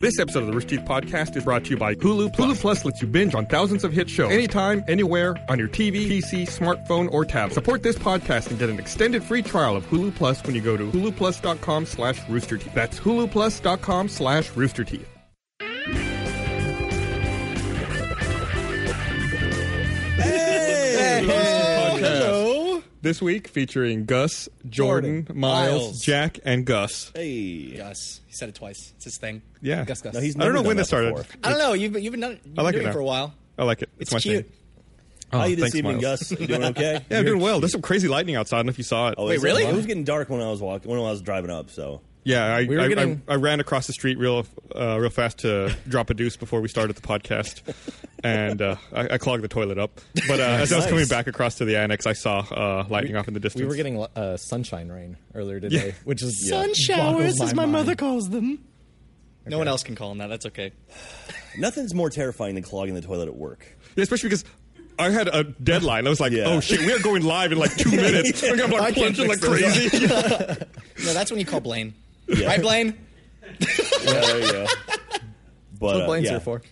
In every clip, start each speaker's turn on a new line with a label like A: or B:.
A: This episode of the Rich Teeth Podcast is brought to you by Hulu Plus. Hulu Plus lets you binge on thousands of hit shows anytime, anywhere, on your TV, PC, smartphone, or tablet. Support this podcast and get an extended free trial of Hulu Plus when you go to huluplus.com slash roosterteeth. That's huluplus.com slash roosterteeth.
B: Hey!
A: Hello. This week featuring Gus, Jordan,
B: Jordan,
A: Miles,
C: Miles.
A: Jack, and Gus.
B: Hey.
C: Gus. He said it twice. It's his thing.
A: Yeah.
C: Gus. Gus.
B: No, he's
A: I don't
B: never
A: know
B: done
A: when
B: that
A: this started.
B: before.
C: I don't know. You've been, you've been, you've been
A: I like
C: doing
A: it
C: it,
A: now.
C: for a while.
A: I like it. It's,
C: It's
A: my
C: cute.
A: thing. Oh,
B: How you this
A: thanks,
B: evening,
A: Miles.
B: Gus? You doing okay?
A: Yeah, I'm doing well. There's some crazy lightning outside. I don't know if you saw it.
B: Oh,
C: Wait,
B: is it-
C: really?
B: It was getting dark when I was walking, when I was driving up. So
A: Yeah, I,
C: were
A: I,
C: getting-
A: I, I ran across the street real uh, real fast to drop a deuce before we started the podcast, and uh, I, I clogged the toilet up. But uh, as I was
B: Nice.
A: coming back across to the annex, I saw uh, lightning off in the distance.
D: We were getting uh, sunshine rain earlier today,
A: Yeah.
D: which is
C: Sun
D: boggles
C: showers, as my
D: mind.
C: mother No one else can call him that. That's okay.
B: nothing's more terrifying than clogging the toilet at work.
A: Yeah, especially because. I had a deadline. I was like,
B: Yeah.
A: "Oh shit, we are going live in like two minutes." Like, I'm like plunging like crazy.
C: No, that's when you call Blaine.
B: Yeah.
C: Right, Blaine?
B: Yeah, there you go. But
D: What
B: uh,
D: blames
B: yeah,
D: her for?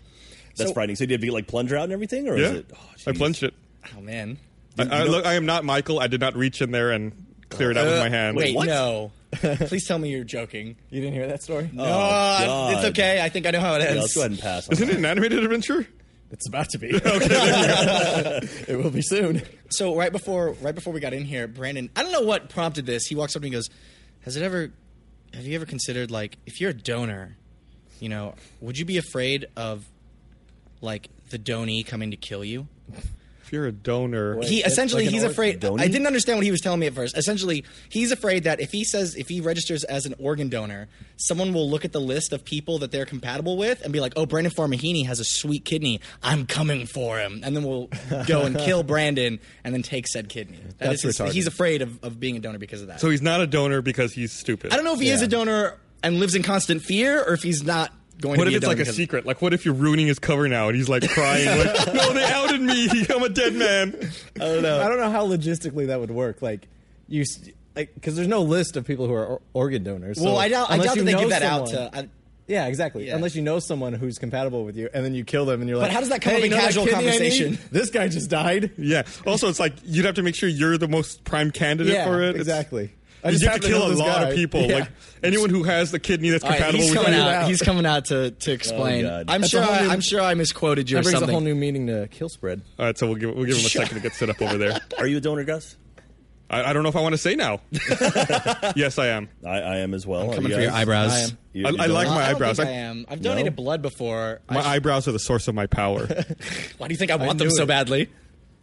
B: That's
C: So-
B: frightening. So do you have to get like plunger out and everything, or
A: yeah,
B: is it? oh,
A: I
B: jeez.
A: plunged it.
C: Oh, man.
A: I, I, look, I am not Michael. I did not reach in there and clear it out with
C: Uh,
A: my hand.
C: Wait, no. Please tell me you're joking.
D: You didn't hear that story?
C: Oh,
B: God.
C: it's okay. I think I know how it
B: Yeah,
C: ends.
B: let's go ahead and pass. On
A: Isn't it an animated adventure?
D: It's about to be. okay, it will be soon.
C: So right before right before we got in here, Brandon, I don't know what prompted this. He walks up to me and goes, "Has it ever? Have you ever considered like if you're a donor, you know, would you be afraid of like the donee coming to kill you?"
A: If you're a donor,
C: he
D: Like-
C: essentially
D: like an
C: he's
D: organ
C: afraid.
B: donor?
C: I didn't understand what he was telling me at first. Essentially, he's afraid that if he says if he registers as an organ donor, someone will look at the list of people that they're compatible with and be like, "Oh, Brandon Farmahini has a sweet kidney. I'm coming for him," and then we'll go and kill Brandon and then take said kidney. That
D: That's
C: is his-
D: retarded.
C: he's afraid of, of being a donor because of that.
A: so he's not a donor because he's stupid.
C: I don't know if he is
D: Yeah.
C: a donor and lives in constant fear, or if he's not going.
A: What
C: to
A: if
C: be
A: it's
C: a donor
A: like a
C: because-
A: secret? Like, what if you're ruining his cover now and he's like crying, like, no, they outed me. I'm a dead man.
D: I don't know. I don't know how logistically that would work. Like you, s- like because there's no list of people who are or- organ donors.
C: Well,
D: so
C: I doubt, I
D: unless
C: doubt
D: you
C: that they
D: know
C: give that out
D: someone-
C: to. I,
D: yeah, exactly.
C: Yeah.
D: Unless you know someone who's compatible with you, and then you kill them, and you're like,
C: how does that come
D: "Hey,
C: up in
D: you know that
C: casual
D: kidney I need?
C: conversation?"
D: This guy just died.
A: Yeah. Also, it's like you'd have to make sure you're the most prime candidate
D: Yeah,
A: for it. It's-
D: exactly. I
A: You
D: just
A: have to
D: happen to
A: kill
D: know
A: a
D: this
A: lot
D: guy.
A: of people.
D: Yeah.
A: Like anyone who has the kidney that's
C: All right,
A: compatible
C: he's
A: with
C: coming
A: you.
C: out.
D: out.
C: He's coming out to, to explain.
B: God.
C: I'm
D: That's
C: sure.
D: a whole
C: I,
D: new-
C: I'm sure I misquoted you or
D: That brings
C: something.
D: a whole new meaning to kill spread.
A: All right, so we'll give, we'll give him a second to get set up over there.
B: Are you a donor, Gus?
A: I, I don't know if I want to say now. yes, I am.
B: I, I am as well. Are
C: coming
B: you
C: for your
B: guys?
C: eyebrows.
D: I am.
B: You-
A: I-
B: you
A: I
B: don't-
A: like
C: Uh,
A: my
C: I don't
A: eyebrows.
C: Think I
A: I-
C: am. I've donated
B: No?
C: blood before. I
A: My
C: just-
A: eyebrows are the source of my power.
C: why do you think I want them
D: knew
C: so
D: it.
C: badly?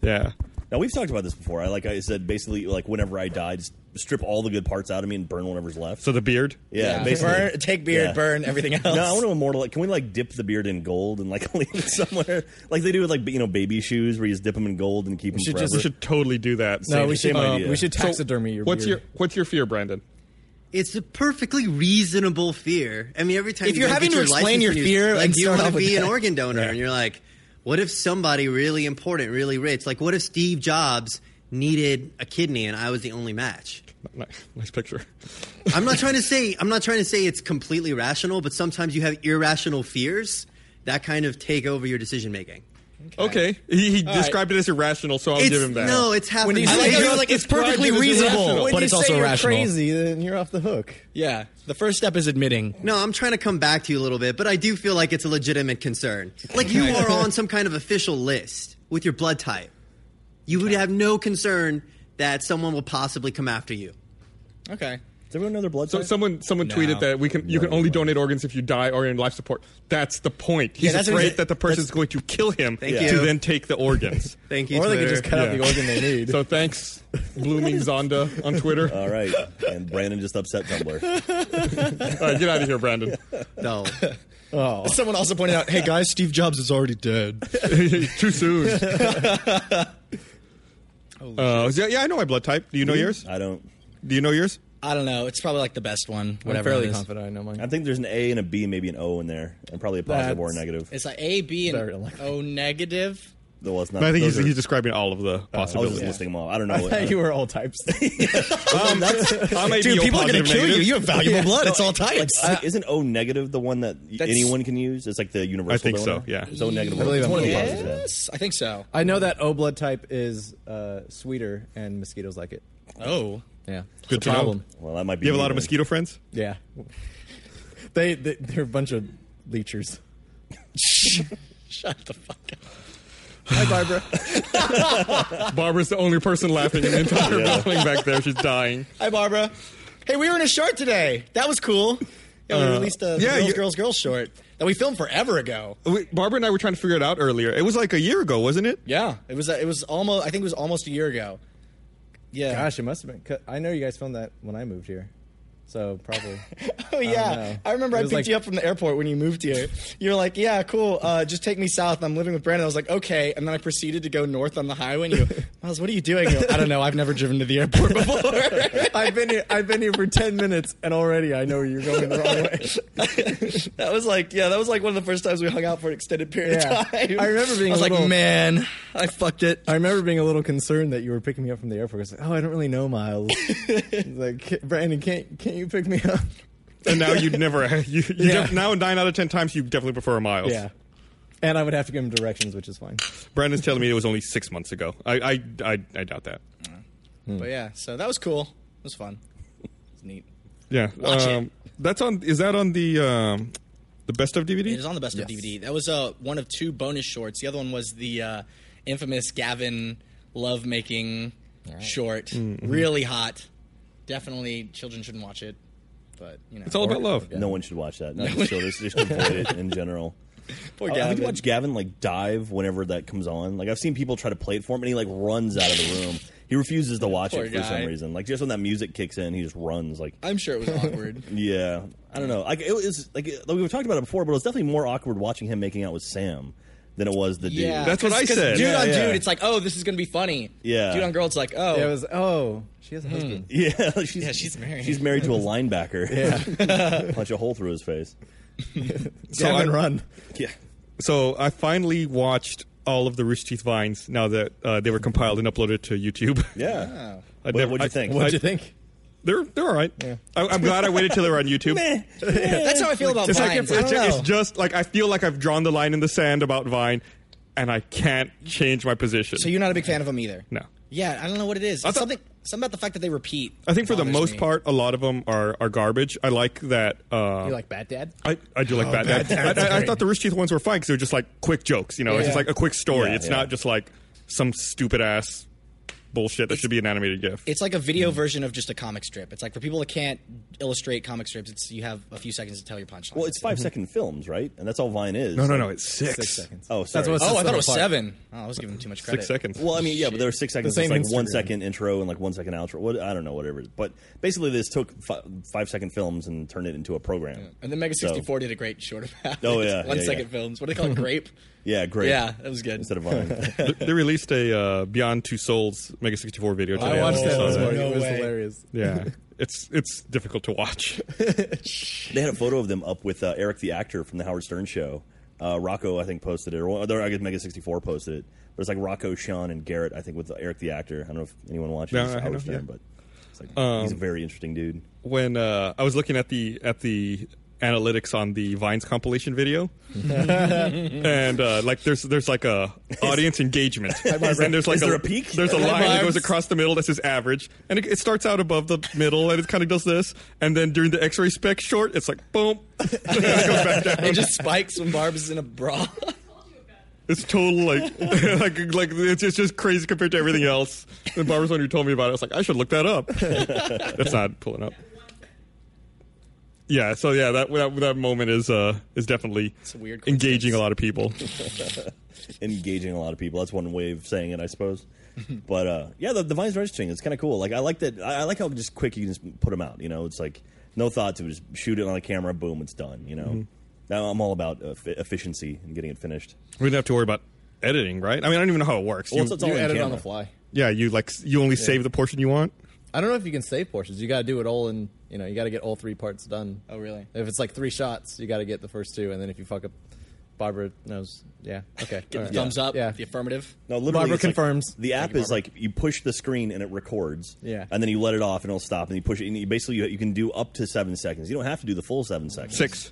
A: yeah.
B: Now we've talked about this before. I like I said basically like whenever I die, just strip all the good parts out of me and burn whatever's left.
A: So the beard.
B: yeah, basically
C: Burn, take beard,
B: Yeah.
C: burn everything else.
B: No, I want to immortalize. Can we like dip the beard in gold and like leave it somewhere, like they do with like you know baby shoes, where you just dip them in gold and keep them
D: should
B: forever?
D: just-
A: We should totally do that.
D: No, we
B: same
D: should
A: uh,
C: Oh,
D: um,
B: idea.
D: we should taxidermy your
A: what's
D: beard.
A: your what's your fear, Brandon?
E: It's a perfectly reasonable fear. I mean, every time
C: If
E: you
C: you're
E: go
C: having
E: get
C: to
E: your
C: explain
E: license
C: your
E: renewed,
C: fear
E: like,
C: and
E: do you
C: start
E: want
C: off
E: to
C: with
E: be an
C: that.
E: organ donor, and you're like, what if somebody really important, really rich? Like, what if Steve Jobs needed a kidney and I was the only match?
A: Nice, nice picture.
E: I'm not trying to say I'm not trying to say it's completely rational, but sometimes you have irrational fears that kind of take over your decision making.
A: Okay, he, he
C: right.
A: described it as irrational, so I'll
E: It's
A: give him that.
E: no, it's
D: When
E: happening.
D: you
C: I
D: say
C: like how
D: you're
C: you're like it's
A: described
C: perfectly
A: it as irrational.
C: reasonable,
A: When
C: but
D: you
C: it's
D: say
C: also
D: you're
C: rational.
D: crazy, then you're off the hook.
C: Yeah, the first step is admitting.
E: No, I'm trying to come back to you a little bit, but I do feel like it's a legitimate concern. Like you are on some kind of official list with your blood type. You would have no concern that someone will possibly come after you.
C: Okay.
B: Does everyone know their blood
A: So
B: type?
A: someone someone
C: No.
A: tweeted that we can you can only donate organs if you die or in life support. That's the point. He's
C: that's what he
A: afraid
C: said.
A: that the person's going to kill him
E: Thank
A: to
E: you.
A: then take the organs.
E: Thank you.
D: Or they
E: Twitter.
D: could just cut out
A: Yeah.
D: the organ they need.
A: so thanks, Blooming Zonda on Twitter.
B: All right, and Brandon just upset Tumblr.
A: All right, get out of here, Brandon.
E: No.
D: oh,
C: Someone also pointed out, "Hey guys, Steve Jobs is already dead."
A: Too soon. Uh, yeah, yeah, I know my blood type. Do you
C: Mm-hmm.
A: know yours?
B: I don't.
A: Do you know yours?
C: I don't know. It's probably like the best one.
D: I'm
C: Whatever.
D: fairly
C: it is.
D: confident I know mine.
B: I think there's an A and a B, maybe an O in there, and probably a positive or a
D: That's-
B: negative.
C: It's like A, B,
D: Very
C: and
D: unlikely.
C: O negative.
B: Well, it's not.
A: But I think
B: those
A: he's,
B: are-
A: he's describing all of the
B: I was
A: possibilities.
B: just listing them all. I don't know.
D: I thought you were all types.
A: Um, I may be
C: Dude,
A: O
C: people are going
A: positive
C: to kill
A: negative.
C: you. You have valuable blood. It's all types.
B: It's like, isn't O negative the one that y- anyone can use? It's like the universal.
A: I think so,
B: donor?
A: yeah.
B: It's O negative.
D: I believe
B: It's
D: I'm
B: one of the
D: yes.
B: ones, yeah.
C: I think so.
D: I know that O blood type is uh, sweeter, and mosquitoes like it.
C: Oh.
D: Yeah,
A: Good
D: It's
A: to
D: a
A: know.
D: problem.
B: Well, that might be.
A: You have a lot of
B: me then.
A: mosquito friends?
D: Yeah, they, they they're a bunch of leechers.
C: Shut the fuck up.
D: Hi, Barbara.
A: Barbara's the only person laughing in the entire
B: Yeah.
A: building back there. She's dying.
C: Hi, Barbara. Hey, we were in a short today. That was cool. Yeah, we
A: Uh,
C: released a
A: yeah,
C: girls,
A: you-
C: girls, girls short that we filmed forever ago.
A: We, Barbara and I were trying to figure it out earlier. It was like a year ago, wasn't it?
C: Yeah, it was. uh, It was almost. I think it was almost a year ago. Yeah.
D: Gosh, it must have been. 'cause I know you guys filmed that when I moved here, so probably.
C: Oh yeah,
D: know.
C: I, remember
D: It
C: I
D: was
C: picked
D: like-
C: you up from the airport when you moved here. You were like, "Yeah, cool. Uh, just take me south. I'm living with Brandon." I was like, "Okay," and then I proceeded to go north on the highway. And you, go, Miles, what are you doing? I go, I don't know. I've never driven to the airport before.
D: I've been here. I've been here for ten minutes, and already I know you're going the wrong way.
C: that was like, yeah, that was like one of the first times we hung out for an extended period
D: Yeah.
C: of time.
D: I remember being
C: I was
D: a
C: like,
D: little-
C: man, I fucked it.
D: I remember being a little concerned that you were picking me up from the airport. I was like, "Oh, I don't really know Miles." like, Brandon, can't can't you pick me up?
A: And now you'd never. You, you
D: Yeah.
A: def- now nine out of ten times you definitely prefer Miles.
D: Yeah, and I would have to give him directions, which is fine.
A: Brandon's telling me it was only six months ago. I I I, I doubt that.
C: But yeah, so that was cool. It was fun. It was neat.
A: Yeah.
C: Watch it.
A: um, That's on. Is that on the um, the best of DVD?
C: It was on the best of DVD. That was uh, one of two bonus shorts. The other one was the uh, infamous Gavin love making short. Really hot. Definitely, children shouldn't watch it. But you know,
A: it's all about love.
B: No one should watch that. Not just children. Just avoid it in general.
C: poor
B: I- I
C: Gavin.
B: would watch Gavin like dive whenever that comes on. Like I've seen people try to play it for him, and he like runs out of the room. He refuses to watch
C: Poor
B: it for
C: guy.
B: some reason. Like just when that music kicks in, he just runs. Like
C: I'm sure it was awkward.
B: yeah, I don't know. Like it was like it- like, we've talked about it before, but it was definitely more awkward watching him making out with Sam than it was the
C: yeah,
B: dude.
A: That's what
C: 'cause-
A: I
C: 'cause
A: said.
C: Dude
B: Yeah,
C: on
B: yeah.
C: dude, it's like, oh, this is gonna be funny.
B: Yeah.
C: dude on girl, it's like, oh,
D: It was oh, she has a husband.
B: Yeah, she's,
C: Yeah, she's married.
B: She's married to a linebacker. Yeah, punch a hole through his face.
A: So
D: Gavin,
A: I-
D: run.
B: Yeah,
A: So I finally watched all of the Rich Teeth vines now that uh, they were compiled and uploaded to YouTube.
B: yeah.
A: I
B: What- what'd you
A: I-
B: think?
D: What'd
A: I-
D: you think?
A: They're they're all right. I, I'm glad I waited till they were on YouTube.
C: that's how I feel about
A: It's like
C: vines.
A: if-
C: I
A: it's,
C: don't know.
A: it's just like I feel like I've drawn the line in the sand about Vine, and I can't change my position.
C: so you're not a big fan of them either.
A: No.
C: Yeah, I don't know what it is. It's
A: thought-
C: something, something about the fact that they repeat.
A: I think for the
C: bothers
A: most
C: me.
A: part, a lot of them are, are garbage. I like that. Uh,
D: You like Bat Dad?
A: I, I do like Bad Dad. I, I, I thought the Rich Teeth ones were fine because they were just like quick jokes. You know, it's just
C: Yeah.
A: like a quick story.
B: Yeah,
A: it's
B: yeah.
A: not just like some stupid ass bullshit that should be an animated GIF.
C: it's like a video version of just a comic strip. It's like for people that can't illustrate comic strips, it's you have a few seconds to tell your punchline.
B: Well, it's five second films, right? And that's all Vine is.
A: no, no, no. It's six.
D: Six seconds.
B: Oh,
D: That's
B: sorry.
D: what's
C: oh, I thought it was
D: Part.
C: seven. Oh, I was giving too much credit.
A: Six seconds.
B: Well, I mean, yeah, but there were six seconds.
D: same
B: It's like one
D: Instagram.
B: second intro and like one second outro. What I don't know, whatever. it is. But basically, this took fi- five second films and turned it into a program.
C: And then Mega
B: So-
C: sixty four did a great short about.
B: Oh,
C: it.
B: yeah,
C: One second
B: yeah, yeah.
C: films. What do they call it? Grape.
B: yeah, great.
C: Yeah, that was good.
B: Instead of um, Vine.
A: They- they released a uh, Beyond Two Souls Mega 64 video today.
D: I watched
A: don't
D: that.
A: know
D: this
A: if you saw
D: morning.
C: No
D: it was
C: way.
D: hilarious.
A: Yeah. It's it's difficult to watch.
B: they had a photo of them up with uh, Eric the actor from the Howard Stern show. Uh, Rocco, I think, posted it, or one- I guess Mega sixty four posted it. But it's like Rocco, Sean, and Garrett. I think with Eric the actor. I don't know if anyone watches
A: No, I know,
B: Howard Stern,
A: yeah. Um,
B: but it's like, he's a very interesting dude.
A: when uh, I was looking at the at the analytics on the Vines compilation video, and uh, like there's there's like a audience engagement, and there's like
B: Is there a peak?
A: There's a line that goes
C: Vibes.
A: across the middle that says average, and it, it starts out above the middle, and it kind of does this, and then during the X-ray spec short, it's like boom, and then it goes back down.
C: it just spikes when Barb's in a bra.
A: It's total like like like it's just, it's just crazy compared to everything else. And Barbara's one who told me about it. I was like, I should look that up. That's not pulling up. Yeah, so yeah, that that, that moment is uh is definitely
C: a weird coincidence.
A: engaging a lot of people.
B: engaging a lot of people. That's one way of saying it, I suppose. but uh, yeah, the, the Vines are interesting. It's kind of cool. Like I like that. I, I like how just quick you can just put them out. You know, it's like no thought to just shoot it on the camera. Boom, it's done. You know.
A: Mm-hmm.
B: Now I'm all about uh, f- efficiency and getting it finished.
A: We didn't have to worry about editing, right? I mean, I don't even know how it works.
B: Well,
A: You-
B: it's- it's
D: You
B: all in
D: edit on
B: camera.
D: the fly.
A: yeah, you like s- you only save the portion you want.
D: I don't know if you can save portions. You got to do it all in, you know, you got to get all three parts done.
C: Oh, really?
D: If it's like three shots, you got to get the first two, and then if you fuck up Barbara knows. Yeah. Okay. All right.
C: Thumbs up.
D: Yeah.
C: The affirmative.
B: No, literally.
D: Barbara
B: it's like-
D: confirms.
B: the app is like you push the screen and it records.
D: Yeah.
B: And then you let it off and it'll stop. And you push it. And you basically, you, you can do up to seven seconds. You don't have to do the full seven seconds.
A: Six.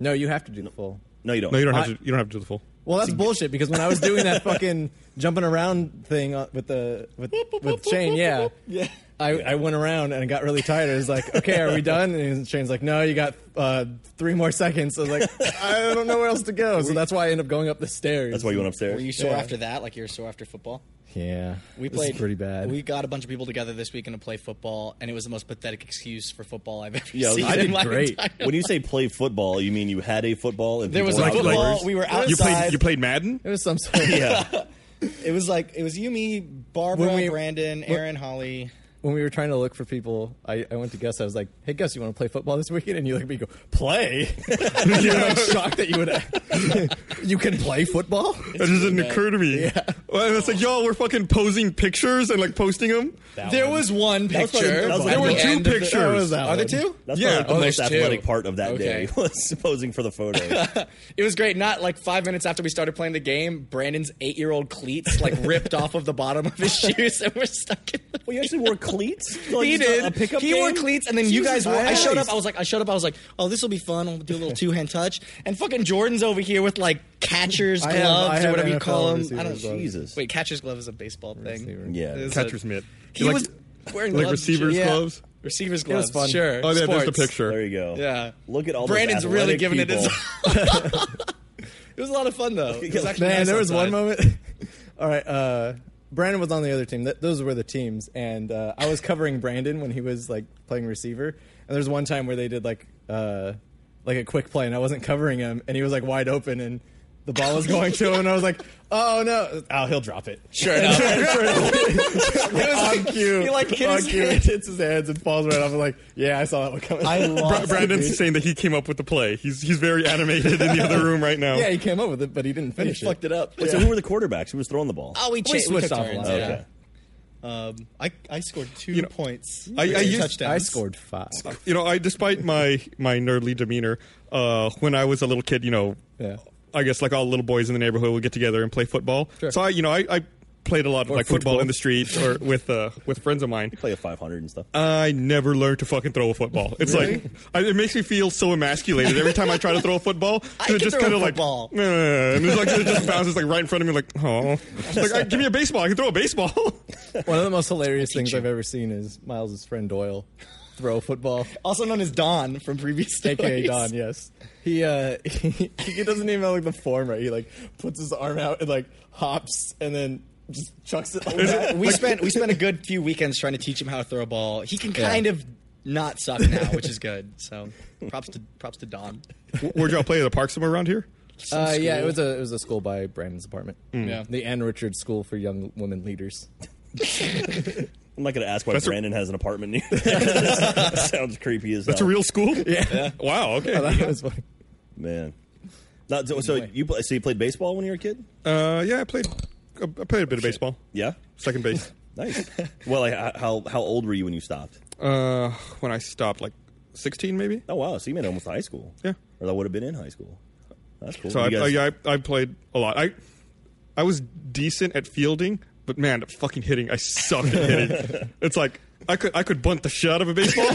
D: No, you have to do the full.
B: No, you don't.
A: No, you don't have to. You don't have to do the full.
D: Well, that's bullshit because when I was doing that fucking jumping around thing uh, with the with, with Shane, yeah, yeah, I, I went around and got really tired. I was like, okay, are we done? And Shane's like, no, you got uh, three more seconds. I was like, I don't know where else to go, so that's why I end up going up the stairs.
B: That's why you went upstairs.
C: Were you sore
D: Yeah.
C: after that? Like you were sore after football?
D: Yeah,
C: We
D: This is
C: played
D: pretty bad.
C: We got a bunch of people together this weekend to play football, and it was the most pathetic excuse for football I've ever
B: Yeah,
C: seen.
B: I did
C: in my
D: great.
C: entire
B: when you say play football, you mean you had a football and
C: There
B: people
C: was
B: were
C: a
B: out
C: football,
B: players?
C: we were
A: You
C: outside.
A: played. You played Madden.
D: it was some sort. Of,
B: Yeah.
C: It was like it was you, me, Barbara,
D: When we-
C: Brandon, Aaron, Holly.
D: When we were trying to look for people, I, I went to Gus. I was like, "Hey, Gus, you want to play football this weekend?" And you look at me, and go, "Play." you were like shocked that you would. you can play football.
A: That just didn't occur to me. Yeah. Well, it's like, y'all, we're fucking posing pictures and like posting them.
C: There was one
B: was like-
C: picture.
B: that was like
A: there
C: at
A: were
C: the
B: the
A: two
C: end of the- Oh,
A: pictures.
D: That was that
C: Are there
D: one.
C: two?
B: That's
A: Yeah.
B: probably like the
A: Oh,
B: most
C: there's two.
B: athletic part of that
C: Okay.
B: day was posing for the photo.
C: It was great. Not like five minutes after we started playing the game, Brandon's eight-year-old cleats like ripped off of the bottom of his shoes, and we're stuck in. The
B: well, you actually wore cleats.
C: he did. he wore cleats, and then you guys wore. I showed up.
B: Christ.
C: I was like, I showed up. I was like, oh, this will be fun. I'll do a little two-hand touch. And fucking Jordan's over here with like catcher's
D: I
C: gloves
D: have- I
C: or
D: have
C: whatever you
D: NFL
C: call them. I
D: receiver's
C: don't.
D: gloves.
B: Jesus.
C: Wait, catcher's glove is a baseball
D: Receiver.
C: thing.
B: Yeah.
C: It's a-
A: Catcher's mitt.
C: He
A: like,
C: was wearing
A: like
C: gloves,
A: receivers
C: yeah.
A: gloves.
C: Receivers
D: It
C: gloves.
D: was fun.
A: Oh
C: Sure.
A: yeah, there's the
C: Sports.
A: picture.
B: There you go.
C: Yeah.
B: Look at all. those
C: Brandon's really
B: athletic
C: giving it his.
B: people.
C: it was a lot of fun though. It was actually
D: Man,
C: nice
D: there was one
C: outside.
D: moment. All right, uh, Brandon was on the other team. Th- those were the teams, and uh, I was covering Brandon when he was like playing receiver. And there's one time where they did like uh, like a quick play, and I wasn't covering him, and he was like wide open, and the ball was going to him, and I was like, "Oh no! Oh, he'll drop it."
C: Sure enough.
D: on cue,
C: he, like, hit
D: on
C: his
D: cue,
C: head.
D: hits his hands and falls right off. I'm like, "Yeah, I saw that one coming." I
A: Bra- Brandon's saying that he came up with the play. He's he's very animated in the other room right now.
D: Yeah, he came up with it, but he didn't finish it.
C: fucked it up.
B: Wait, so who were the quarterbacks? Who was throwing the ball?
C: Oh, we, cha-
D: switched
C: took
D: off
C: turns,
D: lines.
C: yeah.
B: Okay.
C: Um, I I scored two
A: know,
C: points.
A: I- I
C: Two
A: used-
C: touchdowns.
D: I scored five.
A: You know, I despite my my nerdly demeanor, uh, when I was a little kid, you know,
D: Yeah.
A: I guess like all little boys in the neighborhood would get together and play football.
D: Sure.
A: So I, you know, I, I played a lot of like football
D: football.
A: in the street or with uh, with friends of mine.
B: Play a 500 and stuff.
A: I never learned to fucking throw a football. It's like I, it makes me feel so emasculated every time I try to throw a football.
C: I
A: it
C: can
A: just
C: throw a
A: kinda like
C: football.
A: "Nah," and it's like it just bounces like right in front of me. Like oh, like I, give me a baseball. I can throw a baseball.
D: One of the most hilarious things I've ever seen is Miles' friend Doyle throw a football.
C: also known as Don from previous days.
D: AKA Don, yes. He uh he, he doesn't even have like the form right. He like puts his arm out and like hops and then just chucks it like that.
C: We spent we spent a good few weekends trying to teach him how to throw a ball. He can kind of not suck now, which is good. So props to props to Don.
A: Where'd y'all play? At the park somewhere around here?
D: Uh, yeah, it was a it was a school by Brandon's apartment.
B: Mm.
C: Yeah.
D: The Ann Richards School for Young Women Leaders.
B: I'm not going to ask why
A: That's a-
B: Brandon has an apartment near. That sounds creepy as
A: That's
B: hell.
A: a real school. Yeah. Wow. Okay.
D: That was funny.
B: man. Not, so, so you play, so you played baseball when you were a kid?
A: Uh, yeah, I played. I played a bit of baseball.
B: Yeah.
A: Second base.
B: Nice. well, like, h- how how old were you when you stopped?
A: uh, when I stopped, like sixteen, maybe.
B: Oh wow, so you made it almost to high school.
A: Yeah.
B: or that would have been in high school. That's cool.
A: So I,
B: You
A: I, oh,
B: guys-
A: yeah, I, I played a lot. I I was decent at fielding, but man, at fucking hitting, I sucked at hitting. it's like I could I could bunt the shit out of a baseball,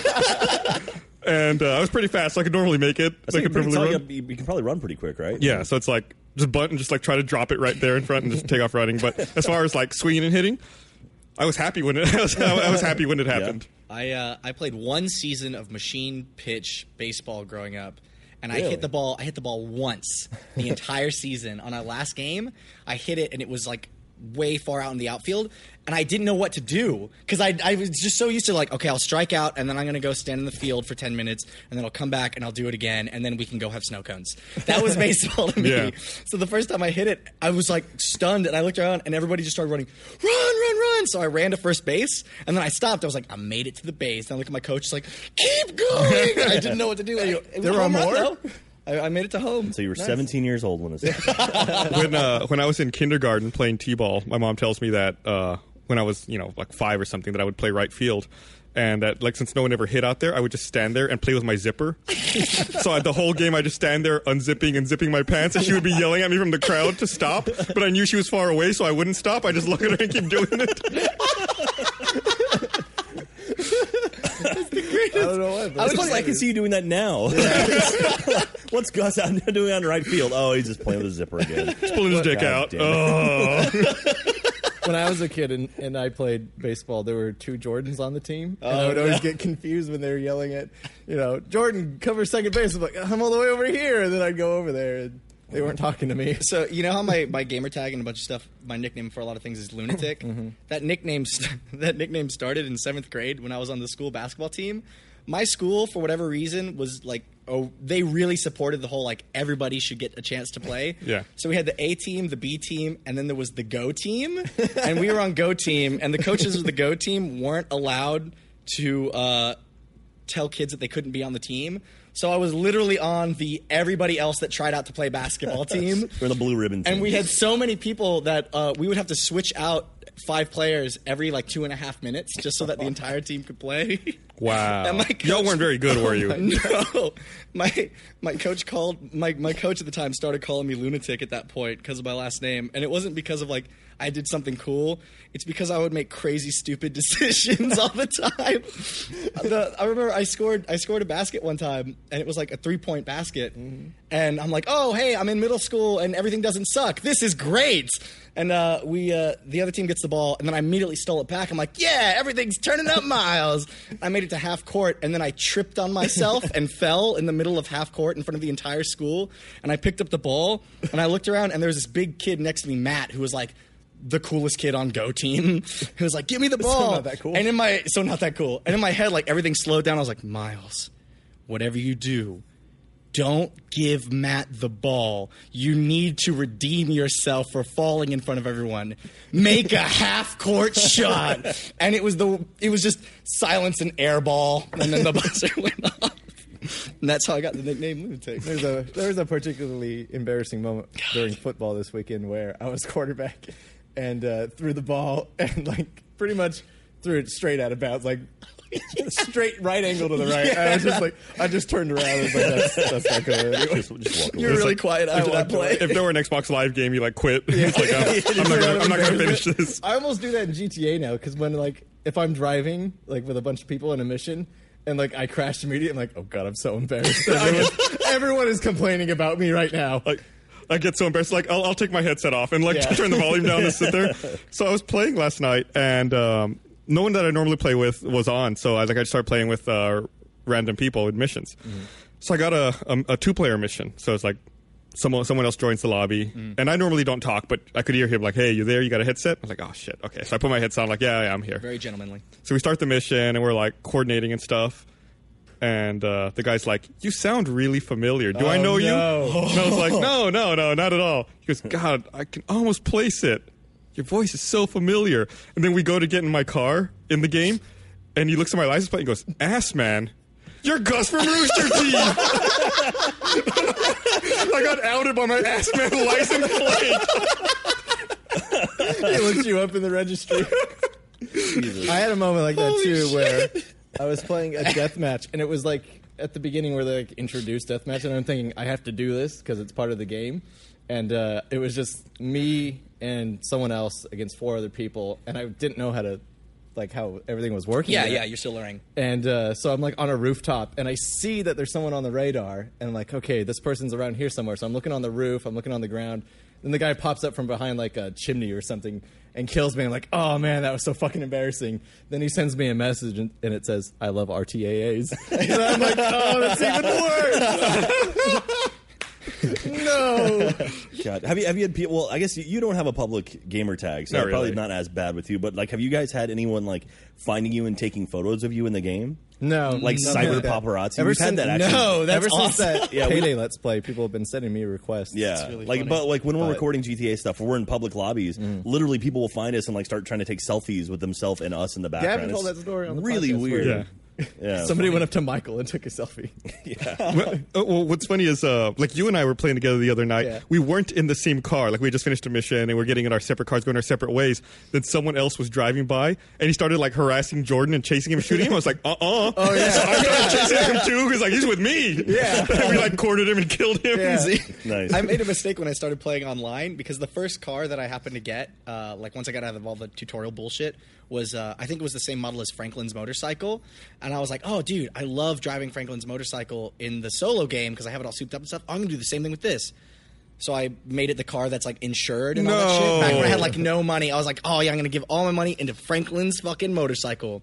A: and uh, I was pretty fast. So I could normally make it. I
B: I think
A: could
B: you're pretty
A: normally
B: tall,
A: run.
B: you, you can probably run pretty quick, right?
A: Yeah, so it's like just bunt and just like try to drop it right there in front and just take off running. But as far as like swinging and hitting, I was happy when it. I was, I was happy when it happened.
C: I uh, I played one season of machine pitch baseball growing up, and I
B: Really?
C: hit the ball. I hit the ball once the entire season. On our last game, I hit it, and it was like way far out in the outfield, and I didn't know what to do because I I was just so used to like okay, I'll strike out, and then I'm gonna go stand in the field for ten minutes, and then I'll come back and I'll do it again, and then we can go have snow cones. That was baseball to me.
A: Yeah.
C: So the first time I hit it, I was like stunned, and I looked around, and everybody just started running, run, run, run. So I ran to first base, and then I stopped. I was like, I made it to the base. And I look at my coach, he's like, keep going. I didn't know what to do. It was
D: There
C: a
D: were
C: home run,
D: more?
C: though. I, I made it to home.
B: So you were 17 years old when it
A: when uh, when I was in kindergarten playing t-ball, my mom tells me that uh, when I was you know like five or something that I would play right field, And that, like, since no one ever hit out there, I would just stand there and play with my zipper. so at the whole game, I just stand there unzipping and zipping my pants, and she would be yelling at me from the crowd to stop. But I knew she was far away, so I wouldn't stop. I just look at her and keep doing it.
D: I don't know why. But
B: I was like, I can see you doing that now. What's Gus out there doing on right field? Oh, he's just playing with a zipper again.
A: Pulling his dick
B: God
A: out.
B: damn it.
A: Oh.
D: when I was a kid and, and I played baseball, there were two Jordans on the team, and
C: Oh,
D: I would always get confused when they were yelling at, you know, Jordan cover second base. I'm like, I'm all the way over here, and then I'd go over there, and they weren't talking to me.
C: So you know how my, my gamer tag and a bunch of stuff, my nickname for a lot of things is lunatic. That nickname st- that nickname started in seventh grade when I was on the school basketball team. My school, for whatever reason, was like oh they really supported the whole like everybody should get a chance to play.
A: Yeah.
C: So we had the A team, the B team, and then there was the Go team, and we were on Go team, and the coaches of the Go team weren't allowed to. Uh, tell kids that they couldn't be on the team. So I was literally on the everybody else that tried out to play basketball team.
B: We're the blue ribbon.
C: And
B: team.
C: we had so many people that uh, we would have to switch out five players every like two and a half minutes just so that the entire team could play.
A: Wow.
C: And my coach-
A: Y'all weren't very good, were you?
C: no, my my coach called my my coach at the time started calling me lunatic at that point because of my last name, and it wasn't because of like I did something cool. It's because I would make crazy, stupid decisions all the time. The- I remember I scored I scored a basket one time, and it was like a three point basket,
A: Mm-hmm.
C: and I'm like, oh hey, I'm in middle school, and everything doesn't suck. This is great. And uh, we, uh, the other team gets the ball, and then I immediately stole it back. I'm like, "Yeah, everything's turning up, Miles." I made it to half court, and then I tripped on myself and fell in the middle of half court in front of the entire school. And I picked up the ball, and I looked around, and there was this big kid next to me, Matt, who was like the coolest kid on Go Team. He was like, "Give me the ball."
D: not that cool.
C: And in my so not that cool. And in my head, like everything slowed down. I was like, "Miles, whatever you do, don't give Matt the ball. You need to redeem yourself for falling in front of everyone. Make a half court shot. And it was the it was just silence and air ball, and then the buzzer went off. And that's how I got the nickname lunatic.
D: There's a there was a particularly embarrassing moment during football this weekend where I was quarterback and uh, threw the ball and like pretty much threw it straight out of bounds, like straight right angle to the right. I was just like, I just turned around and was like, that's, that's not good.
B: just, just walk
C: You're
B: away.
C: really quiet eye that play.
A: If there were an Xbox Live game, you like quit. It's like, I'm, I'm not gonna- I'm not going to finish this.
D: I almost do that in GTA now because when like if I'm driving like with a bunch of people in a mission and like I crash immediately, I'm like, oh god, I'm so embarrassed. Everyone, everyone is complaining about me right now.
A: like I get so embarrassed. Like I'll, I'll take my headset off and like
D: Yeah.
A: turn the volume down and sit there. So I was playing last night, and um, no one that I normally play with was on. So I like I started playing with uh, random people in missions. So I got a, a, a two player mission. So it's like. Someone, someone else joins the lobby, and I normally don't talk, but I could hear him like, "Hey, you there? You got a headset?" I was like, "Oh shit, okay." So I put my headset on, like, "Yeah, yeah I'm here."
C: Very gentlemanly.
A: So we start the mission and we're like coordinating and stuff. And uh, the guy's like, "You sound really familiar. Do I
D: Oh,
A: know you?"
D: no.
A: And I was like, "No, no, no, not at all." He goes, "God, I can almost place it. Your voice is so familiar." And then we go to get in my car in the game, and he looks at my license plate and goes, "Ass man, you're Gus from Rooster Teeth." I got outed by my ass man license plate.
D: It looks you up in the registry. I had a moment like that too where I was playing a death match and it was like at the beginning where they like introduced death match and I'm thinking I have to do this because it's part of the game, and uh, it was just me and someone else against four other people and I didn't know how to like how everything was working.
C: Yeah,
D: yet.
C: yeah, you're still learning.
D: And uh, so I'm like on a rooftop, and I see that there's someone on the radar, and I'm like, okay, this person's around here somewhere. So I'm looking on the roof, I'm looking on the ground. Then the guy pops up from behind like a chimney or something and kills me. I'm like, oh man, that was so fucking embarrassing. Then he sends me a message, and, and it says, I love RTAAs. and I'm like, oh, that's even worse. no.
B: God, have you have you had people? Well, I guess you, you don't have a public gamer tag, so
A: Not
B: probably
A: really.
B: not as bad with you. But like, have you guys had anyone like finding you and taking photos of you in the game?
D: No.
B: Like
D: nothing
B: cyber
D: that.
B: paparazzi?
D: Ever
B: We've had
D: since-
B: that, actually.
C: No, that's
D: Ever since
C: awesome.
D: that
B: Yeah, we-
D: payday Let's Play, people have been sending me requests.
B: Yeah,
C: really
B: like
C: funny.
B: but like when we're
D: But-
B: recording GTA stuff, or we're in public lobbies. Literally, people will find us and like start trying to take selfies with themselves and us in the background.
D: told
B: It's
D: that story on the
B: really
D: podcast.
B: weird.
A: Yeah.
B: Yeah.
D: Somebody went up to Michael and took a selfie.
A: well, uh, well, what's funny is uh, like you and I were playing together the other night.
D: Yeah.
A: We weren't in the same car. Like we had just finished a mission and we're getting in our separate cars, going our separate ways. Then someone else was driving by and he started like harassing Jordan and chasing him, and shooting him. I was like, uh uh Oh
D: yeah.
A: So I started chasing him too because like he's with me. Yeah. we like cornered him and killed him.
B: Nice.
C: I made a mistake when I started playing online because the first car that I happened to get, uh, like once I got out of all the tutorial bullshit, was uh, I think it was the same model as Franklin's motorcycle, and I was like, oh dude, I love driving Franklin's motorcycle in the solo game because I have it all souped up and stuff. I'm gonna do the same thing with this. So I made it the car that's like insured and all that shit. Back when I had like no money, I was like, oh yeah, I'm gonna give all my money into Franklin's fucking motorcycle.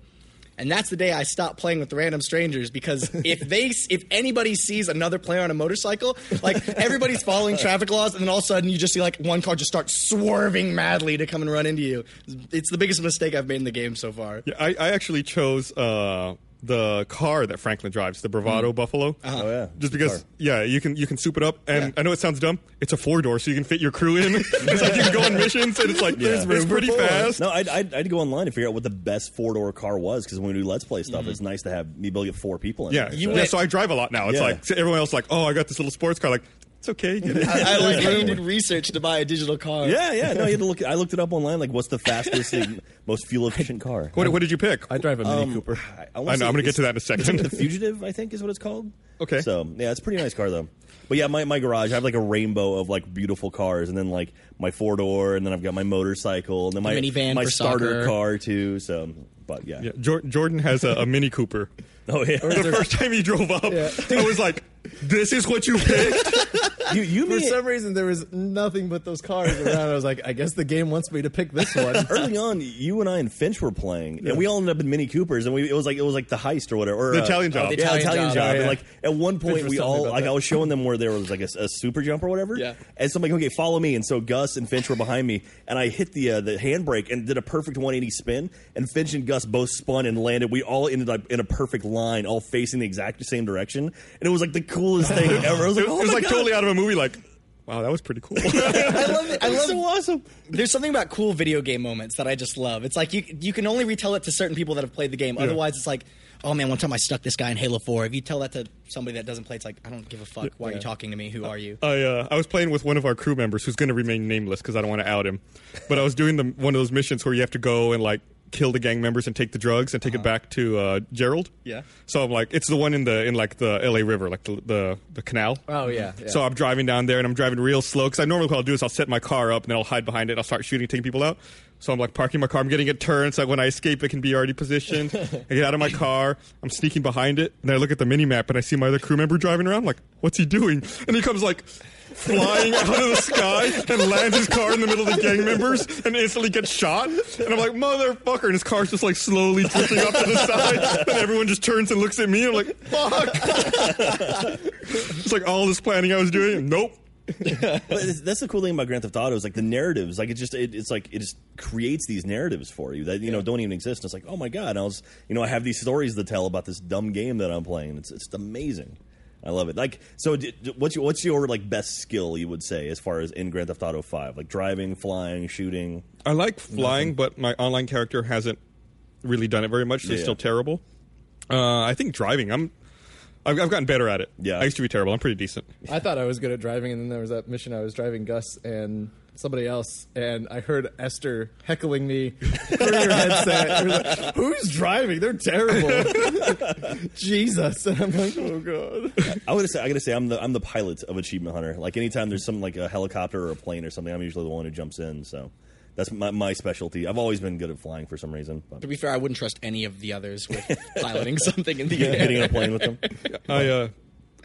C: And that's the day I stopped playing with random strangers because if they if anybody sees another player on a motorcycle, like everybody's following traffic laws, and then all of a sudden you just see like one car just start swerving madly to come and run into you. It's the biggest mistake I've made in the game so far.
A: Yeah, I, I actually chose uh, the car that Franklin drives, the Bravado Buffalo.
B: Oh, yeah.
A: Just because,
B: Car.
A: yeah, you can you can soup it up, and I know it sounds dumb. It's a four door, so you can fit your crew in. it's like you can go on missions, and it's like
B: Yeah.
A: it's pretty fast.
B: No, I'd, I'd, I'd go online and figure out what the best four door car was because when we do Let's Play stuff, it's nice to have me able to get four people in.
A: Yeah,
B: it.
A: you
C: You
A: yeah.
C: went-
A: So I drive a lot now. It's
B: Yeah.
A: like so everyone else, like, oh, I got this little sports car. Like, it's okay. Get it.
C: I like how you did research to buy a digital car.
B: yeah, yeah. No, you had to look. I looked it up online. Like, what's the fastest, and most fuel efficient car?
A: what, what did you pick?
D: I drive a Mini Cooper.
B: Um, wanna
A: I know,
B: say
A: I'm gonna
B: it's-
A: get to that in a second.
B: The Fugitive, I think, is what it's called.
A: Okay.
B: So yeah, it's a pretty nice car though. But yeah, my, my garage, I have like a rainbow of like beautiful cars, and then like my four door, and then I've got my motorcycle, and then my
C: minivan
B: my
C: for
B: starter
C: soccer.
B: car too. So, but yeah.
A: Yeah, Jor- Jordan has a, a Mini Cooper.
B: Oh yeah.
A: The first time he drove up, I was like, "This is what you picked."
B: you you
D: For
B: mean-
D: some reason, there was nothing but those cars around. I was like, I guess the game wants me to pick this one.
B: early on, you and I and Finch were playing, and we all ended up in Mini Coopers, and we it was like it was like the heist or whatever, or,
A: The
B: uh,
A: Italian Job.
B: yeah, Italian,
C: Italian
B: job.
C: Job,
B: And,
D: yeah.
B: like at one
D: Finch
B: point,
D: was
B: we
D: telling me
B: all
D: about
B: like I
D: that.
B: was showing them where there was like a, s- a super jump or whatever,
C: Yeah.
B: And so I'm like, okay, follow me, and so Gus and Finch were behind me, and I hit the uh, the handbrake and did a perfect 180 spin, and Finch and Gus both spun and landed. We all ended up in a perfect line, all facing the exact same direction, and it was like the coolest thing ever. I was like,
A: it
B: oh
A: was
B: my
A: like
B: God.
A: totally out of a movie. Like, wow, that was pretty cool.
C: I love it. I love
B: so awesome.
C: There's something about cool video game moments that I just love. It's like you you can only retell it to certain people that have played the game. Otherwise, it's like, oh man, one time I stuck this guy in Halo Four. If you tell that to somebody that doesn't play, it's like, I don't give a fuck. Why are you talking to me? Who are you?
A: I uh, I was playing with one of our crew members who's going to remain nameless because I don't want to out him. But I was doing the, one of those missions where you have to go and like kill the gang members and take the drugs and take
B: Uh-huh.
A: it back to uh, Gerald.
C: Yeah.
A: So I'm like, it's the one in the in like the L.A. River, like the the, the canal.
D: Oh, yeah, yeah.
A: Mm-hmm. So I'm driving down there and I'm driving real slow because I normally what I'll do is I'll set my car up and then I'll hide behind it. I'll start shooting, taking people out. So I'm like parking my car. I'm getting it turned so that when I escape, it can be already positioned. I get out of my car. I'm sneaking behind it, and I look at the mini map and I see my other crew member driving around. I'm like, what's he doing? And he comes like flying out of the sky and lands his car in the middle of the gang members and instantly gets shot. And I'm like, motherfucker! And his car's just like slowly drifting up to the side, and everyone just turns and looks at me. And I'm like, fuck! It's like all this planning I was doing. Nope.
B: but it's- that's the cool thing about Grand Theft Auto is like the narratives. Like it just it, it's like it just creates these narratives for you that you know don't even exist. And it's like oh my god, and I was you know I have these stories to tell about this dumb game that I'm playing. It's it's amazing. I love it. Like so, d- d- what's your, what's your like best skill you would say as far as in Grand Theft Auto Five? Like driving, flying, shooting.
A: I like flying, but my online character hasn't really done it very much. So it's
B: Yeah.
A: still terrible. Uh, I think driving. I'm. I've, I've gotten better at it.
B: Yeah.
A: I used to be terrible. I'm pretty decent.
D: I thought I was good at driving, and then there was that mission I was driving Gus and somebody else, and I heard Esther heckling me through her headset. It was like, Who's driving? They're terrible. Jesus. And I'm like, oh, God.
B: I would say I gotta say I'm the I'm the pilot of Achievement Hunter. Like anytime there's some like a helicopter or a plane or something, I'm usually the one who jumps in. So that's my, my specialty. I've always been good at flying for some reason. But
C: To be fair, I wouldn't trust any of the others with piloting something in the air.
B: getting in a plane with them.
A: I uh,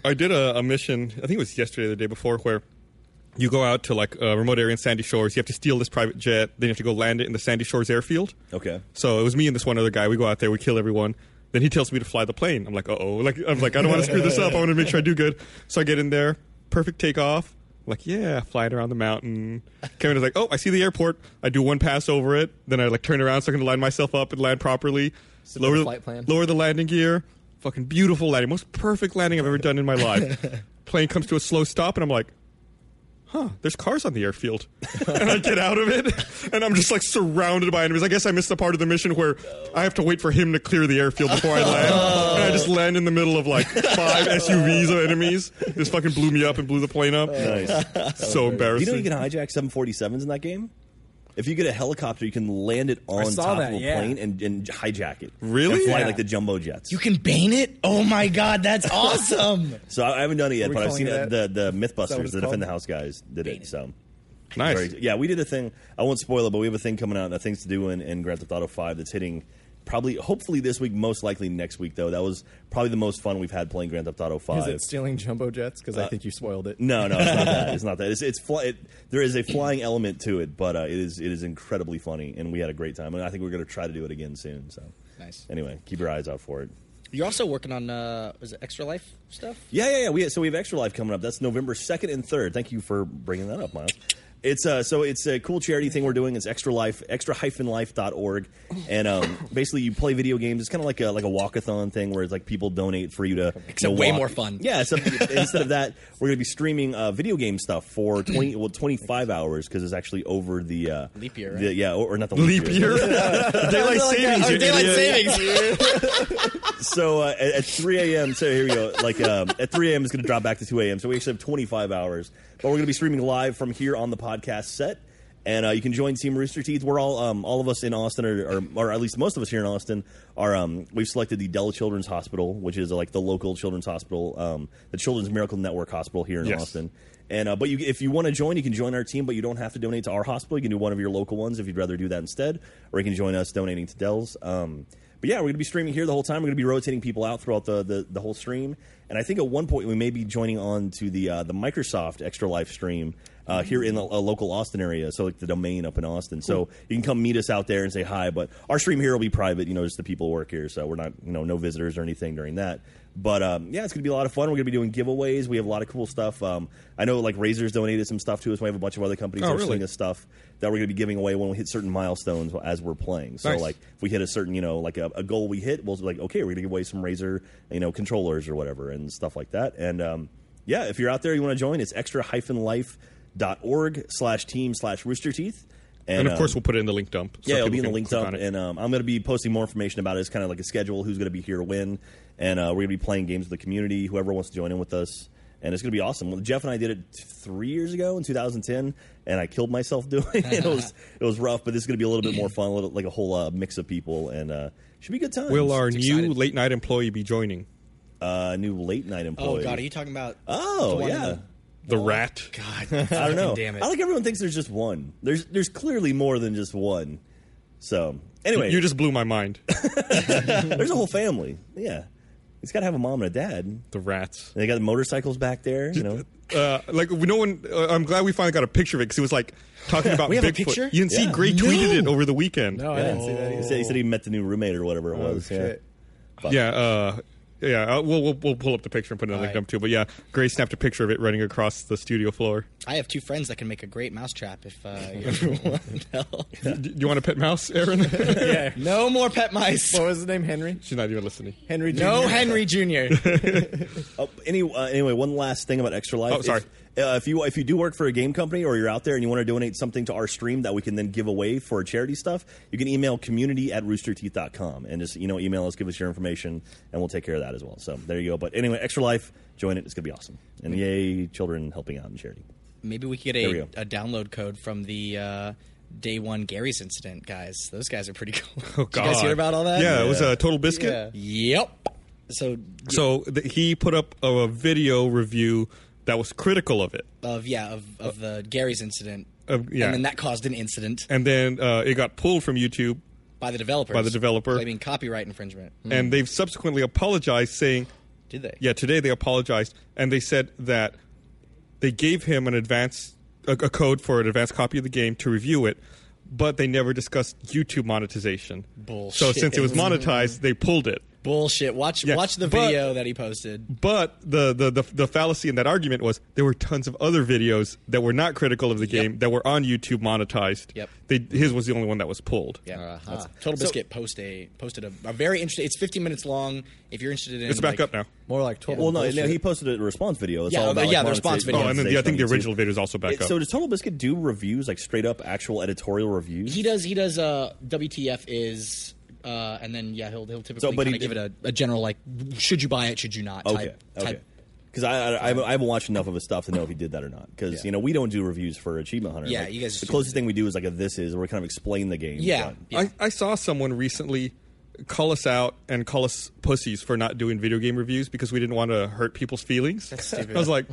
A: I did a, a mission. I think it was yesterday or the day before where you go out to like a remote area in Sandy Shores. You have to steal this private jet. Then you have to go land it in the Sandy Shores airfield.
B: Okay.
A: So it was me and this one other guy. We go out there, we kill everyone. Then he tells me to fly the plane. I'm like, uh oh. Like I'm like, I don't want to screw this up. I want to make sure I do good. So I get in there, perfect takeoff. I'm like, yeah, flying around the mountain. Kevin is like, oh, I see the airport. I do one pass over it. Then I like turn around so I can line myself up and land properly.
D: the
A: the-
D: flight plan.
A: lower the landing gear. Fucking beautiful landing, most perfect landing I've ever done in my life. plane comes to a slow stop, and I'm like, huh, there's cars on the airfield. and I get out of it, and I'm just like surrounded by enemies. I guess I missed the part of the mission where I have to wait for him to clear the airfield before I land. and I just land in the middle of like five SUVs of enemies. This fucking blew me up and blew the plane up.
B: Nice.
A: so
B: Do you
A: embarrassing.
B: know you can hijack 747s in that game? If you get a helicopter, you can land it on
D: saw
B: top
D: that,
B: of a
D: yeah.
B: plane and, and hijack it.
A: Really?
B: And fly
A: Yeah.
B: like the jumbo jets.
C: You can bane it? Oh my god, that's awesome!
B: so I I haven't done it yet,
D: we
B: but I've
D: calling
B: seen
D: it
B: it, the, the
D: what
B: Mythbusters,
D: it's
B: the Defend the
D: called?
B: House guys did it. So
A: nice.
B: Very- yeah, we did a thing. I won't spoil it, but we have a thing coming out, uh, things to do in, in Grand Theft Auto Five that's hitting probably, hopefully this week, most likely next week though. That was probably the most fun we've had playing Grand Theft Auto Five.
D: Is it Uh, stealing jumbo jets? Because I think you spoiled it.
B: No, no, it's not that. It's not that. It's, it's fly, it, there is a flying element to it, but uh, it is it is incredibly funny, and we had a great time, and I think we're going to try to do it again soon. So
C: Nice.
B: Anyway, keep your eyes out for it.
C: You're also working on uh was it extra life stuff?
B: Yeah, yeah, yeah. We so we have extra life coming up. That's November second and third. Thank you for bringing that up, Miles. It's uh, so it's a cool charity thing we're doing. It's extra life, extra hyphen life dot org, and um, basically you play video games. It's kind of like a like a walkathon thing where it's like people donate for you to
C: Except
B: to
C: way
B: walk.
C: more fun.
B: Yeah, so instead of that, we're going to be streaming uh, video game stuff for twenty well twenty five hours because it's actually over the uh,
C: Leap year, right?
B: the- yeah, or, or not the
A: Leap year?
B: Like,
A: Daylight
B: uh,
A: savings. you
C: daylight
A: idiot.
C: savings.
B: so uh, at, at 3 a.m. So here we go. Like um, at 3 a.m. is going to drop back to 2 a.m. So we actually have 25 hours, but we're going to be streaming live from here on the podcast set. And uh, you can join Team Rooster Teeth. We're all, um, all of us in Austin, or, or, or at least most of us here in Austin, are. Um, we've selected the Dell Children's Hospital, which is uh, like the local children's hospital, um, the Children's Miracle Network Hospital here in
A: Yes.
B: Austin. And uh, but you, if you want to join, you can join our team, but you don't have to donate to our hospital. You can do one of your local ones if you'd rather do that instead, or you can join us donating to Dell's. Um, but yeah, we're going to be streaming here the whole time. We're going to be rotating people out throughout the, the, the whole stream. And I think at one point we may be joining on to the uh, the Microsoft Extra Life stream uh, here in the a local Austin area, so like the domain up in Austin. So you can come meet us out there and say hi. But our stream here will be private. You know, just the people who work here, so we're not you know no visitors or anything during that. But um, yeah, it's going to be a lot of fun. We're going to be doing giveaways. We have a lot of cool stuff. Um, I know like Razors donated some stuff to us. We have a bunch of other companies
A: Oh,
B: that are
A: really?
B: sending us stuff that we're going to be giving away when we hit certain milestones as we're playing. So
A: Nice.
B: like if we hit a certain you know like a, a goal we hit, we'll be like okay, we're going to give away some Razer you know controllers or whatever and stuff like that. And um, yeah, if you're out there, you want to join, it's extra hyphen life dot org slash team slash rooster teeth.
A: And of course,
B: um,
A: we'll put it in the link dump. so
B: yeah, it'll
A: people
B: be in the
A: can
B: linked
A: click
B: up,
A: on it.
B: and um, I'm going to be posting more information about it. It's kind of like a schedule, who's going to be here when, and uh, we're going to be playing games with the community, whoever wants to join in with us, and it's going to be awesome. Well, Jeff and I did it t- three years ago in 2010, and I killed myself doing it. it was it was rough, but this is going to be a little bit more fun, a little, like a whole uh, mix of people, and uh, should be good times.
A: Will our
C: It's
A: new
C: excited.
A: late night employee be joining?
B: uh, new late night
C: Oh
B: employee?
C: god, are you talking about
B: Oh,
C: the one in
B: yeah.
C: the-
A: The rat?
C: Oh, God,
B: I don't know.
C: Damn it.
B: I like everyone thinks there's just one. There's there's clearly more than just one. So
A: You-
B: anyway,
A: You just blew my mind.
B: There's a whole family. Yeah. He's got to have a mom and a dad. And
A: The rats.
B: they got the motorcycles back there, you know.
A: Uh, like no one. Uh, I'm glad we finally got a picture of it because he was like talking about
C: We have a
A: Bigfoot.
C: picture?
A: You didn't see
B: Yeah.
A: Gray tweeted it over the weekend.
D: No, I
B: Yeah.
D: didn't see that.
B: He
D: Either.
B: said, he said he met the new roommate or whatever it
D: Oh,
B: was. Yeah.
D: shit.
A: Yeah, uh, yeah. Uh, we'll, we'll we'll pull up the picture and put it on the
C: All
A: link
C: right.
A: dump too. But yeah, Gray snapped a picture of it running across the studio floor.
C: I have two friends that can make a great mousetrap if uh, you ever want help.
A: Do you want a pet mouse, Aaron?
D: Yeah.
C: No more pet mice.
D: What was his name? Henry.
A: She's not even listening.
D: Henry.
C: No
D: Jr.
C: Henry Jr.
B: Oh, any, uh, anyway, one last thing about Extra Life.
A: Oh, sorry.
B: If, uh, if you if you do work for a game company or you're out there and you want to donate something to our stream that we can then give away for charity stuff, you can email community at roosterteeth.com and just you know email us, give us your information, and we'll take care of that as well. So there you go. But anyway, Extra Life, join it. It's gonna be awesome. And yay, children helping out in charity.
C: Maybe we could get
B: we
C: a,
B: go.
C: a download code from the uh, day one Gary's incident guys. Those guys are pretty cool.
A: Oh God!
C: Did you guys hear about all that?
A: Yeah, it was a total biscuit.
D: Yeah.
C: Yep. So
A: So th- he put up a, a video review that was critical of it.
C: of yeah of, of the Gary's incident.
A: Of- Oh, yeah.
C: And then that caused an incident
A: and then uh, it got pulled from YouTube,
C: by the developers.
A: By the developer.
C: claiming copyright infringement.
A: and they've subsequently apologized, saying,
C: Did they?
A: "Yeah, today they apologized, and they said that they gave him an advance a, a code for an advanced copy of the game to review it, but they never discussed YouTube monetization. So
C: Bullshit.
A: since it was monetized, they pulled it."
C: Bullshit. Watch
A: Yeah,
C: watch the
A: but-
C: video that he posted.
A: But the, the the the fallacy in that argument was there were tons of other videos that were not critical of the game that were on YouTube monetized.
C: Yep.
A: They, his was the only one that was pulled.
C: Yeah.
E: Uh-huh.
B: Ah.
C: That's- Total Biscuit post a posted a, a very interesting. It's 15 minutes long. If you're interested in,
A: It's back
C: like-
A: up now.
D: More like twelve.
B: Well, no, no, he posted a response video. It's
C: Yeah,
B: all
C: oh,
B: about,
C: yeah,
B: like,
C: the response
B: monetiza-
C: video.
A: Oh, and then the, I think the
B: monetization on
A: original
B: YouTube.
A: video is also back
B: It-
A: up.
B: so does Total Biscuit do reviews like straight up actual editorial reviews?
C: He does. He does. Uh, WTF is. Uh, and then yeah, he'll he'll typically
B: So, but
C: kind
B: he
C: of give it
B: did-
C: a, a general like, should you buy it? Should you not?
B: Okay,
C: type,
B: okay.
C: type
B: Because I, I, I haven't- I haven't watched enough of his stuff to know if he did that or not. Because you know we don't do reviews for Achievement Hunter.
C: Yeah,
B: Like,
C: you guys
B: The
C: just-
B: closest thing we do is like a this is where we kind of explain the game.
C: Yeah.
B: but-
A: I, I saw someone recently call us out and call us pussies for not doing video game reviews because we didn't want to hurt people's feelings. That's
C: stupid.
A: I was like,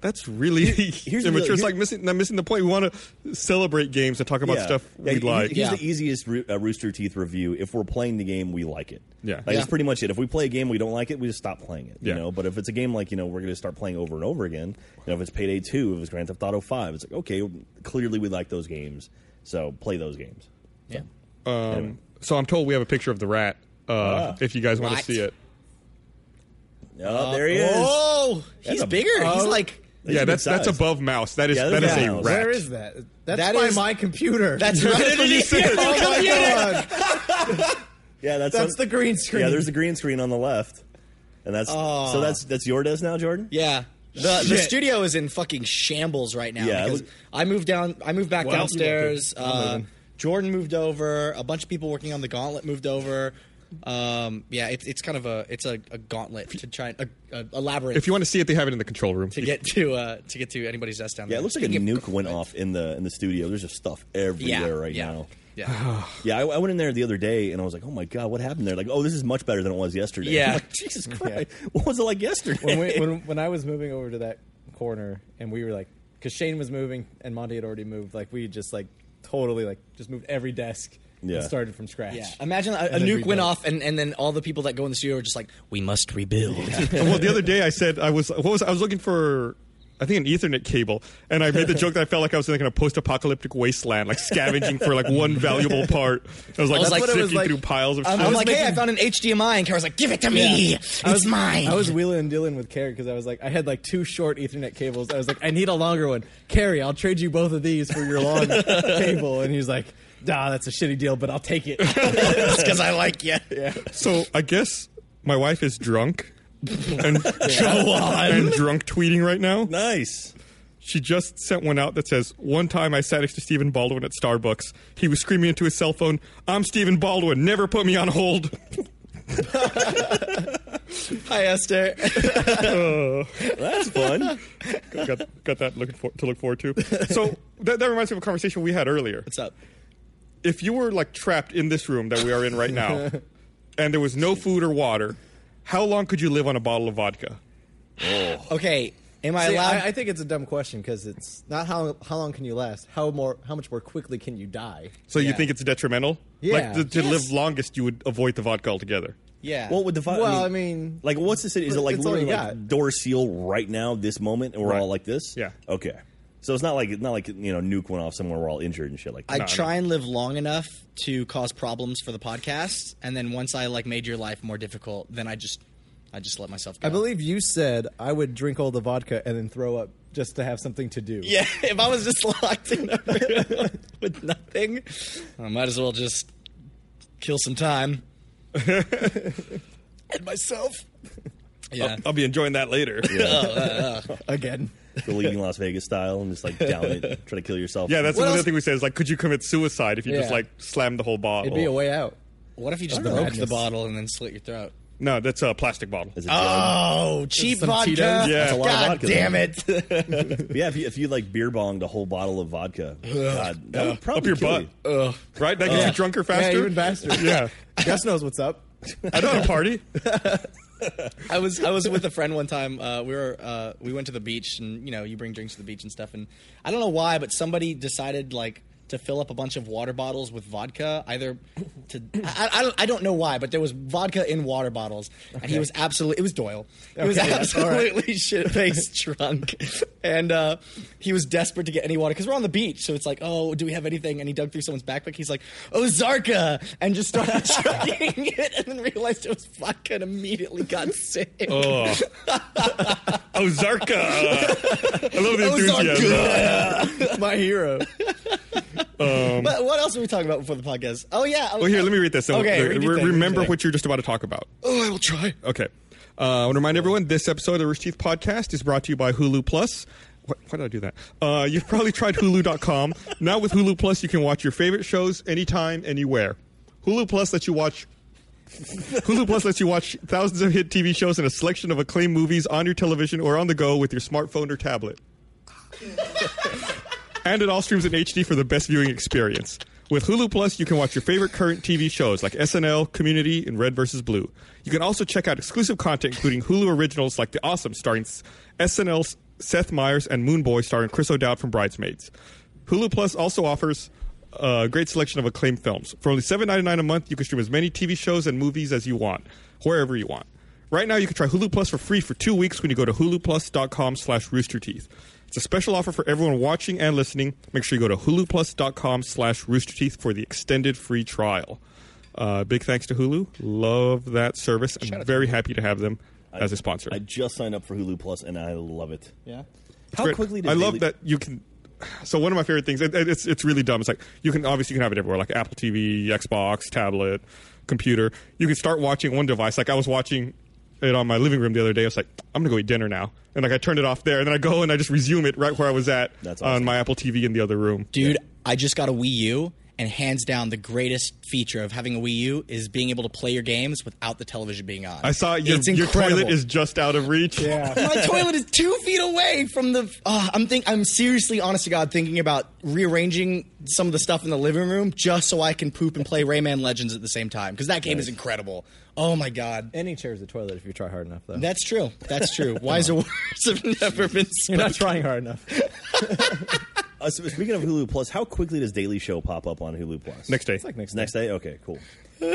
A: that's really
B: here's the
A: immature.
B: deal.
A: it's like
B: Here-
A: missing, not missing the point. We want to celebrate games and talk about
B: Yeah.
A: stuff
B: Yeah,
A: we
B: here-
A: like.
B: Here's
C: Yeah.
B: the easiest roo- uh, Rooster Teeth review. If we're playing the game, we like it.
A: Yeah.
B: like,
C: Yeah.
B: that's pretty much it. If we play a game we don't like it, we just stop playing it.
A: Yeah.
B: You know, but if it's a game like you know we're going to start playing over and over again, you know, if it's Payday Two, if it's Grand Theft Auto Five, it's like okay, clearly we like those games, so play those games.
C: Yeah.
A: Um, so I'm told we have a picture of the rat. Uh,
B: Ah.
A: If you guys want to
C: Rat.
A: see it,
B: Oh, there he is.
C: uh, Oh,
B: That's
C: he's
B: a-
C: bigger. he's
D: Oh.
C: like
B: That's
A: yeah,
B: a good
A: that's that's
B: size.
A: above mouse. That is
B: Yeah,
A: that
B: that's
A: is a
B: mouse.
A: rat.
D: Where is that? That's
C: That
D: by
C: is-
D: my computer.
C: that's
A: That's
C: right
A: what you
C: underneath
A: said.
C: your
A: Oh
D: my
C: computer.
D: God.
B: Yeah, that's
D: That's the green screen.
B: Yeah, there's the green screen on the left, and that's so that's that's your desk now, Jordan.
C: Ah. Yeah. The, the
D: Shit.
C: studio is in fucking shambles right now
B: Yeah, it
C: because
B: was-
C: I moved down I moved back
D: Well, you moved
C: downstairs.
D: up. I'm
C: Uh,
D: moving.
C: Jordan moved over, a bunch of people working on the gauntlet moved over. Um, yeah, it's it's kind of a it's a, a gauntlet to try and a, a, a labyrinth
A: If you want to see it, they have it in the control room.
C: to get to uh, to get to anybody's desk down
B: Yeah,
C: there.
B: it looks like a
C: Speaking of-
B: nuke went off in the in the studio. There's just stuff everywhere
C: yeah,
B: right
C: yeah,
B: now.
C: Yeah.
B: Yeah, I, I went in there the other day and I was like, "Oh my god, what happened there?" Like, "Oh, this is much better than it was yesterday."
C: Yeah.
B: I'm like, Jesus Christ, what was it like yesterday?
D: when, we, when, when I was moving over to that corner, and we were like, because Shane was moving and Monty had already moved, like we just like totally like just moved every desk
B: Yeah.
D: and started from scratch.
C: yeah. Imagine a, a
D: And then
C: nuke went
D: rebuild.
C: off and, and then all the people that go in the studio are just like, We must rebuild.
A: well, the other day I said I was what was I was looking for. I think an Ethernet cable, and I made the joke that I felt like I was in like in a post-apocalyptic wasteland, like scavenging for like one valuable part. I was like,
C: was like-
A: sifting
D: what it was like-
A: through piles of
C: I'm,
A: stuff.
C: like, hey, I found an HDMI, and Kara's like, give it to me.
D: Yeah.
C: It's
D: I was
C: mine.
D: I was wheeling and dealing with Carrie because I was like, I had like two short Ethernet cables. I was like, I need a longer one. Carrie, I'll trade you both of these for your long cable. And he's like, Nah, that's a shitty deal, but I'll take it.
C: because I like you.
A: So I guess my wife is drunk and, and drunk tweeting right now.
B: nice.
A: She just sent one out that says, One time I sat next to Stephen Baldwin at Starbucks. He was screaming into his cell phone, I'm Stephen Baldwin, never put me on hold.
C: Hi, Esther.
B: That's fun.
A: got, got that looking for, to look forward to. So that, that reminds me of a conversation we had earlier.
C: What's up?
A: If you were like trapped in this room that we are in right now and there was no food or water, how long could you live on a bottle of vodka?
C: Okay, am I
D: See,
C: allowed?
D: I, I think it's a dumb question because it's not how how long can you last, how more how much more quickly can you die?
A: So you
C: Yeah.
A: think it's detrimental?
D: Yeah.
A: Like to, to
C: Yes.
A: live longest, you would avoid the vodka altogether.
C: yeah.
B: What would the fi-
D: Well, I mean,
B: like, what's the city? Is it like
D: it's all you
B: literally like
D: got.
B: door seal right now, this moment, and we're
A: Right.
B: all like this?
A: Yeah.
B: Okay. So it's not like it's not like you know nuke went off somewhere we're all injured and shit like
C: I
B: that.
C: try and live long enough to cause problems for the podcast, and then once I like made your life more difficult, then I just, I just let myself go.
D: I believe you said I would drink all the vodka and then throw up just to have something to do.
C: Yeah, if I was just locked in a room with nothing, I might as well just kill some time and myself. Yeah.
A: I'll be enjoying that later.
D: again.
B: the leading Las Vegas style and just like down it, try to kill yourself.
A: Yeah, that's
C: What
A: another
C: else-
A: thing we said is like, could you commit suicide if you just
D: Yeah.
A: like slam the whole bottle?
D: It'd be a way out.
C: What if you just
D: don't know.
C: broke the
D: Madness.
C: bottle and then slit your throat?
A: No, that's a plastic bottle.
B: As a
D: um,
B: drug.
C: Oh, cheap
D: Some
C: vodka!
A: Yeah.
D: Tito's?
A: That's a
B: lot of
C: God
B: vodka, though.
C: damn it!
B: yeah, if you, if you like beer bonged a whole bottle of vodka, God, that would probably
A: Up your
B: kill
A: butt.
B: you.
A: Right? That gets you drunker faster?
D: Yeah, even faster.
A: Yeah.
D: Gus knows what's up.
A: I don't have a party.
C: I was I was with a friend one time. Uh, we were uh, we went to the beach, and you know you bring drinks to the beach and stuff. And I don't know why, but somebody decided like to fill up a bunch of water bottles with vodka, either to I, I, don't, I don't know why, but there was vodka in water bottles, and he was absolutely it was Doyle. He was
D: Okay, yeah, all
C: absolutely shit faced drunk, and uh, he was desperate to get any water because we're on the beach, so it's like, oh, do we have anything? And he dug through someone's backpack. He's like, oh, Zarka, and just started chugging it, and then realized it was vodka, and immediately got sick.
A: Oh, oh Zarka! I love the
C: Oh, Zarka.
A: enthusiasm. Um,
D: my hero.
C: But what else were we talking about before the podcast? Oh yeah.
A: Well, here, let me read this. So,
C: Okay,
A: re-
C: read your
A: re-
C: thing, read your
A: remember
C: thing.
A: what you're just about to talk about.
C: Oh, I will try.
A: Okay. Uh, I want to remind everyone this episode of the Rooster Teeth podcast is brought to you by Hulu Plus. What, why did I do that? Uh, you've probably tried Hulu.com. now with Hulu Plus, you can watch your favorite shows anytime, anywhere. Hulu Plus lets you watch. Hulu Plus lets you watch thousands of hit TV shows and a selection of acclaimed movies on your television or on the go with your smartphone or tablet. and it all streams in HD for the best viewing experience. With Hulu Plus, you can watch your favorite current TV shows like SNL, Community, and Red vs. Blue. You can also check out exclusive content, including Hulu originals like The Awesome, starring S- SNL's Seth Meyers and Moon Boy, starring Chris O'Dowd from Bridesmaids. Hulu Plus also offers a great selection of acclaimed films. For only $7.99 a month, you can stream as many TV shows and movies as you want, wherever you want. Right now, you can try Hulu Plus for free for two weeks when you go to huluplus.com slash roosterteeth. It's a special offer for everyone watching and listening. Make sure you go to huluplus.com slash roosterteeth for the extended free trial. Uh, big thanks to Hulu. Love that service. I'm very happy to have them as a sponsor.
B: I just signed up for Hulu Plus and I love it.
D: Yeah.
B: How
A: Great.
B: quickly did
A: I
B: they
A: love
B: le-
A: that you can. So one of my favorite things, and and it's it's really dumb. It's like you can obviously you can have it everywhere, like Apple TV, Xbox, tablet, computer. You can start watching one device. Like I was watching it on my living room the other day. I was like, I'm gonna go eat dinner now, and like I turned it off there, and then I go and I just resume it right where I was at
B: That's
A: on
B: awesome.
A: my Apple TV in the other room.
C: Dude, I just got a Wii U, and hands down, the greatest feature of having a Wii U is being able to play your games without the television being on.
A: I saw your,
C: it's
A: your
C: incredible.
A: toilet is just out of reach.
D: Yeah.
C: my toilet is two feet away from the. ah, I'm think. I'm seriously, honest to God, thinking about rearranging some of the stuff in the living room just so I can poop and play Rayman Legends at the same time because that game is incredible. Oh my God,
D: Any chair is a toilet if you try hard enough, though.
C: that's true. That's true. Wiser words have never been spoken.
D: You're not trying hard enough.
B: Uh, so speaking of Hulu Plus, how quickly does Daily Show pop up on Hulu Plus?
A: Next day,
D: like
B: Next, day? Okay, cool.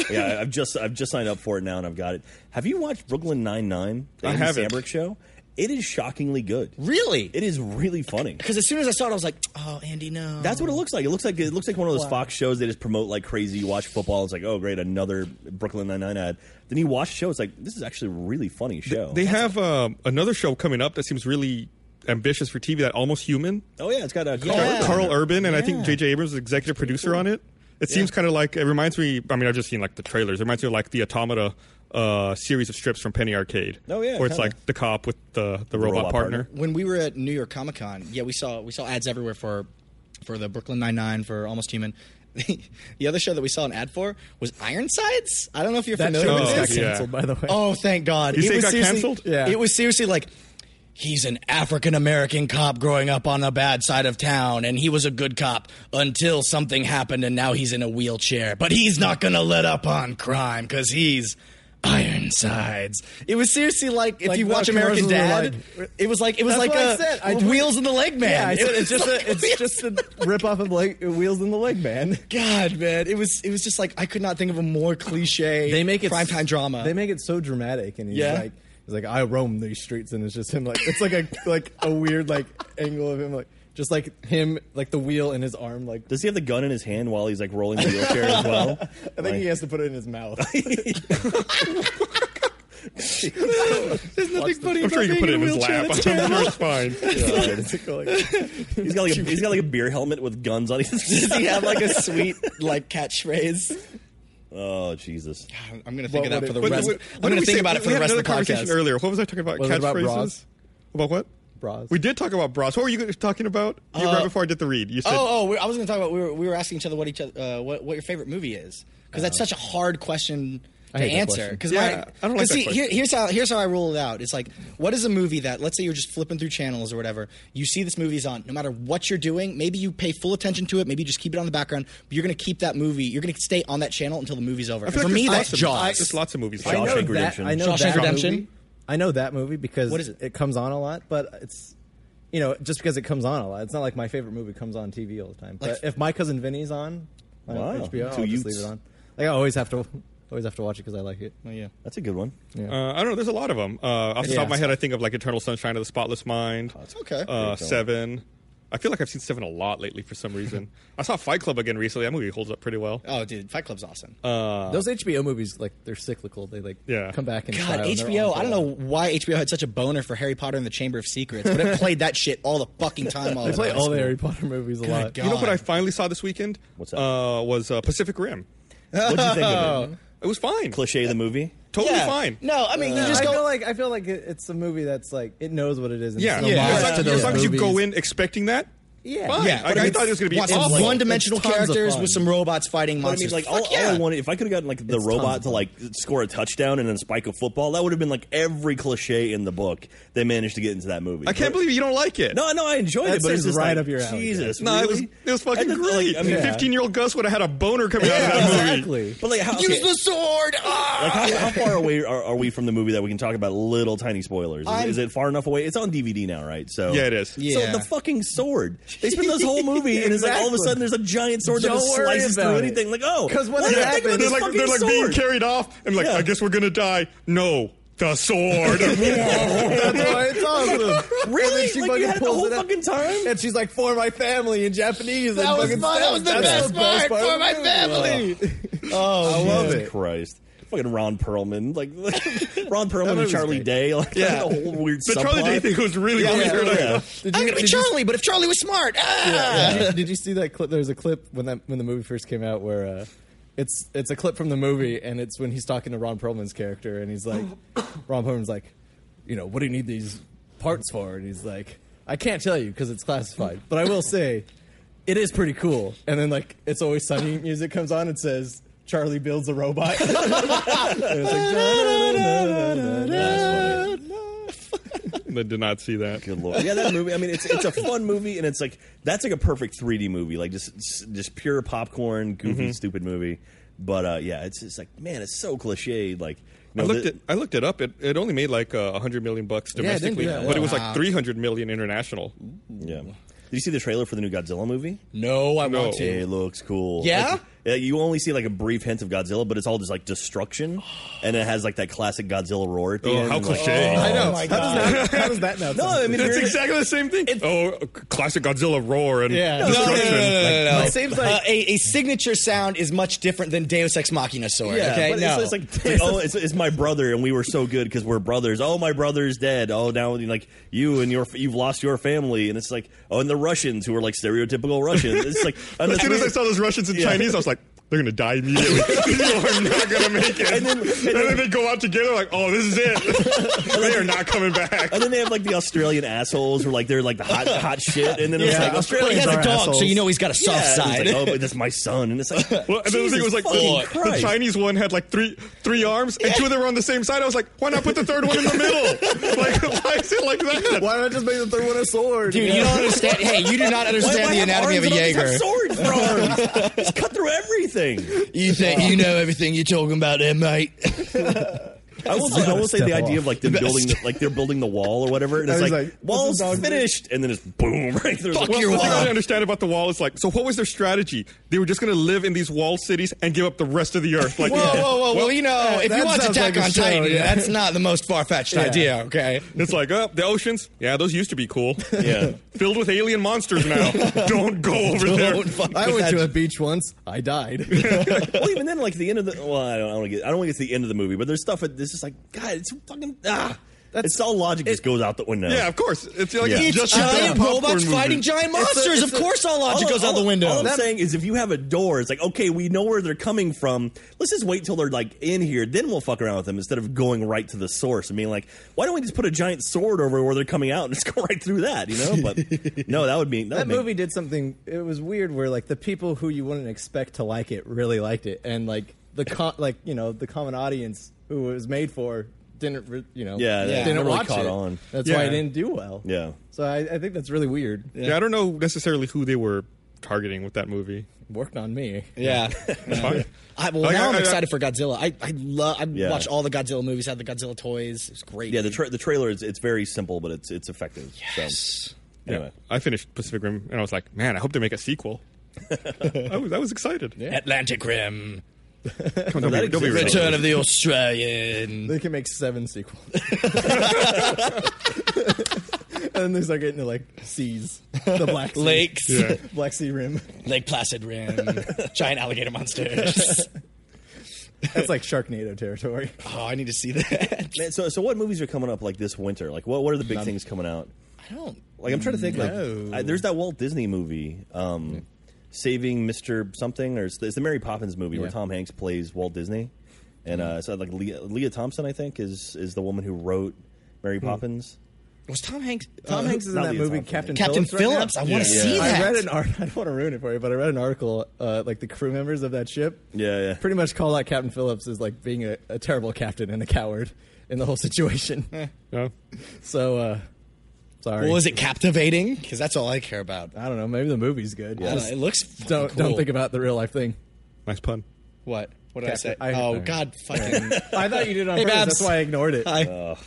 B: yeah, I- I've just I've just signed up for it now and I've got it. Have you watched Brooklyn Nine Nine? The
A: I
B: Andy
A: haven't.
B: Samberg show. It is shockingly good.
C: Really?
B: It is really funny.
C: Because as soon as I saw it, I was like, "Oh, Andy, no."
B: That's what it looks like. It looks like it looks like one of those Fox shows they just promote like crazy. You watch football, it's like, oh great, another Brooklyn Nine Nine ad. Then you watch the show, it's like this is actually a really funny show.
A: they have um, another show coming up that seems really ambitious for TV. That almost human.
B: oh yeah, it's got a
A: Carl,
C: Yeah.
A: Carl Urban and I think J.J. Abrams is executive producer on it. It seems kind of like it reminds me. I mean, I've just seen like the trailers. It reminds me of like the Automata uh, series of strips from Penny Arcade.
B: Oh, yeah,
A: where it's
B: kinda.
A: like the cop with the the robot,
B: robot
A: partner.
B: partner.
C: when we were at New York Comic Con, yeah, we saw we saw ads everywhere for for the Brooklyn Nine Nine for Almost Human. the other show that we saw an ad for was Ironsides. I don't know if you're
D: That show
C: familiar with
A: Oh,
D: got
C: this.
A: yeah.
D: canceled, by the way.
C: Oh, thank God!
A: You say it
C: was
A: got
C: seriously-
A: canceled?
D: Yeah.
C: It was seriously like he's an African American cop growing up on the bad side of town, and he was a good cop until something happened, and now he's in a wheelchair. But he's not gonna let up on crime because he's. Ironsides. It was seriously like if
D: Like
C: you
D: the
C: watch American
D: commercials
C: Dad,
D: were like-
C: it was like it was
D: That's
C: like
D: what I
C: a
D: said. I-
C: Wheels in the Leg Man.
D: Yeah, I said
C: It
D: it's
C: was
D: just a,
C: like-
D: it's just a rip off of like Wheels in the Leg Man.
C: God, man. It was it was just like I could not think of a more cliche. primetime drama.
D: They make it so dramatic, and he's
C: Yeah.
D: like, he's like, I roam these streets, and it's just him like it's like a like a weird like angle of him like just like him like the wheel in his arm like.
B: Does he have the gun in his hand while he's like rolling the wheelchair as well?
D: I think he has to put it in his mouth.
C: There's nothing funny
A: I'm sure you can put it in his lap. I'm sure it's fine.
B: He's got like a, he's got like a beer helmet with guns on.
C: Does he
B: it.
C: have like a sweet like catchphrase?
B: oh Jesus!
C: I'm gonna think
D: What
C: of that
D: would
C: for
D: it-
C: the
D: what-
C: rest.
A: what-
C: I'm
A: what did
C: gonna
A: we
C: think
A: say?
C: about it for
A: we
C: the
A: had
C: rest
A: another
C: of the
A: conversation
C: podcast.
A: earlier. What was I talking about?
D: Was it about
A: Catchphrases.
D: bras?
A: About what?
D: Bras.
A: We did talk about bras. What were you talking about? You, right before I did the read, you said
C: Oh, oh! We, I was going to talk about we were, we were asking each other what each other, uh, what, what your favorite movie is because
A: Oh.
C: that's such a hard question to
D: hate that
C: answer.
D: question.
C: Because
A: Yeah, I don't like that
C: see,
A: question.
C: here- here's how here's how I rule it out. It's like what is a movie that let's say you're just flipping through channels or whatever. You see this movie's on. No matter what you're doing, maybe you pay full attention to it. Maybe you just keep it on the background. But you're going to keep that movie. You're going to stay on that channel until the movie's over.
A: I
C: And
A: feel
C: For
A: like
C: me,
A: there's
C: that's
A: lots of-
C: Jaws.
A: There's lots of movies.
D: I
A: Like
D: know
A: that.
B: Shawshank Redemption.
D: That, I know
C: Shawshank
D: that
C: Redemption?
D: Movie. I know that movie because
C: What is it?
D: it comes on a lot, but it's you know, just because it comes on a lot. It's not like my favorite movie comes on TV all the time. But if my cousin Vinny's on, on
B: Wow,
D: HBO,
B: two
D: I'll just leave
B: Utes.
D: it on. Like I always have to, always have to watch it because I like it.
C: Oh, yeah.
B: That's a good one.
A: Uh, I don't know. There's a lot of them. Uh, off the top of
D: Yeah.
A: my head, I think of like Eternal Sunshine of the Spotless Mind.
C: Okay.
A: Uh,
B: Great film.
A: seven. I feel like I've seen Seven a lot lately for some reason. I saw Fight Club again recently. That movie holds up pretty well.
C: oh, dude, Fight Club's awesome.
A: Um,
D: Those HBO movies, like they're cyclical. They like
A: Yeah.
D: come back and
C: God, HBO. I don't know why HBO had such a boner for Harry Potter and the Chamber of Secrets, but it played that shit all the fucking time. All
D: They play all the
C: there.
D: Harry Potter movies a
C: Good
D: lot.
C: God.
A: You know what I finally saw this weekend?
B: What's that?
A: Uh, was uh, Pacific Rim.
B: What'd you think of it?
A: It was fine.
B: Cliche of the movie.
A: Totally fine.
C: No, I mean you
D: Uh, I
C: just
D: feel
C: go.
D: like I feel like it, it's a movie that's like it knows what it is. And
A: Yeah.
D: it's an
A: As
D: homage
A: long-
D: to
A: As
D: those
A: long as you go
D: movies.
A: in expecting that,
D: yeah,
A: fine.
C: yeah,
A: I-
C: but
A: I
C: it's-
A: thought it was gonna be
C: it's
A: awful.
C: one-dimensional
D: It's tons of
C: characters
D: fun.
C: with some robots fighting
B: But I mean,
C: monsters.
B: like all,
C: Fuck
B: all
C: yeah.
B: I wanted, if I could have gotten like the
D: It's
B: robot
D: tons
B: to
D: of
B: like score a touchdown and then spike a football, that would have been like every cliche in the book. They managed to get into that movie.
A: I can't believe you don't like it.
B: No, no, I enjoyed
D: That
B: it, but it's
D: seems
B: just
D: right
B: like,
D: up your alley,
B: Jesus,
A: No, it was
B: really?
A: it was fucking
B: And then,
A: great.
B: Like, I mean,
D: Yeah.
A: Fifteen-year-old Gus would have had a boner coming out of that movie.
D: exactly.
B: but like, how,
C: Use
B: okay,
C: the sword. Ah!
B: like how, how far away are, are we from the movie that we can talk about little tiny spoilers? Is,
C: I'm-
B: is it far enough away? It's on DVD now, right? So
A: Yeah, it is.
C: Yeah.
B: So the fucking sword. They spend this whole movie, and it's like all of a
D: Exactly.
B: sudden there's a giant sword that
D: Don't
B: just
D: worry
B: slices through
D: about it.
B: anything. Like, oh,
D: 'Cause when
B: what
D: it
B: did I think about
A: they're
D: happens-
B: this
A: like
B: fucking
A: they're like being
B: sword?
A: carried off and like
B: Yeah.
A: I guess we're gonna die. No, the sword.
D: That's why it's awesome.
B: Really?
D: And then she
B: Like, you
D: fucking
B: had it the
D: pulls
B: whole
D: it up,
B: fucking time?
D: And she's like, "For my family" in Japanese.
C: That
D: and
C: was
D: fucking
C: fun. That
D: stuff.
C: was the
D: That's
C: best part,
D: of
C: "For
D: the
C: my
D: movie.
C: Oh,
D: I love
B: Jesus
D: it.
B: Christ. Fucking Ron Perlman, like Ron Perlman and
D: movie's
B: Charlie
D: great.
B: Day, like
A: Yeah.
B: the whole weird.
A: the Charlie Day
B: subplot.
A: thing was really
B: Yeah,
A: weird.
B: yeah, yeah.
D: Did
C: I'm
D: you-
C: gonna be
D: did you-
C: Charlie, but if Charlie was smart, ah!
D: did, you, did you see that clip? There's a clip when that when the movie first came out where uh, it's it's a clip from the movie, and it's when he's talking to Ron Perlman's character, and he's like, Ron Perlman's like, you know, what do you need these parts for? And he's like, I can't tell you because it's classified, but I will say, it is pretty cool. And then like, it's always sunny music comes on and says. Charlie builds a robot. And it's like,
B: That's funny.
A: I did not see that.
B: Good lord. Yeah, that movie. I mean, it's it's a fun movie, and it's like that's like a perfect 3D movie, like just just pure popcorn, goofy,
A: Mm-hmm.
B: stupid movie. But uh, yeah, it's it's like man, it's so cliched. Like you
A: I
B: know,
A: looked
B: the-
A: it. I looked it up. It, it only made like uh, hundred million bucks
D: Yeah, it didn't
A: domestically,
D: do that
A: but it was
C: well.
A: like three hundred million international.
B: Yeah. Did you see the trailer for the new Godzilla movie?
C: no, I
A: No.
C: want to.
B: It looks cool.
C: Yeah?
B: Like, yeah, you only see like a brief hint of Godzilla, but it's all just like destruction, and it has like that classic Godzilla roar. At the
A: Oh,
B: end,
A: how
B: like-
A: cliche!
D: I know.
B: Oh my
D: how, does that, how does that now?
B: No, I mean
A: That's
B: you're-
A: exactly the same thing. Oh, c- classic Godzilla roar and
D: Yeah. No, no, no,
A: destruction.
D: It seems like
C: Uh, a, a signature sound is much different than Deus Ex Machina sword.
B: Yeah,
C: okay,
B: but
C: no.
B: it's, it's like, like, oh, it's, it's my brother, and we were so good because we're brothers. Oh, my brother's dead. Oh, now like you and your you've lost your family, and it's like oh, and the Russians who are like stereotypical Russians. It's like and
A: as
B: it's
A: soon as I
B: weird.
A: saw those Russians and
B: Yeah.
A: Chinese, I was like, they're gonna die immediately. These people are not gonna make it. And then, they go out together, like, oh, this is it. they are not coming back.
B: and then they have like the Australian assholes who are like they're like the hot hot shit, and then it's
D: Yeah,
B: like
C: but he
B: Australians
C: has a
B: are
C: dog,
D: assholes.
C: so you know he's got a
B: Yeah,
C: soft
B: and
C: side.
B: it's like, oh, but that's my son, and it's like
A: Well, and the other thing was like
B: Jesus
A: the, the
B: fucking
A: Chinese one had like three three arms, and two of them were on the same side. I was like, why not put the third one in the middle? like, why is it like that?
D: why not just make the third one a sword?
C: Dude, you don't understand. Hey, you do not
B: Why do
C: understand
B: I
C: the
B: have
C: anatomy of a
B: arms and
C: Jaeger.
B: all these have Swords for arms. Just cut through everything.
C: You think you know everything you're talking about, there, mate?
B: I will say, I will say
D: Step
B: the
D: off.
B: idea of like them building, the, like they're building the wall or whatever, and
D: I
B: it's like,
D: was like,
B: walls
D: this is dog food."
B: finished, and then it's boom right through.
C: Fuck
B: Like,
C: your
A: the thing I
C: wall.
A: don't understand about the wall is like, so what was their strategy? They were just going to live in these wall cities and give up the rest of the earth. Like,
C: Whoa, whoa, whoa! Well, you know, if
D: that
C: you watch
D: sounds
C: Attack
D: like a
C: on
D: show,
C: Titan,
D: yeah.
C: that's not the most far fetched idea. Okay,
A: It's like, uh, the oceans, yeah, those used to be cool.
B: Yeah.
A: Filled with alien monsters now. don't go over there.
C: Don't fuck
D: I
C: with that
D: went to a beach once. I died.
B: well, even then, like the end of the. Well, I don't want to get. I don't want to get to the end of the movie, but there's stuff. that- It's just like God, it's fucking ah.
D: That's-
B: it's all logic just goes out the window.
A: Yeah, of course. It's like
B: Yeah.
A: it's
C: It's
A: just a
C: giant
A: popcorn
C: robots
A: movie.
C: fighting giant
D: It's a-
C: monsters.
D: it's
C: of
D: a-
C: course, all logic
B: All-
C: goes out
B: all-
C: the window.
B: All I'm saying is, if you have a door, it's like okay, we know where they're coming from. Let's just wait till they're like in here, then we'll fuck around with them instead of going right to the source and being like, why don't we just put a giant sword over where they're coming out and just go right through that? You know, but no, that would be that,
D: that
B: would make-
D: movie did something. It was weird, where like the people who you wouldn't expect to like it really liked it, and like the co- like you know the common audience who it was made for didn't re- you know
B: Yeah,
C: Yeah.
D: didn't
B: never really
D: watch
B: caught
D: it.
B: on.
D: That's
A: Yeah.
D: why it didn't do well.
B: Yeah.
D: So I, I think that's really weird.
A: Yeah, I don't know necessarily who they were targeting with that movie.
D: Worked on me.
C: yeah.
A: It's fine.
C: I, well,
A: Like,
C: now I,
A: I-
C: am
A: I-
C: excited for Godzilla. I I love. I
B: Yeah.
C: watch all the Godzilla movies. Had the Godzilla toys. It's great.
B: Yeah, the tra- the trailer is it's very simple, but it's it's effective. Yes. So. Anyway.
A: I finished Pacific Rim, and I was like, man, I hope they make a sequel. I was I was excited.
C: Atlantic Rim,
A: Come on, don't be, don't be ridiculous.
C: Return of the Australian.
D: They can make seven sequels. and then they start getting to like seas, the Black Sea,
C: Lakes,
A: Yeah.
D: Black Sea Rim.
C: Lake Placid Rim, giant alligator monsters.
D: That's like Sharknado territory.
C: oh, I need to see that.
B: Man, so so what movies are coming up like this winter? Like what what are the big things coming out?
C: I don't.
B: Like I'm trying to think. Like
C: No.
B: I, there's that Walt Disney movie, um, Saving Mr. Something, or it's, it's the Mary Poppins movie where
D: Yeah.
B: Tom Hanks plays Walt Disney, and uh, so like Leah, Leah Thompson, I think, is is the woman who wrote Mary Poppins.
C: Was Tom Hanks?
D: Tom
C: uh,
D: Hanks is in
B: not
D: that
B: Leah
D: movie,
B: Thompson.
D: Captain
C: Captain
D: Phillips. right now.
C: Phillips. I want to
B: Yeah.
C: see that.
D: I read an article. I don't want to ruin it for you, but I read an article. Uh, like the crew members of that ship,
B: Yeah, yeah.
D: pretty much call out Captain Phillips as like being a, a terrible captain and a coward in the whole situation.
A: No?
D: so, uh, sorry.
C: Well, Eh. was it captivating? Because that's all I care about. I
D: I don't know. Maybe the movie's good.
C: don't know,
D: Just
C: Uh, it looks.
D: don't
C: fucking
D: don't
C: cool.
D: think about the real life thing.
A: Nice pun.
C: what. What did I say?
D: Captain- I-
C: oh
D: I-
C: God, fucking.
D: I thought you did it on
C: Hey,
D: purpose.
C: Babs.
D: That's why I ignored it.
C: I,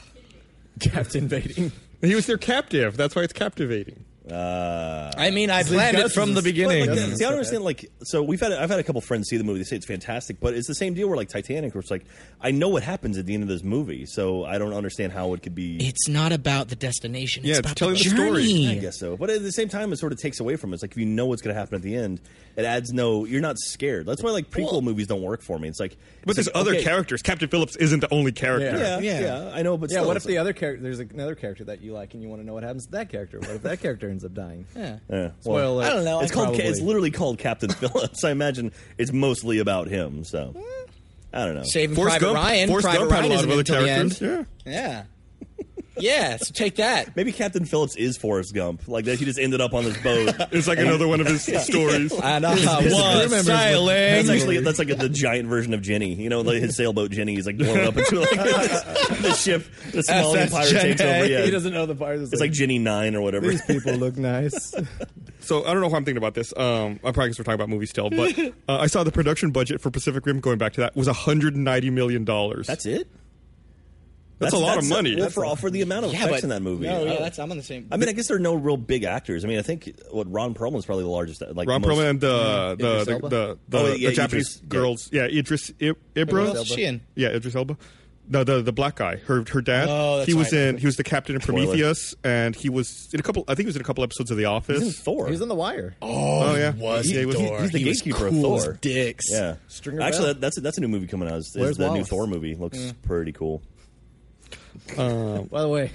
D: Captain Baiting.
A: He was their captive. That's why it's captivating.
B: uh,
C: I mean, I planned it
D: Gus
C: from
D: is-
C: the beginning.
B: But, like,
D: Yeah.
B: see, I don't understand. Like, so we've had I've had a couple friends see the movie. They say it's fantastic, but it's the same deal where like Titanic, where it's like I know what happens at the end of this movie, so I don't understand how it could be.
C: it's not about the destination.
A: Yeah,
C: It's
A: it's
C: about
A: telling
C: the
A: the story.
C: journey.
B: I guess so, but at the same time, it sort of takes away from it. It's like if you know what's going to happen at the end, it adds no. You're not scared. That's why like prequel
C: Well-
B: movies don't work for me. It's like,
A: But
B: it's
A: there's
B: like,
A: other
B: okay,
A: characters. Captain Phillips isn't the only character.
B: Yeah,
C: Yeah.
B: yeah, I know, but
D: Yeah,
B: still,
D: what if
B: it's
D: the
B: like-
D: other character? There's another character that you like, and you want to know what happens to that character. What if that character ends up dying?
C: Yeah.
B: Yeah, well,
D: Spoiler. alert.
C: I don't know.
B: It's called.
D: Probably.
B: It's literally called Captain Phillips. I imagine it's mostly about him. So
D: Mm.
B: I don't know.
C: Saving
A: Forrest
C: Private
A: Gump-
C: Ryan.
A: Forrest
C: Private
A: Gump had a
C: Ryan
A: lot
C: isn't
A: of other
C: until the
A: characters,
C: end. Yeah. Yeah. So take that.
B: Maybe Captain Phillips is Forrest Gump. Like that, he just ended up on this boat.
A: It's like another one of his stories.
C: And uh, I was
B: That's
C: sailing.
B: actually that's like a, the giant version of Jenny. You know, like his sailboat Jenny is like blown up into like the ship. The Somalian
C: SS
B: pirate takes
C: Jenny.
B: over.
D: He
B: Yeah,
D: doesn't know the part. It's
B: it's like Jenny Nine or whatever.
D: these people look nice.
A: So I don't know why I'm thinking about this. Um, I probably because we're talking about movies still, but uh, I saw the production budget for Pacific Rim. Going back to that was 190 million dollars.
B: That's it.
A: That's a lot of money.
B: well, for all for the amount of
C: Yeah,
B: effects
C: but-
B: in that movie.
C: No,
B: I
C: yeah,
B: don't-
C: that's I'm on the same.
B: I mean, I guess there are no real big actors. I mean, I think what Ron Perlman's probably the largest. Like
A: Ron
B: most-
A: Perlman and the the
D: Mm-hmm. Idris
A: the,
D: Elba?
A: the, the,
B: Oh,
A: the
B: yeah,
A: Japanese
B: Idris- yeah.
A: girls. Yeah, Idris I,
C: Idris
A: Ibra.
C: Elba. Shin.
A: Yeah, Idris Elba. The, the the black guy, her her dad.
C: Oh, that's
A: he was
C: right.
A: in. He was the captain in
B: Spoiler.
A: Prometheus, and he was in a couple. I think he was in a couple episodes of The Office.
B: He's in Thor.
D: He's on the wire.
A: oh yeah,
C: was
A: yeah, he was-
C: Thor.
B: he's the
C: He was
B: gatekeeper of
C: cool
B: Thor.
C: As dicks.
B: Yeah,
D: Stringer
B: Actually,
D: Bell.
B: that, that's that's a new movie coming out. Is,
D: Where's
B: is the new
D: Wallace?
B: Thor movie looks pretty cool.
D: Oh, By the way,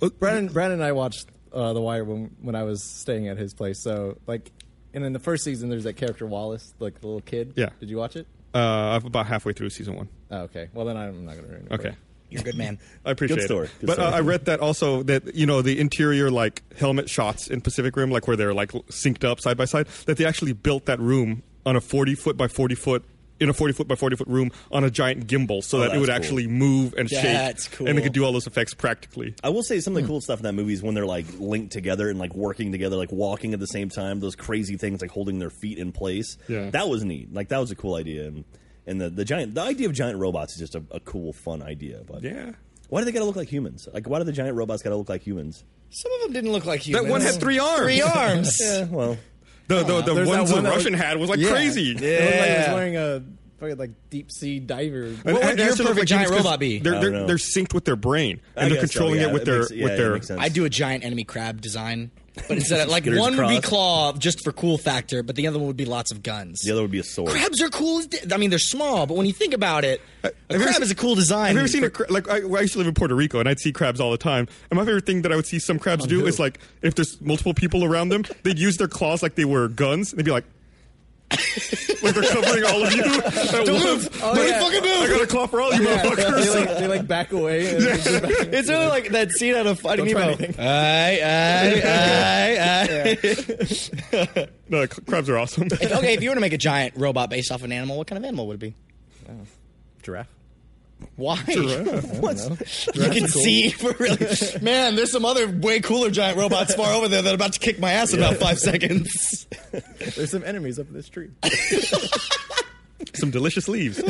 D: Oh, Brandon, Brandon and I watched uh, The Wire when when I was staying at his place. So like, and in the first season, there's that character Wallace, like the little kid.
A: Yeah.
D: Did you watch it?
A: Uh, I'm about halfway through season one.
D: Oh, okay. Well, then I'm not gonna ruin it. for
A: Okay.
D: you.
C: You're a good man.
A: I appreciate
B: Good story.
A: it.
B: Good
A: but
B: story.
A: Uh, I read that also that you know the interior like helmet shots in Pacific Rim, like where they're like l- synced up side by side, that they actually built that room on a forty foot by forty foot. In a forty foot by forty foot room on a giant gimbal, so
B: Oh,
A: that it
B: that's
A: would
B: cool.
A: actually move and
C: That's
A: shake, and they could
C: cool.
A: do all those effects practically.
B: I will say some
A: Hmm.
B: of the cool stuff in that movie is when they're like linked together and like working together, like walking at the same time. Those crazy things like holding their feet in place.
A: Yeah.
B: that was neat. Like that was a cool idea. And, and the, the giant, the idea of giant robots is just a, a cool, fun idea. But
A: Yeah,
B: why do they got to look like humans? Like why do the giant robots got to look like humans?
C: Some of them didn't look like you.
A: that one had three arms.
C: Three arms.
B: Yeah, Eh, well,
A: The the, the
D: There's that
A: ones
D: one
A: the
D: that
A: Russian
D: was-
A: had was like
D: Yeah.
A: crazy.
D: It looked like he was
C: Yeah.
D: wearing a fucking like deep sea diver.
A: And-
C: What would
A: and
C: your
A: actually look humans
C: perfect giant
A: 'cause
C: robot be?
A: They're,
B: I don't
A: they're,
B: know.
A: they're synced with their brain,
B: I
A: and they're
B: guess so,
A: controlling
B: yeah,
A: it with their
B: makes- yeah,
A: with
B: it
A: their
B: makes sense.
C: I'd do a giant enemy crab design, but instead of like
B: Skitters
C: one would be
B: across.
C: claw just for cool factor, but the other one would be lots of guns.
B: the other would be a sword.
C: Crabs are cool. As di- I mean, they're small, but when you think about it, a
A: Have you
C: crab
A: ever
C: is
A: seen-
C: a cool
A: Have
C: design.
A: you ever seen a cra- like? I, well, I used to live in Puerto Rico, and I'd see crabs all the time. And my favorite thing that I would see some crabs do is like, if there's multiple people around them, they'd use their claws like they were guns. And they'd be like, like they're covering all of you. At Don't move!
D: Oh, yeah.
A: I got a claw for all you
D: they,
A: motherfuckers.
D: like, they like back away. And they go back.
C: It's really like that scene out of Finding
D: try
C: Nemo.
D: anything.
C: Aye, aye, aye, aye.
A: no, c- crabs are awesome.
C: If- okay, if you were to make a giant robot based off an animal, what kind of animal would it be?
D: Giraffe.
C: Why?
B: What?
C: You can see for really. Man, there's some other way cooler giant robots far over there that are about to kick my ass in about five seconds.
D: There's some enemies up in this tree.
A: Some delicious leaves.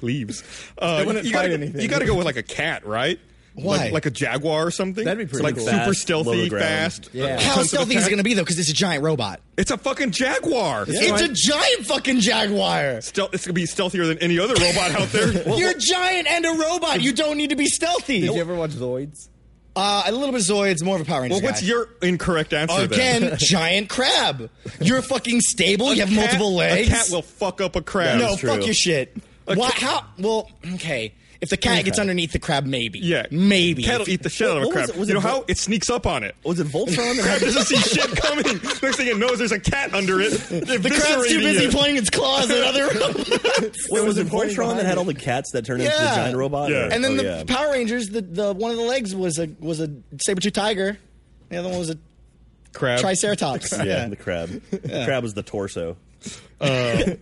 A: leaves. Uh,
D: wouldn't
A: you gotta,
D: fight anything.
A: You got to go with like a cat, right?
C: Why?
A: Like, like a jaguar or something.
D: That'd be
A: It's
D: pretty
A: like
D: cool.
A: super
B: Fast,
A: stealthy,
B: lower ground.
A: fast.
D: Yeah.
A: tons
C: How
A: of
C: stealthy is it
A: attack.
C: going to be though? Because it's a giant robot.
A: It's a fucking jaguar.
C: It's
D: fine.
C: a giant fucking jaguar.
A: Stealth, it's gonna be stealthier than any other robot out there.
C: You're a giant and a robot. You don't need to be stealthy.
D: Did you ever watch Zoids?
C: Uh, a little bit of Zoids, more of a Power Rangers
A: well, what's
C: guy.
A: your incorrect answer then?
C: Again, giant crab. You're fucking stable. you have
A: Cat-
C: multiple legs.
A: A cat will fuck up a crab.
C: no,
B: That's true.
C: fuck your shit.
A: A
C: Why?
A: cat-
C: How? Well, okay. If the cat gets underneath the crab, maybe.
A: Yeah,
C: Maybe.
A: Cat will eat the shit out of a
B: What was
A: crab.
B: it- was
A: you
B: it
A: know
B: Vol-
A: how it sneaks up on it.
B: Was it Voltron?
A: Crab doesn't see shit coming. Next thing it knows, there's a cat under it.
C: the crab's too busy playing its claws at other
B: Wait, was it
D: Someone's pointing
B: Voltron that
D: behind
B: had
D: you.
B: all the cats that turned into the
C: Yeah.
B: giant robot?
A: Yeah.
B: Or-
C: And then
B: oh,
C: the
B: yeah.
C: Power Rangers, the, the one of the legs was a was a saber tooth tiger. The other one was a
A: Crab.
C: triceratops.
B: yeah, the crab. The crab was the torso.
C: Never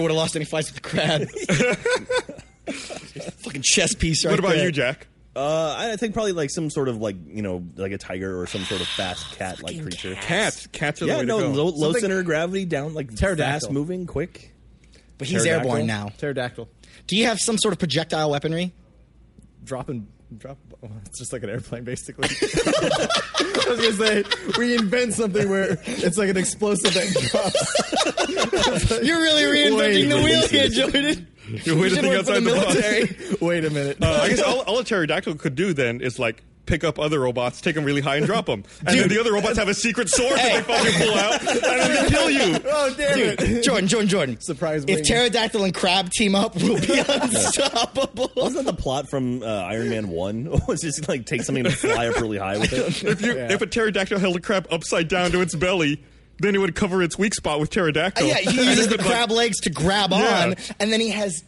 C: would have lost any fights with the crab. Fucking chess piece, right?
A: What about
C: there.
A: you, Jack?
B: Uh, I I think probably like some sort of like you know like a tiger or some sort of fast cat like creature.
A: Cats. Cats are the
B: Yeah,
A: way
B: no,
A: to go.
B: low, low
D: Something-
B: center of gravity, down like
D: Pterodactyl.
B: fast moving, quick.
C: But he's
B: Pterodactyl?
C: airborne now.
D: Pterodactyl.
C: Do you have some sort of projectile weaponry?
D: Dropping. Drop. oh, it's just like an airplane, basically. I was gonna say we invent something where it's like an explosive that drops.
C: You're really reinventing the wheel here, Jordan.
A: You're way to
C: should
A: think
C: work for
A: outside
C: the
A: the box.
C: military.
D: Wait a minute.
A: Uh, I guess all, all a pterodactyl could do then is like pick up other robots, take them really high, and drop them. And then the other robots have a secret sword that they fucking pull out, and then they kill you.
D: oh damn it!
C: Dude, Jordan, Jordan, Jordan.
D: Surprise
C: If
D: wing.
C: pterodactyl and crab team up, we'll be unstoppable.
B: Wasn't that the plot from uh, Iron Man One? was just like take something and fly up really high with it.
A: If you
D: Yeah.
A: if a pterodactyl held a crab upside down to its belly, then it would cover its weak spot with pterodactyl.
C: Uh, yeah, he
A: And
C: uses
A: it
C: the
A: would, like-
C: crab legs to grab
A: Yeah.
C: on, and then he has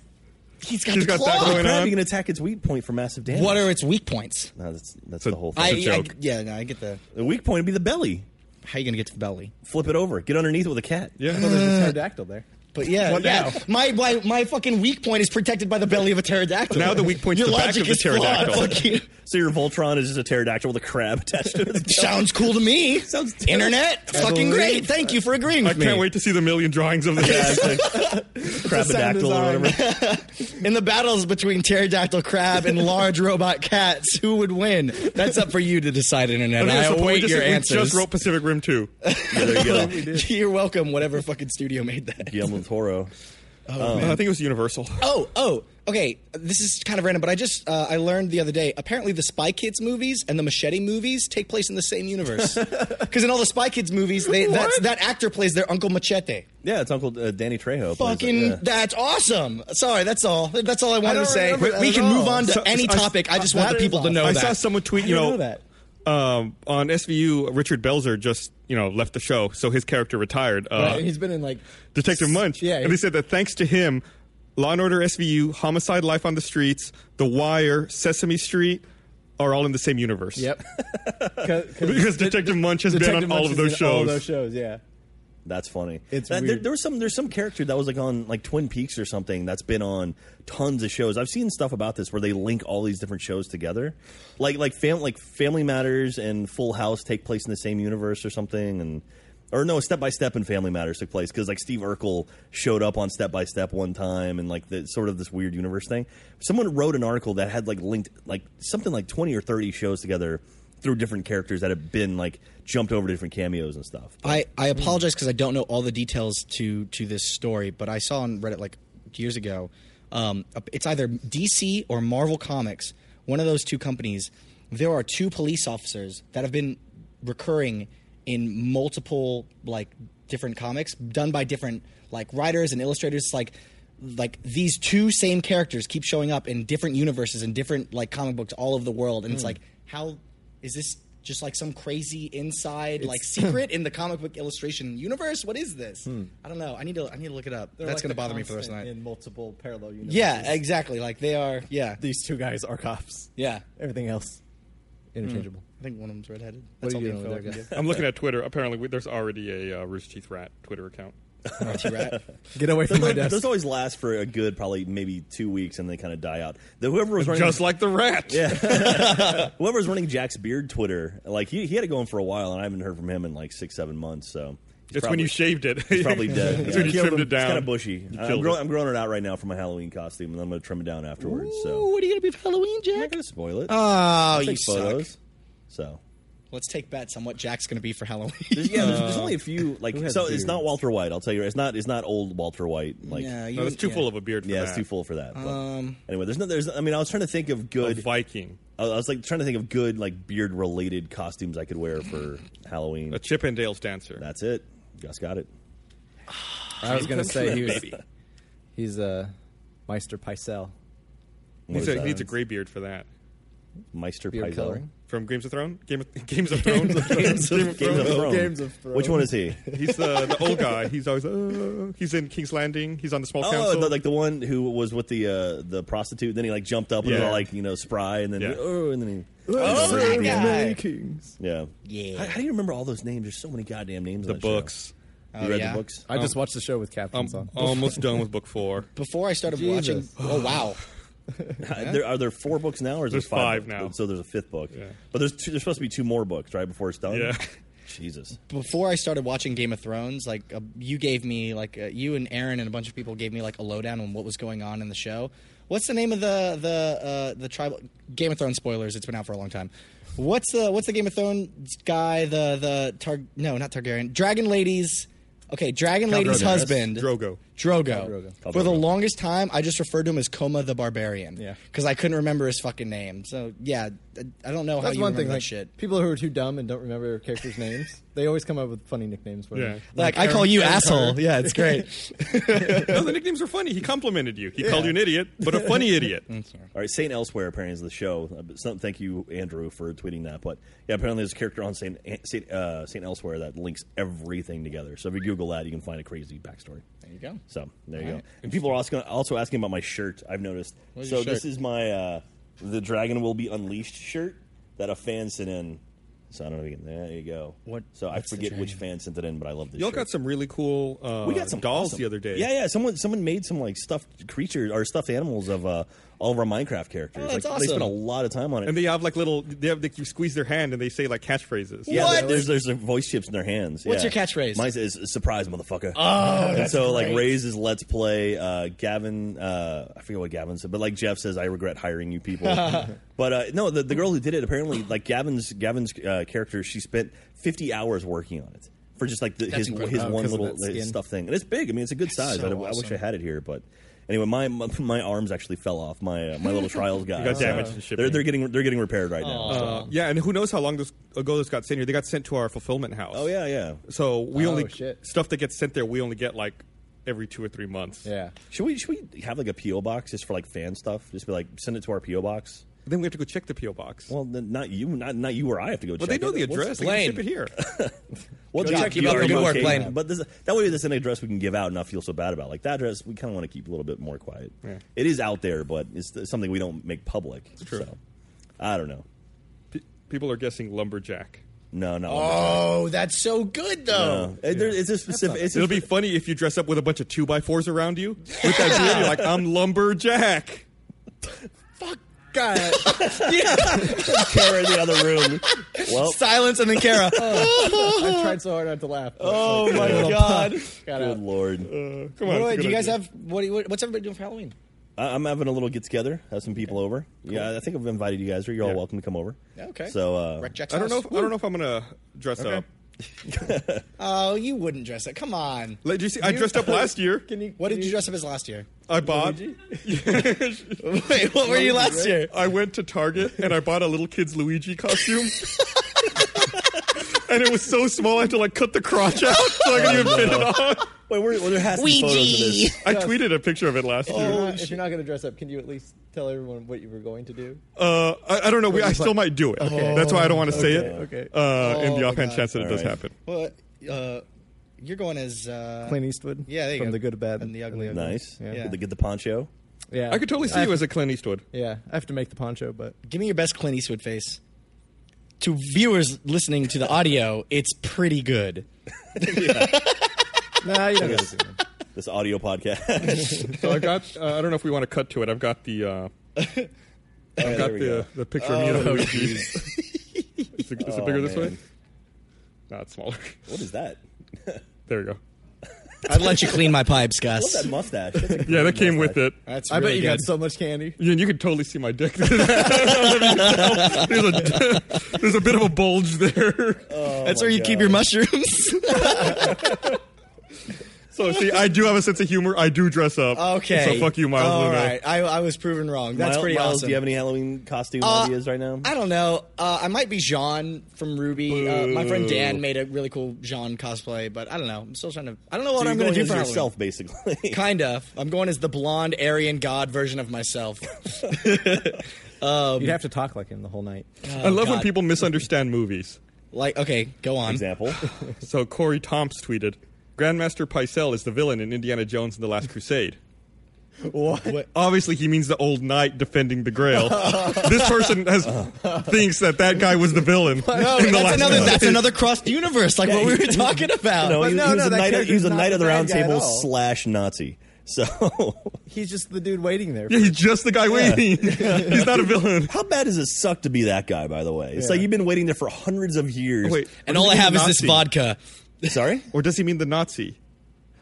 C: he's got
A: He's
C: the
A: got that
C: claw.
A: going
B: Crab,
A: on?
B: you can attack its weak point for massive damage.
C: What are its weak points?
B: No, that's that's
A: So-
B: the whole
C: I,
B: thing.
A: It's a
C: I-
A: joke.
C: yeah, no, I get the.
B: the weak point would be the belly.
C: How you gonna get to the belly?
B: Flip it over. Get underneath it with a cat.
A: Yeah.
D: Well, there's a pterodactyl there.
C: But yeah,
A: What
C: yeah.
A: now?
C: My, my my fucking weak point is protected by the belly of a pterodactyl.
A: Now the weak point's
C: Your
A: the back
C: logic
A: of the
C: is flawed.
A: pterodactyl.
C: Fuck you.
B: So your Voltron is just a pterodactyl with a crab attached to it.
C: Sounds cool to me.
B: Sounds terrible.
C: internet fucking
D: believe-
C: great. Thank you for agreeing
A: I
C: with
A: can't
C: me.
A: wait to see the million drawings of the
D: sound
B: crabadactyl or
D: design.
B: whatever.
C: In the battles between pterodactyl crab and large robot cats, who would win? That's up for you to decide, internet.
A: Okay,
C: I
A: so we
C: await
A: just,
C: your
A: we
C: answers.
A: just wrote Pacific Rim 2.
D: Oh,
B: Yeah, there you go.
C: You're welcome. Whatever fucking studio made that.
B: Guillermo del Toro.
A: Uh, I think it was Universal.
C: Oh, oh, okay. This is kind of random, but I just uh, I learned the other day. Apparently, the Spy Kids movies and the Machete movies take place in the same universe. Because in all the Spy Kids movies, they, that's, that actor plays their uncle Machete.
B: Yeah, it's Uncle uh, Danny Trejo. plays it,
C: Fucking,
B: yeah.
C: that's awesome. Sorry, that's all. That's all I wanted
D: don't
C: to say.
D: remember
C: We,
D: that
C: we
D: at
C: can
D: all.
C: move on to
A: So-
C: any
A: I-
C: topic. I, just want the
D: that is
C: people to know
A: I
C: that.
A: saw someone tweet,
D: I
A: you
D: didn't
A: know,
D: know that.
A: Um, on SVU, Richard Belzer just, you know, left the show, so his character retired. Uh,
D: Right, he's been in like
A: Detective Munch.
D: Yeah,
A: and they said that thanks to him, Law and Order SVU, Homicide: Life on the Streets, The Wire, Sesame Street are all in the same universe.
D: Yep. 'Cause- 'cause
A: Because Detective Munch has been on
D: Detective
A: all
D: Munch
A: of
D: is
A: those
D: in
A: shows.
D: all those shows. Yeah.
B: That's funny.
D: It's
B: That- There,
D: weird.
B: there was some. There's some character that was like on like Twin Peaks or something that's been on tons of shows. I've seen stuff about this where they link all these different shows together, like like fam like Family Matters and Full House take place in the same universe or something, and or no, Step by Step and Family Matters took place because like Steve Urkel showed up on Step by Step one time and like the sort of this weird universe thing. Someone wrote an article that had like linked like something like twenty or thirty shows together through different characters that have been like jumped over to different cameos and stuff.
C: I, I apologize because I don't know all the details to to this story, but I saw on Reddit like years ago. Um, it's either DC or Marvel Comics, one of those two companies. There are two police officers that have been recurring in multiple like different comics done by different like writers and illustrators. It's like like these two same characters keep showing up in different universes and different like comic books all over the world, and it's like how is this just like some crazy inside like secret in the comic book illustration universe? What is this?
D: Hmm.
C: I don't know. I need to I need to look it up.
D: They're,
C: That's
D: like,
C: gonna
D: the
C: bother me for the rest of
D: constant
C: the night.
D: In multiple parallel universes.
C: yeah, exactly. Like they are. Yeah,
D: These two guys are cops.
C: yeah.
D: Everything else,
A: Hmm.
D: interchangeable.
C: I think one of them's redheaded.
D: What
C: That's
D: are you
C: all
D: doing,
C: the info
D: Phil?
C: I
A: I'm looking at Twitter. Apparently, we, there's already a uh, Rooster Teeth Rat Twitter account.
C: can get. T-Rat.
D: Get away from my
B: Those,
D: desk.
B: those always last for a good, probably maybe two weeks, and they kind of die out. The, whoever was running,
A: Just like the rat. Yeah.
B: whoever was running Jack's beard Twitter, like he, he had it going for a while, and I haven't heard from him in like six, seven months. So
A: It's when you
B: probably-
A: shaved it.
B: It's probably dead.
A: It's
B: yeah.
A: when you trimmed it down.
B: It's kind of bushy.
A: You
B: I'm,
A: killed
B: grow-
A: it.
B: I'm growing it out right now for my Halloween costume, and I'm going to trim it down afterwards.
C: Ooh,
B: So
C: what are you gonna be for Halloween,
B: I'm not
C: Jack?
B: going to spoil it.
A: Ah,
C: Oh,
D: Ah,
B: I'll
C: you
B: take
C: suck.
B: photos. So
C: Let's take bets on what Jack's gonna be for Halloween.
B: there's, yeah,
A: Uh,
B: there's, there's only a few. Like
D: has
B: so, it's not
D: beards?
B: Walter White. I'll tell you, it's not it's not old Walter White. Like
C: yeah, you
A: No, it's
C: wouldn't-
A: too
C: yeah.
A: full of a beard for
B: yeah,
A: that.
B: it's too full for that. But
C: Um,
B: anyway, there's no there's. I mean, I was trying to think of
A: A
B: good.
A: Viking.
B: I was like trying to think of good like beard related costumes I could wear for Halloween.
A: A Chippendales dancer.
B: That's it. Gus got it.
D: I was gonna
A: Come
D: say
A: true,
D: he was,
A: baby.
D: he's uh, Meister Picel.
A: He needs
B: What
A: a, he
B: is that?
A: needs a gray beard for that.
B: Meister
D: Beard
B: Pizzo.
D: coloring.
A: From Games of Thrones? Game of, Games of Thrones?
B: Games of Thrones.
D: Games of Thrones.
B: Which one is he?
A: He's the, the old guy. He's always, uh, he's in King's Landing. He's on the small
B: Oh,
A: council.
B: the, like the one who was with the uh, the prostitute. Then he like jumped up and was
A: Yeah.
B: all, like you know spry, and then
A: Yeah.
B: oh, and then he
C: Oh, that guy.
D: kings.
B: yeah
C: Yeah.
B: How, how do you remember all those names? There's so many goddamn names.
A: the
B: on that
A: books.
B: Show. You
C: Oh,
B: read
C: yeah.
B: the books?
D: I just watched the show with
A: I'm
C: um,
D: captions on.
A: almost done with book four.
C: Before I started
D: Jesus.
C: watching, oh wow,
B: There, are there four books now, or is
A: There's
B: there five,
A: five
B: books?
A: now.
B: So there's a fifth book,
A: Yeah.
B: but there's two, there's supposed to be two more books right before it's done.
A: Yeah.
B: Jesus.
C: before I started watching Game of Thrones, like uh, you gave me like uh, you and Aaron and a bunch of people gave me like a lowdown on what was going on in the show. What's the name of the the uh, the tribal Game of Thrones spoilers? It's been out for a long time. What's the what's the Game of Thrones guy? The the tar- no, not Targaryen. Dragon Lady's okay, Dragon Lady's
D: Drogo.
C: husband
A: Drogo.
C: Drogo.
D: Drogo.
B: Khal
C: For the
B: Drogo.
C: longest time, I just referred to him as Coma the Barbarian.
D: Yeah.
C: because I couldn't remember his fucking name. So yeah, I I don't know how
D: That's
C: you
D: one
C: remember
D: thing.
C: that
D: Like
C: shit.
D: people who are too dumb and don't remember their characters' names, they always come up with funny nicknames for
A: Yeah.
D: them.
C: Like, I call
D: Aaron-
C: you
D: Aaron
C: asshole.
D: Carter.
C: Yeah, it's great.
A: no, the nicknames are funny. He complimented you. He called you an idiot, but a funny idiot.
B: All right, Saint Elsewhere apparently is the show. Uh, but some- thank you, Andrew, for tweeting that. But yeah, apparently there's a character on Saint Saint, uh, Saint Elsewhere that links everything together. So if you Google that, you can find a crazy backstory.
C: There you go.
B: So there you
C: All
B: go.
C: right.
B: And people are also, also asking about my shirt. I've noticed.
C: Where's
B: so
C: your
B: this
C: shirt?
B: is my uh, the Dragon Will Be Unleashed shirt that a fan sent in. So I don't know. if you can- There you go.
C: What-
B: So I
C: what's the
B: forget which
C: dragon?
B: fan sent it in, but I love this.
A: Y'all
B: shirt.
A: got some really cool uh,
B: We got some
A: dolls
B: awesome-
A: the other day.
B: Yeah, yeah. Someone someone made some like stuffed creatures or stuffed animals of uh, all of our Minecraft characters.
C: Oh, that's
B: like, They spent a
C: awesome.
B: lot of time on it.
A: And they have like little, they have, like, you squeeze their hand and they say like catchphrases.
B: yeah,
C: What?
B: there's there's their voice chips in their hands.
C: What's
B: yeah.
C: your catchphrase?
B: Mine is surprise, motherfucker. Oh, and so like Ray's is let's play. Uh, Gavin, uh, I forget what Gavin said, but like Jeff says, I regret hiring you people. but uh, no, the, the girl who did it apparently like Gavin's Gavin's uh, character. She spent 50 hours working on it for just like the, his
C: incredible.
B: his
D: Oh,
B: one
D: 'cause of
B: little
D: that skin.
B: stuff thing, and it's big. I mean, it's a good size.
C: so
B: I, I wish
C: awesome.
B: I had it here, but. Anyway, my, my my arms actually fell off my uh, my little trials guy.
A: got damaged in shipping.
B: They're, they're getting they're getting repaired right now. so.
A: Uh, yeah, and who knows how long this, ago this got sent here? They got sent to our fulfillment house.
B: Oh yeah, yeah.
A: So we
D: Oh,
A: only
D: shit.
A: stuff that gets sent there. We only get like every two or three months.
D: Yeah.
B: Should we should we have like a PO box just for like fan stuff? Just be like send it to our PO box.
A: Then we have to go check the PO box. Well,
B: Well, then not you, not not you or I have to go. check
A: they know
B: it.
A: the
B: What's-
A: address. They
C: Blaine?
A: can ship it here.
B: We'll
C: job.
B: check
C: Keep
B: the
C: up the good work,
B: location.
C: Blaine.
B: But this, that way, there's an address we can give out and not feel so bad about. Like that address, we kind of want to keep a little bit more quiet.
A: Yeah.
B: It is out there, but it's it's something we don't make public. It's
A: true.
B: So, I don't know.
A: Pe- people are guessing lumberjack.
B: No, no.
C: Oh, that's so good though.
B: no. It- there- It's a specific. It's a
A: It'll be
B: spe-
A: funny if you dress up with a bunch of two by fours around you. With that beard, you're like, I'm lumberjack.
D: God.
B: Kara in the other room. Well,
C: Silence and then Kara.
D: I've tried so hard not to laugh. Oh
B: my God.
D: Got
B: good
D: out.
B: lord.
A: Uh, come on.
C: Roy,
A: it's a
C: do you
A: good
C: guys
A: idea.
C: have what, do you- what? What's everybody doing for Halloween?
B: I- I'm having a little get together. Have some people over. Yeah, I think I've invited you guys. Or you're
A: Yeah.
B: all welcome to come over.
C: Okay.
B: So uh,
C: Wreck Jack's
A: I don't know. If,
C: house.
A: I don't know if I'm gonna dress up.
C: Oh, you wouldn't dress up. Come on.
A: Like, do you see? I dressed up last year.
D: Can you?
C: What
D: can
C: did you dress up as last year?
A: I bought.
C: Wait, what were you last year?
A: I went to Target and I bought a little kid's Luigi costume. and it was so small, I had to like cut the crotch out so I could even fit it on.
B: wait, where, well, there has to be photos of
C: Ouija.
B: this.
A: I tweeted a picture of it last
D: If you're,
A: year.
D: not, if you're not gonna dress up, can you at least tell everyone what you were going to do?
A: Uh, I, I don't know. We, I still might do it. That's why I don't want to say it.
D: okay.
A: Uh, in
C: Oh,
A: the
C: my
A: offhand
C: God.
A: chance that it
B: All
A: does
B: right.
A: happen.
C: Well, uh, you're going as uh,
D: Clint Eastwood.
C: Yeah, there you
D: from
C: go.
D: the good, the bad,
C: And the ugly.
B: Nice.
D: Yeah.
B: Did they get the poncho?
D: Yeah,
A: I could totally see you as a Clint Eastwood.
D: Yeah, I have to make the poncho, but
C: Give me your best Clint Eastwood face. To viewers listening to the audio, it's pretty good.
D: nah, you don't gotta do that.
B: This audio podcast.
A: So I got. Uh, I don't know if we want to cut to it. I've got the. Uh, I've got
B: there we
A: the, uh,
B: go.
A: the picture of me and
C: Oh,
A: Luigi. is it, is it bigger this way?
B: man.
A: Not smaller.
B: what is that?
A: There you go.
C: I'd let you clean my pipes,
B: Love
C: Gus.
B: that mustache. That's a
A: Yeah,
B: great
A: that came with
B: mustache.
A: it.
C: That's
D: I bet
C: really
D: you got
C: good.
D: so much candy.
A: You, you could totally see my dick. there's, a, there's a bit of a bulge there.
C: That's
B: my
C: where you keep
B: God.
C: your mushrooms.
A: So see, I do have a sense of humor. I do dress up.
C: okay.
A: So fuck you, Miles
C: All
A: Luna.
C: right. I, I was proven wrong. That's
B: Miles-
C: pretty
B: Miles,
C: awesome.
B: Do you have any Halloween costume
C: Uh,
B: ideas right now?
C: I don't know. Uh, I might be Jean from Ruby. Uh, my friend Dan made a really cool Jean cosplay, but I don't know. I'm still trying to. I don't know what
B: So
C: I'm
B: you're
C: going to do
B: as
C: for Halloween.
B: yourself, basically.
C: Kind of. I'm going as the blonde Aryan god version of myself. Oh,
D: You'd have to talk like him the whole night.
A: I love when
C: Oh, God.
A: people misunderstand movies.
C: like, okay, go on.
B: example.
A: So Corey Tomps tweeted, "Grandmaster Picel is the villain in Indiana Jones and the Last Crusade."
D: What?
A: Obviously, he means the old knight defending the Grail. this person has thinks that that guy was the villain.
C: No,
A: in the
C: that's
A: last
C: another.
A: Crusade.
C: That's another crossed universe, like what we were talking about.
B: no, he,
D: no,
B: he was
D: no,
B: a
D: that
B: knight. He was
D: character's
B: a
D: not
B: knight of
D: the
B: the
D: bad
B: round
D: guy at
B: table
D: all.
B: slash Nazi. So,
D: He's just the dude waiting there.
A: Yeah, he's just the guy waiting. he's not a villain.
B: how bad does it suck to be that guy? By the way, it's
D: Yeah.
B: like you've been waiting there for hundreds of years.
A: Wait,
C: and
A: or
C: all
A: does
C: I
A: he mean
C: have is
A: the
C: this
A: Nazi?
C: vodka.
B: sorry.
A: Or does he mean the Nazi?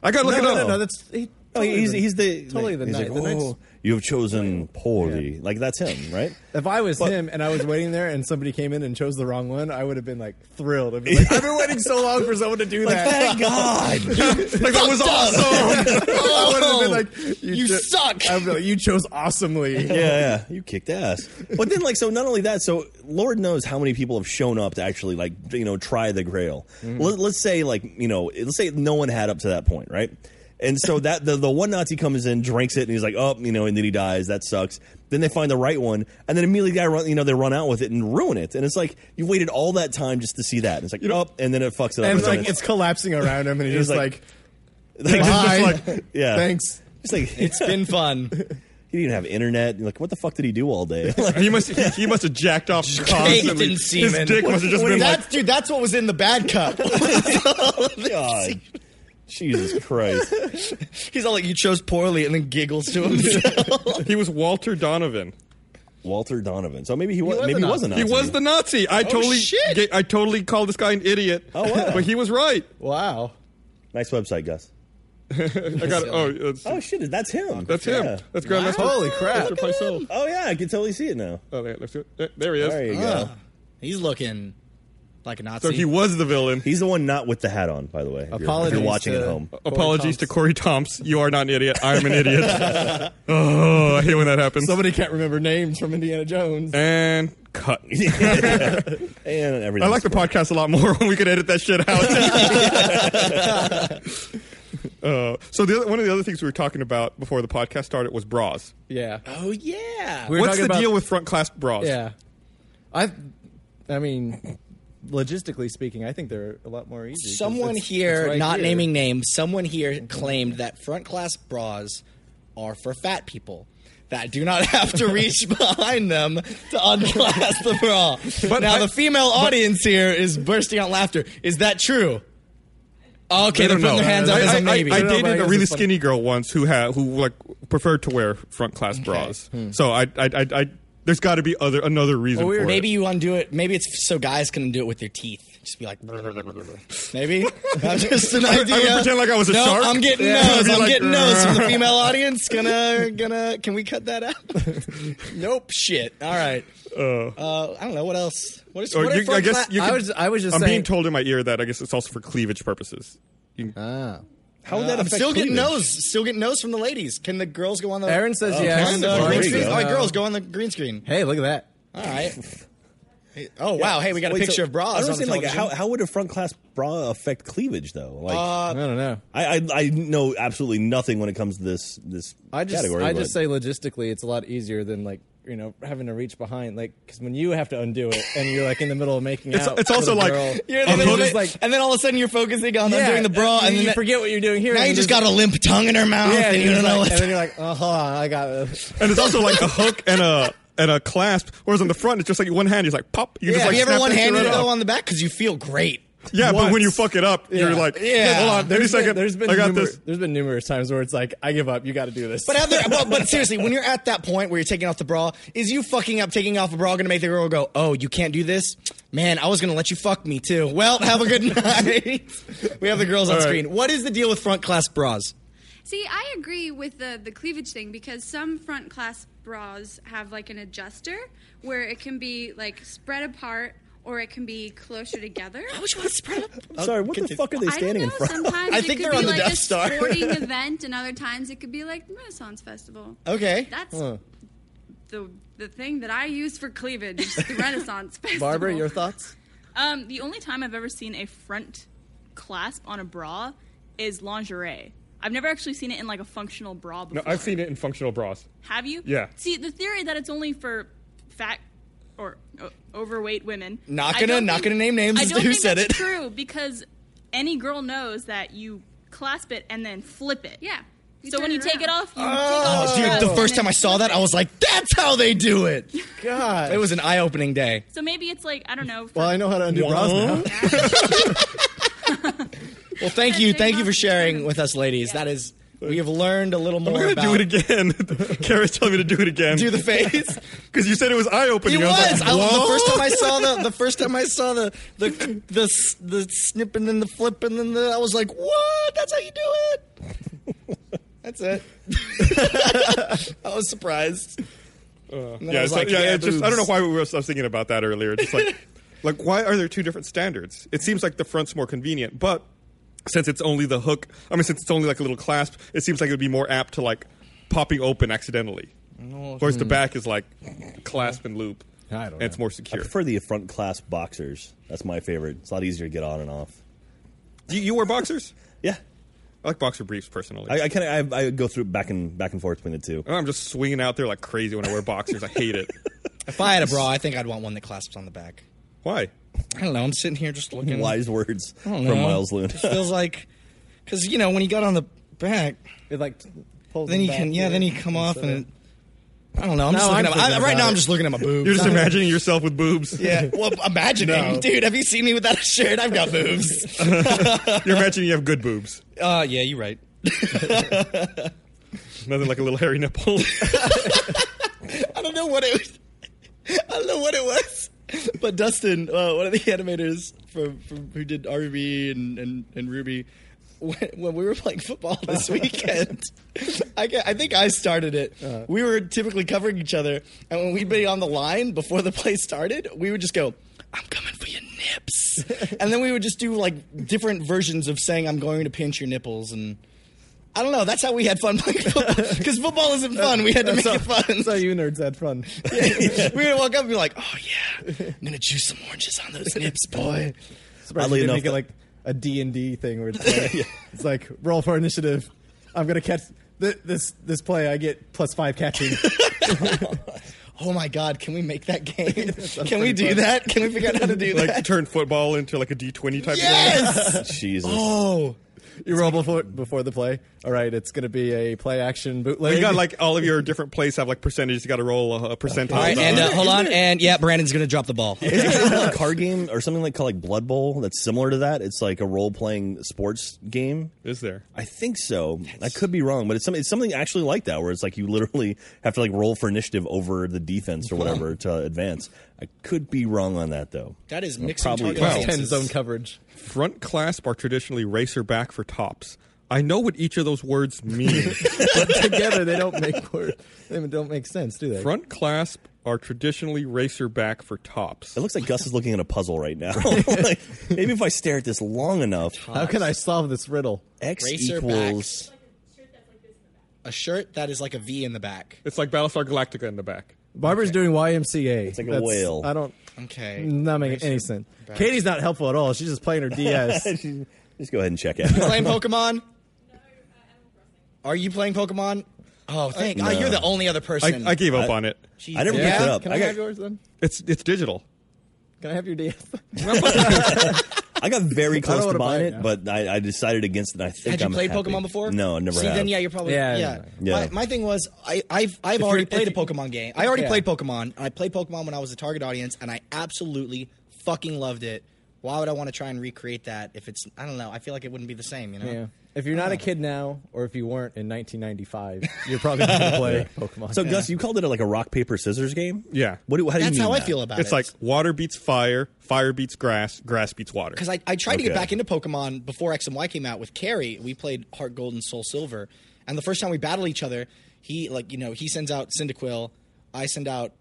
A: I gotta look it
D: no, no,
A: up.
D: no, no, that's he,
B: Oh,
D: totally
B: he's,
D: the-
B: he's the
D: totally the
B: he's
D: knight.
B: like,
D: the
B: "Oh,
D: knight's-
B: you have chosen poorly. Like that's him, right?
D: If I was him and I was waiting there and somebody came in and chose the wrong one, I would have been like thrilled. I'd be like, I've been waiting so long for someone to do
B: Like,
D: that.
B: thank God.
A: like that was awesome.
D: I would have
C: Oh,
D: been like,
C: you
D: cho-
C: suck.
D: I'd be like, you chose awesomely.
B: yeah, yeah, you kicked ass. But then, like, so not only that, so Lord knows how many people have shown up to actually, like, you know, try the Grail.
D: Mm-hmm.
B: Let, let's say, like, you know, let's say no one had up to that point, right? And so that the, the one Nazi comes in, drinks it, and he's like, oh, you know, and then he dies. That sucks. Then they find the right one, and then immediately, guy, run, you know, they run out with it and ruin it. And it's like you waited all that time just to see that. And it's like, oh, and then it fucks it up.
D: And it's
B: then
D: like it's collapsing around him, and he's,
B: He's
D: just
B: like-
D: like,
B: like,
D: "Bye.
B: yeah,
D: thanks."
B: It's like
C: It's been fun.
B: he didn't have internet. Like, what the fuck did he do all day? Like,
A: he must he, he must have jacked off constantly.
C: in
A: His
C: semen.
A: dick must have just been like
C: that's, dude, that's what was in the bad cup.
B: God. Jesus Christ.
C: He's all like, "You chose poorly," and then giggles to himself.
A: he was Walter Donovan.
B: Walter Donovan. So maybe he was,
D: was
B: maybe
D: a
B: he was a Nazi.
A: He was the Nazi. I totally
C: shit.
A: ga- I totally called this guy an idiot.
B: Oh, wow.
A: But he was right.
D: Wow.
B: nice website, Gus.
A: I got oh that's,
B: Oh shit, that's him.
A: that's
B: yeah.
A: him. That's Grandmaster.
D: Holy crap.
A: Mr. Paisel.
B: Oh yeah, I can totally see it now.
A: Oh, there, let's do it. There- there he is.
B: There you go.
C: He's looking like a
A: So
C: Nazi.
A: Oh, he was the villain.
B: He's the one not with the hat on, by the way. if you're- If
D: Apologies
B: you're watching
D: to-
B: at home.
A: Apologies
D: Corey
A: to
D: Tomps.
A: Corey Tomps. You are not an idiot. I am an idiot. oh, I hate when that happens.
D: Somebody can't remember names from Indiana Jones.
A: and cut.
B: And everything.
A: I like the podcast a lot more when we could edit that shit out. uh, so the other, one of the other things we were talking about before the podcast started was bras.
D: Yeah.
C: oh yeah.
D: We were
A: What's
D: talking
A: the
D: about-
A: deal with front clasp bras?
D: Yeah. I I mean, logistically speaking, I think they're a lot more easy. 'cause
C: Someone
D: it's-
C: here,
D: it's right
C: not
D: here.
C: naming names, someone here claimed that front class bras are for fat people that do not have to reach behind them to unclasp the bra. But now
A: I-
C: the female audience here is bursting out laughter. Is that true? Okay,
A: I
C: they're
A: don't
C: putting
A: know.
C: their hands up
A: I,
C: as
A: I-
C: a maybe.
A: I, I
D: No, no, but I
A: dated a
D: guess
A: really
D: it's funny.
A: skinny girl once who had who like preferred to wear front class bras. So I, I, I, I there's got to be other another reason.
D: we were
A: for
C: Maybe
A: it.
C: you undo it. Maybe it's so guys can do it with their teeth. Just be like, maybe. That's just an idea.
A: pretend like I was a
C: no,
A: shark.
C: I'm getting
A: Yeah.
C: nose.
A: Be
C: I'm
A: like,
C: getting nose from the
A: "Grr."
C: female audience. Gonna, gonna. Can we cut that out? nope. Shit. All right. Uh, I don't know what else. What is?
A: Or
C: What
A: you-
C: are front
A: I guess
C: cla-
A: you
D: I
A: could-
D: was I was just
A: I'm
D: saying.
A: being told in my ear that I guess it's also for cleavage purposes. You-
D: Ah.
B: How would that
C: I'm
B: affect
C: still getting
B: cleavage?
C: nose. Still getting nose from the ladies. Can the girls go on the?
D: Aaron says
B: Oh,
D: yes.
C: on the
B: Well,
D: Lauren
B: there
C: green
B: you
C: screen.
B: go.
C: All right,
D: no.
C: girls, go on the green screen.
D: Hey, look at that.
C: All right. Hey, Oh wow! Hey, we got a
B: Wait,
C: picture
B: so-
C: of bras.
B: I don't
C: on the
B: understand, like,
C: television.
B: how, how would a front class bra affect cleavage, though? Like,
D: I don't know.
B: I, I I know absolutely nothing when it comes to this this
D: I just
B: category.
D: I
B: but-
D: just say logistically, it's a lot easier than like you know having to reach behind like because when you have to undo it and you're like in the middle of making
A: It's-
D: out.
A: it's
D: with
A: also
D: a
A: like-
D: girl,
C: You're in
D: and
C: the
D: you're
C: middle of
D: just
C: it, and then all of a sudden you're focusing on them doing the bra,
D: you,
C: and then
D: you
C: that-
D: forget what you're doing here.
C: now
D: and
C: you just
D: there's-
C: got a limp tongue in her mouth,
D: Yeah,
C: and you don't
D: just
C: know
D: like,
C: what.
D: and then you're like, oh, hold on, I got it.
A: And it's also like a hook and a and a clasp. Whereas on the front, it's just like one hand. He's like pop. You just
C: Have
A: like
C: you ever
A: snap
C: one
A: that shit
C: handed
A: right
C: though
A: off.
C: on the back because you feel great?
A: Yeah, but when
D: once.
A: you fuck it up, you're
D: Yeah.
A: like,
C: Yeah.
A: hold on, wait
D: There's
A: a
D: been-
A: second.
D: there's been
A: I got
D: numer-
A: this.
D: There's been numerous times where it's like, I give up. You got to do this.
C: But other, well, but seriously, when you're at that point where you're taking off the bra, is you fucking up taking off a bra going to make the girl go, "Oh, you can't do this"? Man, I was going to let you fuck me too. Well, have a good night. we have the girls on
A: All right.
C: screen. What is the deal with front class bras?
F: See, I agree with the the cleavage thing because some front class bras have like an adjuster where it can be like spread apart or it can be closer together.
C: How would you want to spread up?
B: Sorry, what the fuck are they
F: I don't
B: standing
F: know.
B: in front? of?
F: Sometimes
C: I
F: it
C: think
F: could
C: they're
F: be
C: on the
F: like
C: Death
F: a
C: Star.
F: sporting event, and other times it could be like the Renaissance Festival.
C: Okay.
F: that's the the thing that I use for cleavage. is The Renaissance Festival.
D: Barbara, your thoughts?
G: Um, the only time I've ever seen a front clasp on a bra is lingerie. I've never actually seen it in like a functional bra
A: No,
G: before.
A: I've seen it in functional bras.
G: Have you?
A: Yeah.
G: See, the theory that it's only for fat or uh, overweight women.
C: Not
G: I
C: gonna-
G: don't
C: not gonna name names
G: I
C: as
G: don't
C: to who
G: think
C: said
G: that's
C: it.
G: True, because any girl knows that you clasp it and then flip it.
F: Yeah. You
G: so
F: turn
G: when you
F: it
G: take it
F: around.
G: off, you take off
C: Oh, Dude,
G: dress
C: the
G: and
C: first
G: then
C: time I saw
G: flip
C: that,
G: it.
C: I was like, "That's how they do it."
D: God.
C: It was an eye-opening day.
G: So maybe it's like I don't know. For,
D: well, I know how to undo bras now.
C: Well, thank you, thank you for sharing with us, ladies. That is, we have learned a little
A: I'm
C: more
A: gonna
C: about
A: do it again. Kara's telling me to do it again.
C: Do the face.
A: because you said it was eye
C: He
A: opening.
C: was.
A: Like,
C: I, the
A: "Whoa."
C: first time I saw the the first time I saw the the the s- the snipping and the flipping and the I was like, what? That's how you do it. That's it. I was surprised. I
A: Uh, yeah,
C: was
A: so,
C: like,
A: yeah,
C: yeah,
A: it's just I don't know
C: boobs.
A: why we were. I was thinking about that earlier. Just like, like why are there two different standards? It seems like the front's more convenient, but since it's only the hook, I mean, since it's only like a little clasp, it seems like it would be more apt to like popping open accidentally. Whereas the back is like clasp and loop.
D: I don't
A: and It's
D: know.
A: more
B: I
A: secure.
B: prefer the front class boxers. That's my favorite. It's a lot easier to get on and off.
A: Do you, you wear boxers?
B: Yeah,
A: I like boxer briefs personally. Oh,
B: I, I kind of I, I go through back and back and forth between the
D: Mm.
B: two.
A: I'm just swinging out there like crazy when I wear boxers. I hate it.
C: If I had a bra, I think I'd want one that clasps on the back.
A: Why?
C: I don't know. I'm sitting here just looking.
B: Wise words
C: I
B: from
C: don't know.
B: Miles Loon.
C: It feels like because you know when you got on the back,
D: It like t- pulls
C: then
D: it
C: you
D: back
C: can yeah,
D: here.
C: then you come off
D: So-
C: and it, I don't know. I'm
D: No,
C: just looking
D: I'm
C: at my,
D: thinking
C: I, right
D: about
C: now. I'm
D: it.
C: just looking at my boobs.
A: You're just imagining yourself with boobs.
C: Yeah. Well, imagining,
D: No.
C: dude. Have you seen me without a shirt? I've got boobs.
A: You're imagining you have good boobs.
C: Uh, yeah, you're right.
A: Nothing like a little hairy nipple.
C: I don't know what it. Was. I don't know what it was. But Dustin, uh, one of the animators from, from who did RB and, and, and Ruby, when, when we were playing football this weekend, I, ca- I think I started it. We were typically covering each other, and when we'd be on the line before the play started, we would just go, "I'm coming for your nips," and then we would just do like different versions of saying, "I'm going to pinch your nipples," and I don't know. That's how we had fun playing football because football isn't fun. We had to make it fun
D: That's how you nerds had fun.
C: we would walk up and be like, "Oh yeah, I'm gonna juice some oranges on those nips, boy."
D: Surprised
B: Oddly
D: you
B: enough,
D: didn't make it like a D and D thing where it's like, it's like roll for initiative. I'm gonna catch th- this this play. I get plus five catching.
C: Oh my God, can we make that game?
D: sounds
C: can we
D: pretty
C: do
D: fun.
C: that? Can we figure out how to do
A: like
C: that?
A: turn football into like a D20 type of game.
C: yes.
B: Jesus.
C: Oh,
D: you roll before before the play. All right, it's gonna be a play action bootleg.
A: You got like all of your different plays have like percentages. You got to roll a, a percentile.
C: all right, and uh,
A: number.
C: hold on, and yeah, Brandon's gonna drop the ball.
B: Isn't there a card game or something like called like Blood Bowl that's similar to that? It's like a role playing sports game.
A: is there?
B: I think so. I could be wrong, but it's something, it's something actually like that, where it's like you literally have to like roll for initiative over the defense or whatever to advance. I could be wrong on that though.
C: That is mixing
B: probably
C: target
A: wow.
C: audiences.
D: ten zone coverage.
A: Front clasp are traditionally racer back for tops. I know what each of those words mean.
D: But together they don't make word. They don't make sense, do they?
A: Front clasp are traditionally racer back for tops.
B: It looks like Gus is looking at a puzzle right now. like, maybe if I stare at this long enough,
D: How can I solve this riddle?
B: X
C: Racer
B: equals.
C: A shirt that is like a V in the back.
A: It's like Battlestar Galactica in the back.
D: Barbara's doing YMCA. It's
B: like a whale.
D: I don't.
C: Okay.
D: Not making any sense. Katie's not helpful at all. She's just playing her DS.
B: Just go ahead and check out.
C: Playing Pokemon. Are you playing Pokemon? Oh, thank God. You're the only other
A: I,
C: person.
A: I gave up on it.
C: Jesus.
B: I never
C: Yeah?
B: picked it up.
D: Can
B: I
D: I,
B: got,
D: have yours then?
A: It's it's digital.
D: Can I have your DS?
B: I got very close
D: wanna
B: to
D: buy
B: buying
D: it
B: it, but I, I decided against it. I think
C: Had you
B: I'm
C: played
B: happy.
C: Pokemon before?
B: No, I never
C: See,
B: have.
C: then yeah, you're probably
D: Yeah,
C: yeah.
B: yeah.
C: My,
B: Yeah.
C: my thing was I, I've I've already
D: you're-
C: played a
D: if you-
C: Pokemon game. I already
D: Yeah.
C: played Pokemon. I played Pokemon when I was a target audience, and I absolutely fucking loved it. why would I want to try and recreate that if it's I don't know. I feel like it wouldn't be the same, you know.
D: Yeah. If you're not a kid now, or if you weren't in 1995, you're probably not gonna play Pokemon.
B: So Gus, you called it a, like a rock paper scissors game.
A: Yeah.
B: What do? How do
C: That's
B: you mean
C: how I
B: that?
C: feel about
A: it's
C: it.
A: like water beats fire, fire beats grass, grass beats water.
C: because I, I tried to get
B: Okay.
C: back into Pokemon before X and Y came out with Carrie. We played Heart Gold and Soul Silver, and the first time we battled each other, he like you know he sends out Cyndaquil, I send out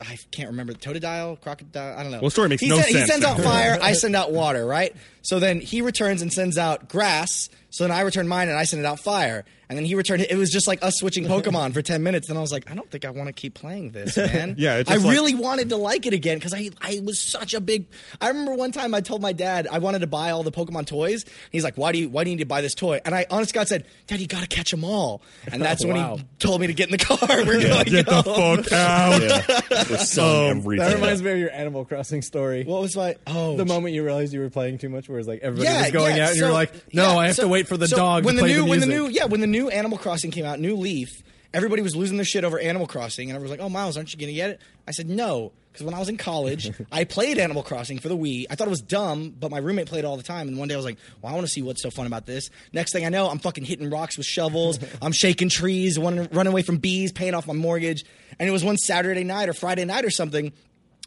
C: I can't remember Totodile, Crocodile, I don't know.
A: Well, sorry, it makes
C: he
A: no
C: sen- He
A: sense.
C: sends out fire, I send out water, right? So then he returns and sends out grass. So then I return mine and I send it out fire, and then he returned. It was just like us switching Pokemon for ten minutes. Then I was like, I don't think I want to keep playing this, man.
A: Yeah, it's
C: I
A: just like-
C: really wanted to like it again because I I was such a big. I remember one time I told my dad I wanted to buy all the Pokemon toys. He's like, "Why do you Why do you need to buy this toy?" And I honest to God said, "Dad, you got to catch them all." And that's
D: Wow.
C: when he told me to get in the car. We're going
A: Get the
C: home.
A: fuck out.
B: Yeah. We're selling
A: Um,
B: everything.
D: Oh, that reminds me of your Animal Crossing story.
C: What was my oh
D: the moment you realized you were playing too much, whereas like everybody was going out, and you're
C: so-
D: like, "No,
C: yeah,
D: I have
C: so-
D: to wait for the
C: so
D: dog
C: When
D: to
C: the
D: play
C: new,
D: the
C: when the
D: music."
C: new, yeah, when the new Animal Crossing came out, New Leaf, everybody was losing their shit over Animal Crossing, and everyone was like, "Oh, Miles, aren't you going to get it?" I said, "No." Because when I was in college, I played Animal Crossing for the Wii. I thought it was dumb, but my roommate played it all the time. And one day I was like, well, I want to see what's so fun about this. Next thing I know, I'm fucking hitting rocks with shovels. I'm shaking trees, running, running away from bees, paying off my mortgage. And it was one Saturday night or Friday night or something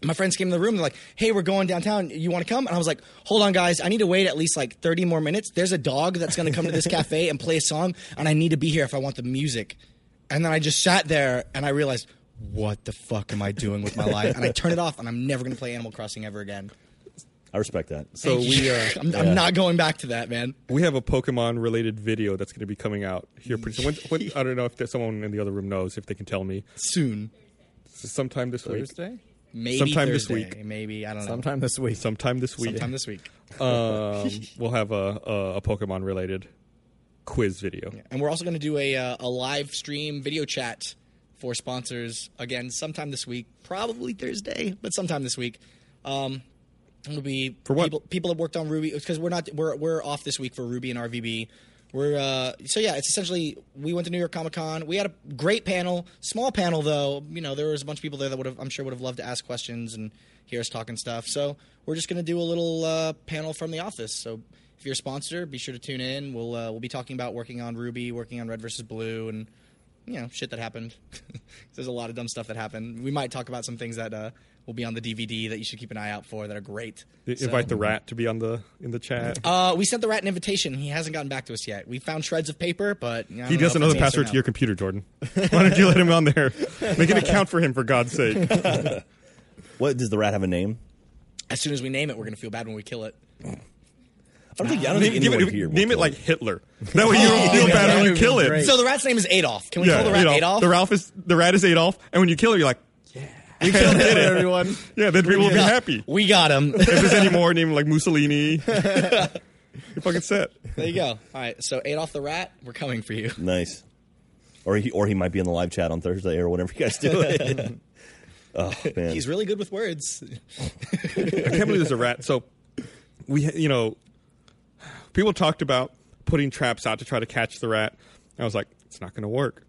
C: my friends came in the room. They're like, "Hey, we're going downtown. You want to come?" And I was like, "Hold on, guys. I need to wait at least like thirty more minutes. There's a dog that's going to come to this cafe and play a song, and I need to be here if I want the music." And then I just sat there and I realized, "What the fuck am I doing with my life?" And I turned it off, and I'm never going to play Animal Crossing ever again.
B: I respect that. So
A: So we uh,
C: I'm, I'm not going back to that, man.
A: we have a Pokemon related video that's going to be coming out here pretty soon. When, when, I don't know if there's someone in the other room knows if they can tell me.
C: Soon,
A: Sometime this week.
D: Thursday,
C: maybe
A: Sometime this
C: Thursday.
A: week.
C: Maybe I don't know.
D: sometime this week.
A: Sometime this week.
C: Sometime this week.
A: um, we'll have a, a, a Pokemon related quiz video.
C: And we're also going to do a uh, a live stream video chat for sponsors again sometime this week, probably Thursday, but sometime this week. Um, it'll be
A: For what?
C: people people that worked on Ruby because we're not we're we're off this week for Ruby and RVB. We're uh, so yeah, it's essentially we went to New York Comic Con. We had a great panel, small panel though. You know, there was a bunch of people there that would have I'm sure would have loved to ask questions and hear us talking stuff. So we're just gonna do a little uh, panel from the office. So if you're a sponsor, be sure to tune in. We'll uh, we'll be talking about working on Ruby, working on Red versus Blue, and you know shit that happened. There's a lot of dumb stuff that happened. We might talk about some things that uh, will be on the DVD that you should keep an eye out for that are great.
A: I-
C: So-
A: Invite the rat to be on the in the chat.
C: uh, we sent the rat an invitation. He hasn't gotten back to us yet. We found shreds of paper, but I
A: he
C: don't know
A: doesn't
C: if
A: know the
C: it's
A: password
C: answered
A: to your computer, Jordan. Why don't you let him on there? Make an account for him, for God's sake.
B: what does the rat have a name?
C: now. As soon as we name it, we're gonna feel bad when we kill it.
B: I don't think. I don't
A: Name,
B: think
A: give
B: anyone
A: it,
B: here. will
A: name it
B: kill
A: like Hitler. That way you don't feel bad
D: that
A: when you
D: would
A: kill
D: be
A: it.
D: great.
C: So the rat's name is Adolf. Can we call the rat
A: Adolf.
C: Adolf?
A: The Ralph is the rat is Adolf, and when you kill her, you're like, yeah, you killed
D: Hello, everyone.
A: Yeah, then people will be happy.
C: we got him.
A: If there's any more named like Mussolini, you're fucking set.
C: there you go. All right. So Adolf the rat, we're coming for you.
B: Nice. Or he, or he might be in the live chat on Thursday or whenever you guys do it. oh man,
C: He's really good with words.
A: I can't believe there's a rat. So we, you know, people talked about putting traps out to try to catch the rat. I was like, it's not going to work.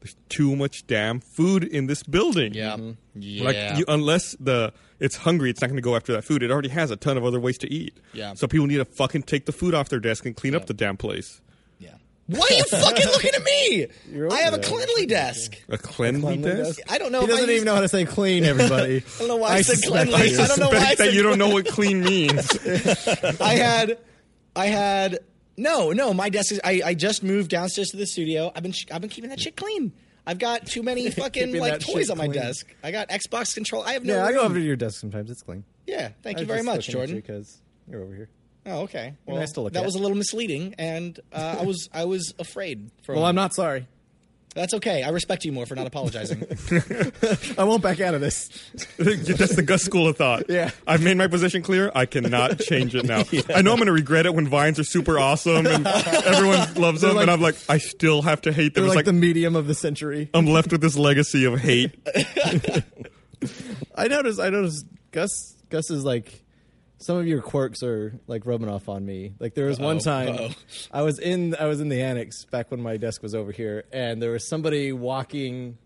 A: There's too much damn food in this building.
C: Yeah. Yeah.
A: Mm-hmm. Like you, unless the it's hungry, it's not going to go after that food. It already has a ton of other ways to eat.
C: Yeah.
A: So people need to fucking take the food off their desk and clean up the damn place.
C: yeah. Why are you fucking looking at me? I have a cleanly desk.
A: A cleanly desk.
C: I don't know.
D: He
C: if I
D: doesn't
C: use-
D: even know how to say clean. Everybody.
C: I don't know why I, said
D: suspect
C: cleanly. I don't know why I
A: Suspect
C: said
A: that you don't know what clean means.
C: I had, I had no, no. My desk is. I, I just moved downstairs to the studio. I've been sh- I've been keeping that shit clean. I've got too many fucking
D: Keeping
C: like
D: that
C: toys
D: shit
C: on my
D: clean.
C: desk. I got Xbox control. I have no.
D: Yeah, I go
C: room.
D: over to your desk sometimes. It's clean.
C: Yeah, thank you very much, Jordan.
D: Because you're over here.
C: oh, okay. Well,
D: nice to look
C: that
D: at.
C: was a little misleading, and uh, I was I was afraid. For a
D: Well, I'm
C: moment.
D: not sorry.
C: That's okay. I respect you more for not apologizing.
D: I won't back out of this.
A: That's the Gus school of thought.
D: Yeah.
A: I've made my position clear. I cannot change it now. I know I'm going to regret it when vines are super awesome and everyone loves them,
D: like-
A: and I'm like, I still have to hate them.
D: They're
A: It's
D: like,
A: like,
D: the medium of the century.
A: I'm left with this legacy of hate.
D: I noticed. I noticed. Gus. Gus is like. Some of your quirks are like rubbing off on me. Like there was one time
C: uh-oh.
D: I was in I was in the annex back when my desk was over here, and there was somebody walking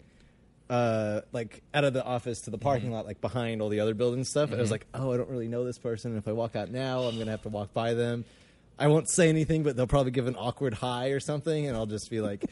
D: uh, like out of the office to the parking
C: Mm-hmm.
D: lot, like behind all the other buildings stuff. And I was like, oh, I don't really know this person. And if I walk out now, I'm gonna have to walk by them. I won't say anything, but they'll probably give an awkward hi or something, and I'll just be like,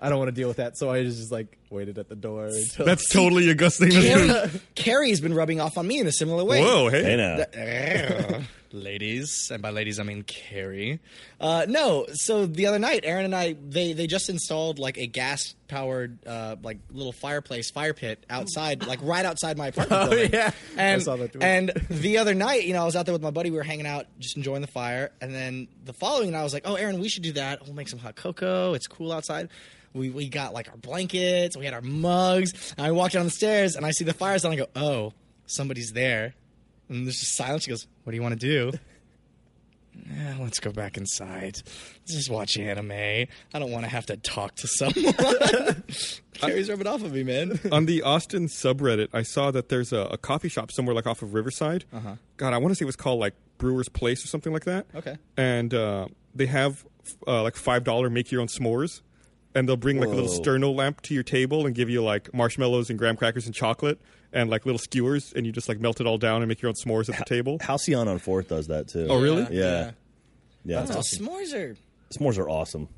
D: I don't want to deal with that. So I just like waited at the door. Until
H: That's totally a Gus thing to do.
C: Carrie, Carrie's been rubbing off on me in a similar way.
H: Whoa, hey.
B: Hey now.
C: ladies, and by ladies I mean Carrie. Uh, no, so the other night, Aaron and I they they just installed like a gas powered uh, like little fireplace fire pit outside, like right outside my apartment.
D: Oh,
C: building.
D: yeah. I
C: and
D: saw that too.
C: and the other night, you know, I was out there with my buddy. We were hanging out, just enjoying the fire, and then the following, night, I was like, oh, Aaron, we should do that. We'll make some hot cocoa. It's cool outside. We, we got like our blankets, we had our mugs, and I walked down the stairs and I see the fire sign. I go, oh, somebody's there. And there's just silence. She goes, What do you want to do? "Eh, let's go back inside. Let's just watch anime. I don't want to have to talk to someone. Carrie's rubbing off of me, man.
A: on the Austin subreddit, I saw that there's a, a coffee shop somewhere like off of Riverside. Uh-huh. God, I want to say it was called like Brewer's Place or something like that.
C: Okay.
A: And uh, they have f- uh, like five dollar make your own s'mores, and they'll bring like a little
B: Whoa.
A: sterno lamp to your table and give you like marshmallows and graham crackers and chocolate and like little skewers, and you just like melt it all down and make your own s'mores at the table.
B: Halcyon on Fourth does that too.
A: Oh, really?
B: Yeah. Yeah. it's
C: Oh,
B: awesome.
C: s'mores are
B: S'mores are awesome.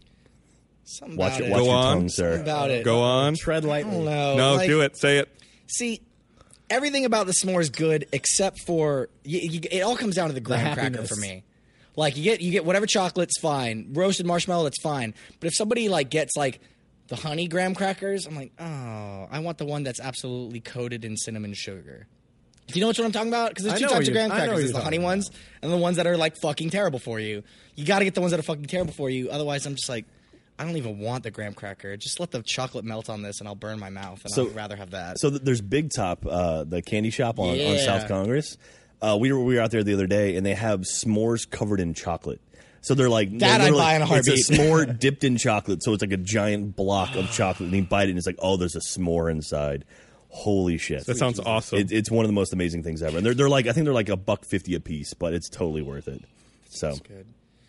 C: something
B: Watch
C: about
B: it.
C: it.
B: Watch
A: Go
B: your
A: on.
B: tongue, sir.
C: Something about it.
A: Go on.
D: tread
C: I
D: lightly.
C: don't know.
A: No,
C: Like,
A: do it. Say it.
C: See, everything about the s'mores good except for y y it all comes down to the graham cracker
D: happiness.
C: for me. Like you get you get whatever chocolate's fine, roasted marshmallow that's fine. But if somebody like gets like the honey graham crackers, I'm like, oh, I want the one that's absolutely coated in cinnamon sugar. Do you know which one I'm talking about? Because
D: I
C: there's two
D: know what
C: types of
D: you're-
C: graham
D: I know what
C: crackers: there's
D: you're
C: the honey
D: talking
C: ones and the ones that are like fucking terrible for you. You got to get the ones that are fucking terrible for you. Otherwise, I'm just like, I don't even want the graham cracker. Just let the chocolate melt on this, and I'll burn my mouth. And
B: So-
C: I'd rather have that.
B: So th- there's Big Top, uh, the candy shop on, on
C: Yeah.
B: South Congress. Uh, we were we were out there the other day, and they have s'mores covered in chocolate. So they're like they're
C: That I'd
B: literally-
C: buy in a heartbeat.
B: It's a s'more dipped in chocolate, so it's like a giant block of chocolate. And you bite it, and it's like, oh, there's a s'more inside. Holy shit!
A: That sounds awesome.
B: It, it's one of the most amazing things ever. And they're they're like I think they're like a buck fifty a piece, but it's totally worth it. So
C: good.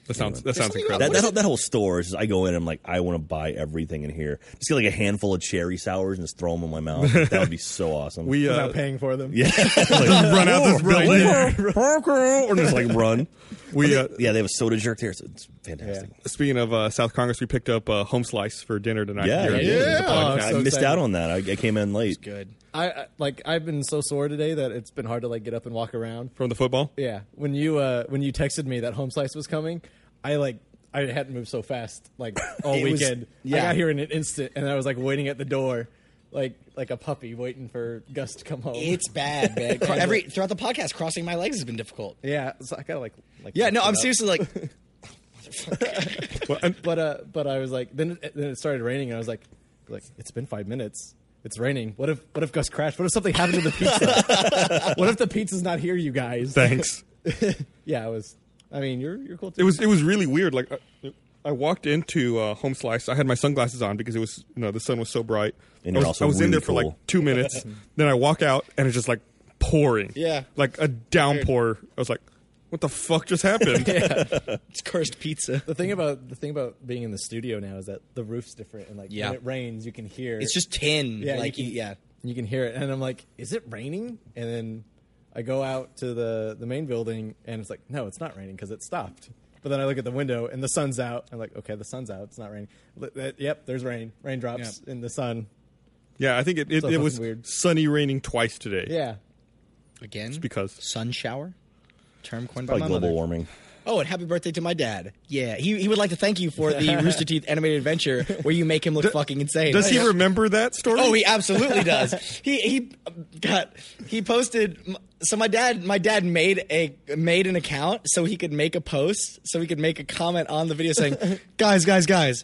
A: that sounds that sounds
C: something
A: incredible.
C: about
B: that, that, whole- that whole store is just, I go in and I'm like, I want to buy everything in here. Just get like a handful of cherry sours and just throw them in my mouth. that would be so awesome.
A: we uh,
D: Without paying for them.
B: yeah, like,
H: Run out this building.
B: or just like run.
A: we uh,
B: Yeah, they have a soda jerk there. So it's fantastic.
A: speaking of uh, South Congress, we picked up uh, home slice for dinner tonight.
B: Yeah,
A: here
B: I
A: at
B: did.
A: the
D: Yeah. Oh,
A: podcast.
B: I
D: So
B: missed
D: excited.
B: out on that. I, I came in late.
C: Good.
D: I, I like I've been so sore today that it's been hard to like get up and walk around.
A: from the football.
D: Yeah, when you uh when you texted me that home slice was coming, I like I hadn't moved so fast like all
C: It was-
D: weekend. I
C: yeah.
D: got here in an instant, and I was like waiting at the door, like like a puppy waiting for Gus to come home.
C: It's bad, man. Cro- Every throughout the podcast, crossing my legs has been difficult.
D: yeah, so I gotta like like
C: Yeah, no,
D: lift it
C: I'm
D: up.
C: seriously like,
A: Well, and-
D: But uh, but I was like then it, then it started raining, and I was like like it's been five minutes. It's raining. What if what if Gus crashed? What if something happened to the pizza? what if the pizza's not here, you guys?
A: thanks.
D: Yeah, I was. I mean, you're you're cool too.
A: It was it was really weird. Like I, I walked into uh, Home Slice. I had my sunglasses on because it was you know the sun was so bright.
B: And
A: I was,
B: you're also
A: I was in
B: really
A: there for
B: cool.
A: like two minutes. then I walk out and it's just like pouring.
C: Yeah.
A: like a downpour. I was like, what the fuck just happened?
C: it's cursed pizza.
D: The thing about the thing about being in the studio now is that the roof's different, and like
C: Yeah.
D: when it rains, you can hear.
C: It's just tin.
D: yeah,
C: like
D: you
C: you-
D: can,
C: yeah.
D: you can hear it, and I'm like, is it raining? And then I go out to the the main building, and it's like, no, it's not raining because it stopped. But then I look at the window, and the sun's out. I'm like, okay, the sun's out. It's not raining. Li- that- Yep, there's rain. Raindrops in the sun.
A: yeah, I think it it,
D: So
A: it
D: fucking
A: was
D: weird.
A: sunny, raining twice today.
D: Yeah,
C: Again,
A: because
C: sun shower. Term coined by
B: Probably
C: my
B: global
C: mother.
B: warming.
C: Oh, and happy birthday to my dad. Yeah, he, he would like to thank you for the Rooster Teeth animated adventure where you make him look fucking insane.
D: Oh,
A: does he remember that story?
C: Oh, he absolutely does. He he got he posted. So my dad, my dad made a made an account so he could make a post, so he could make a comment on the video saying, "Guys, guys, guys,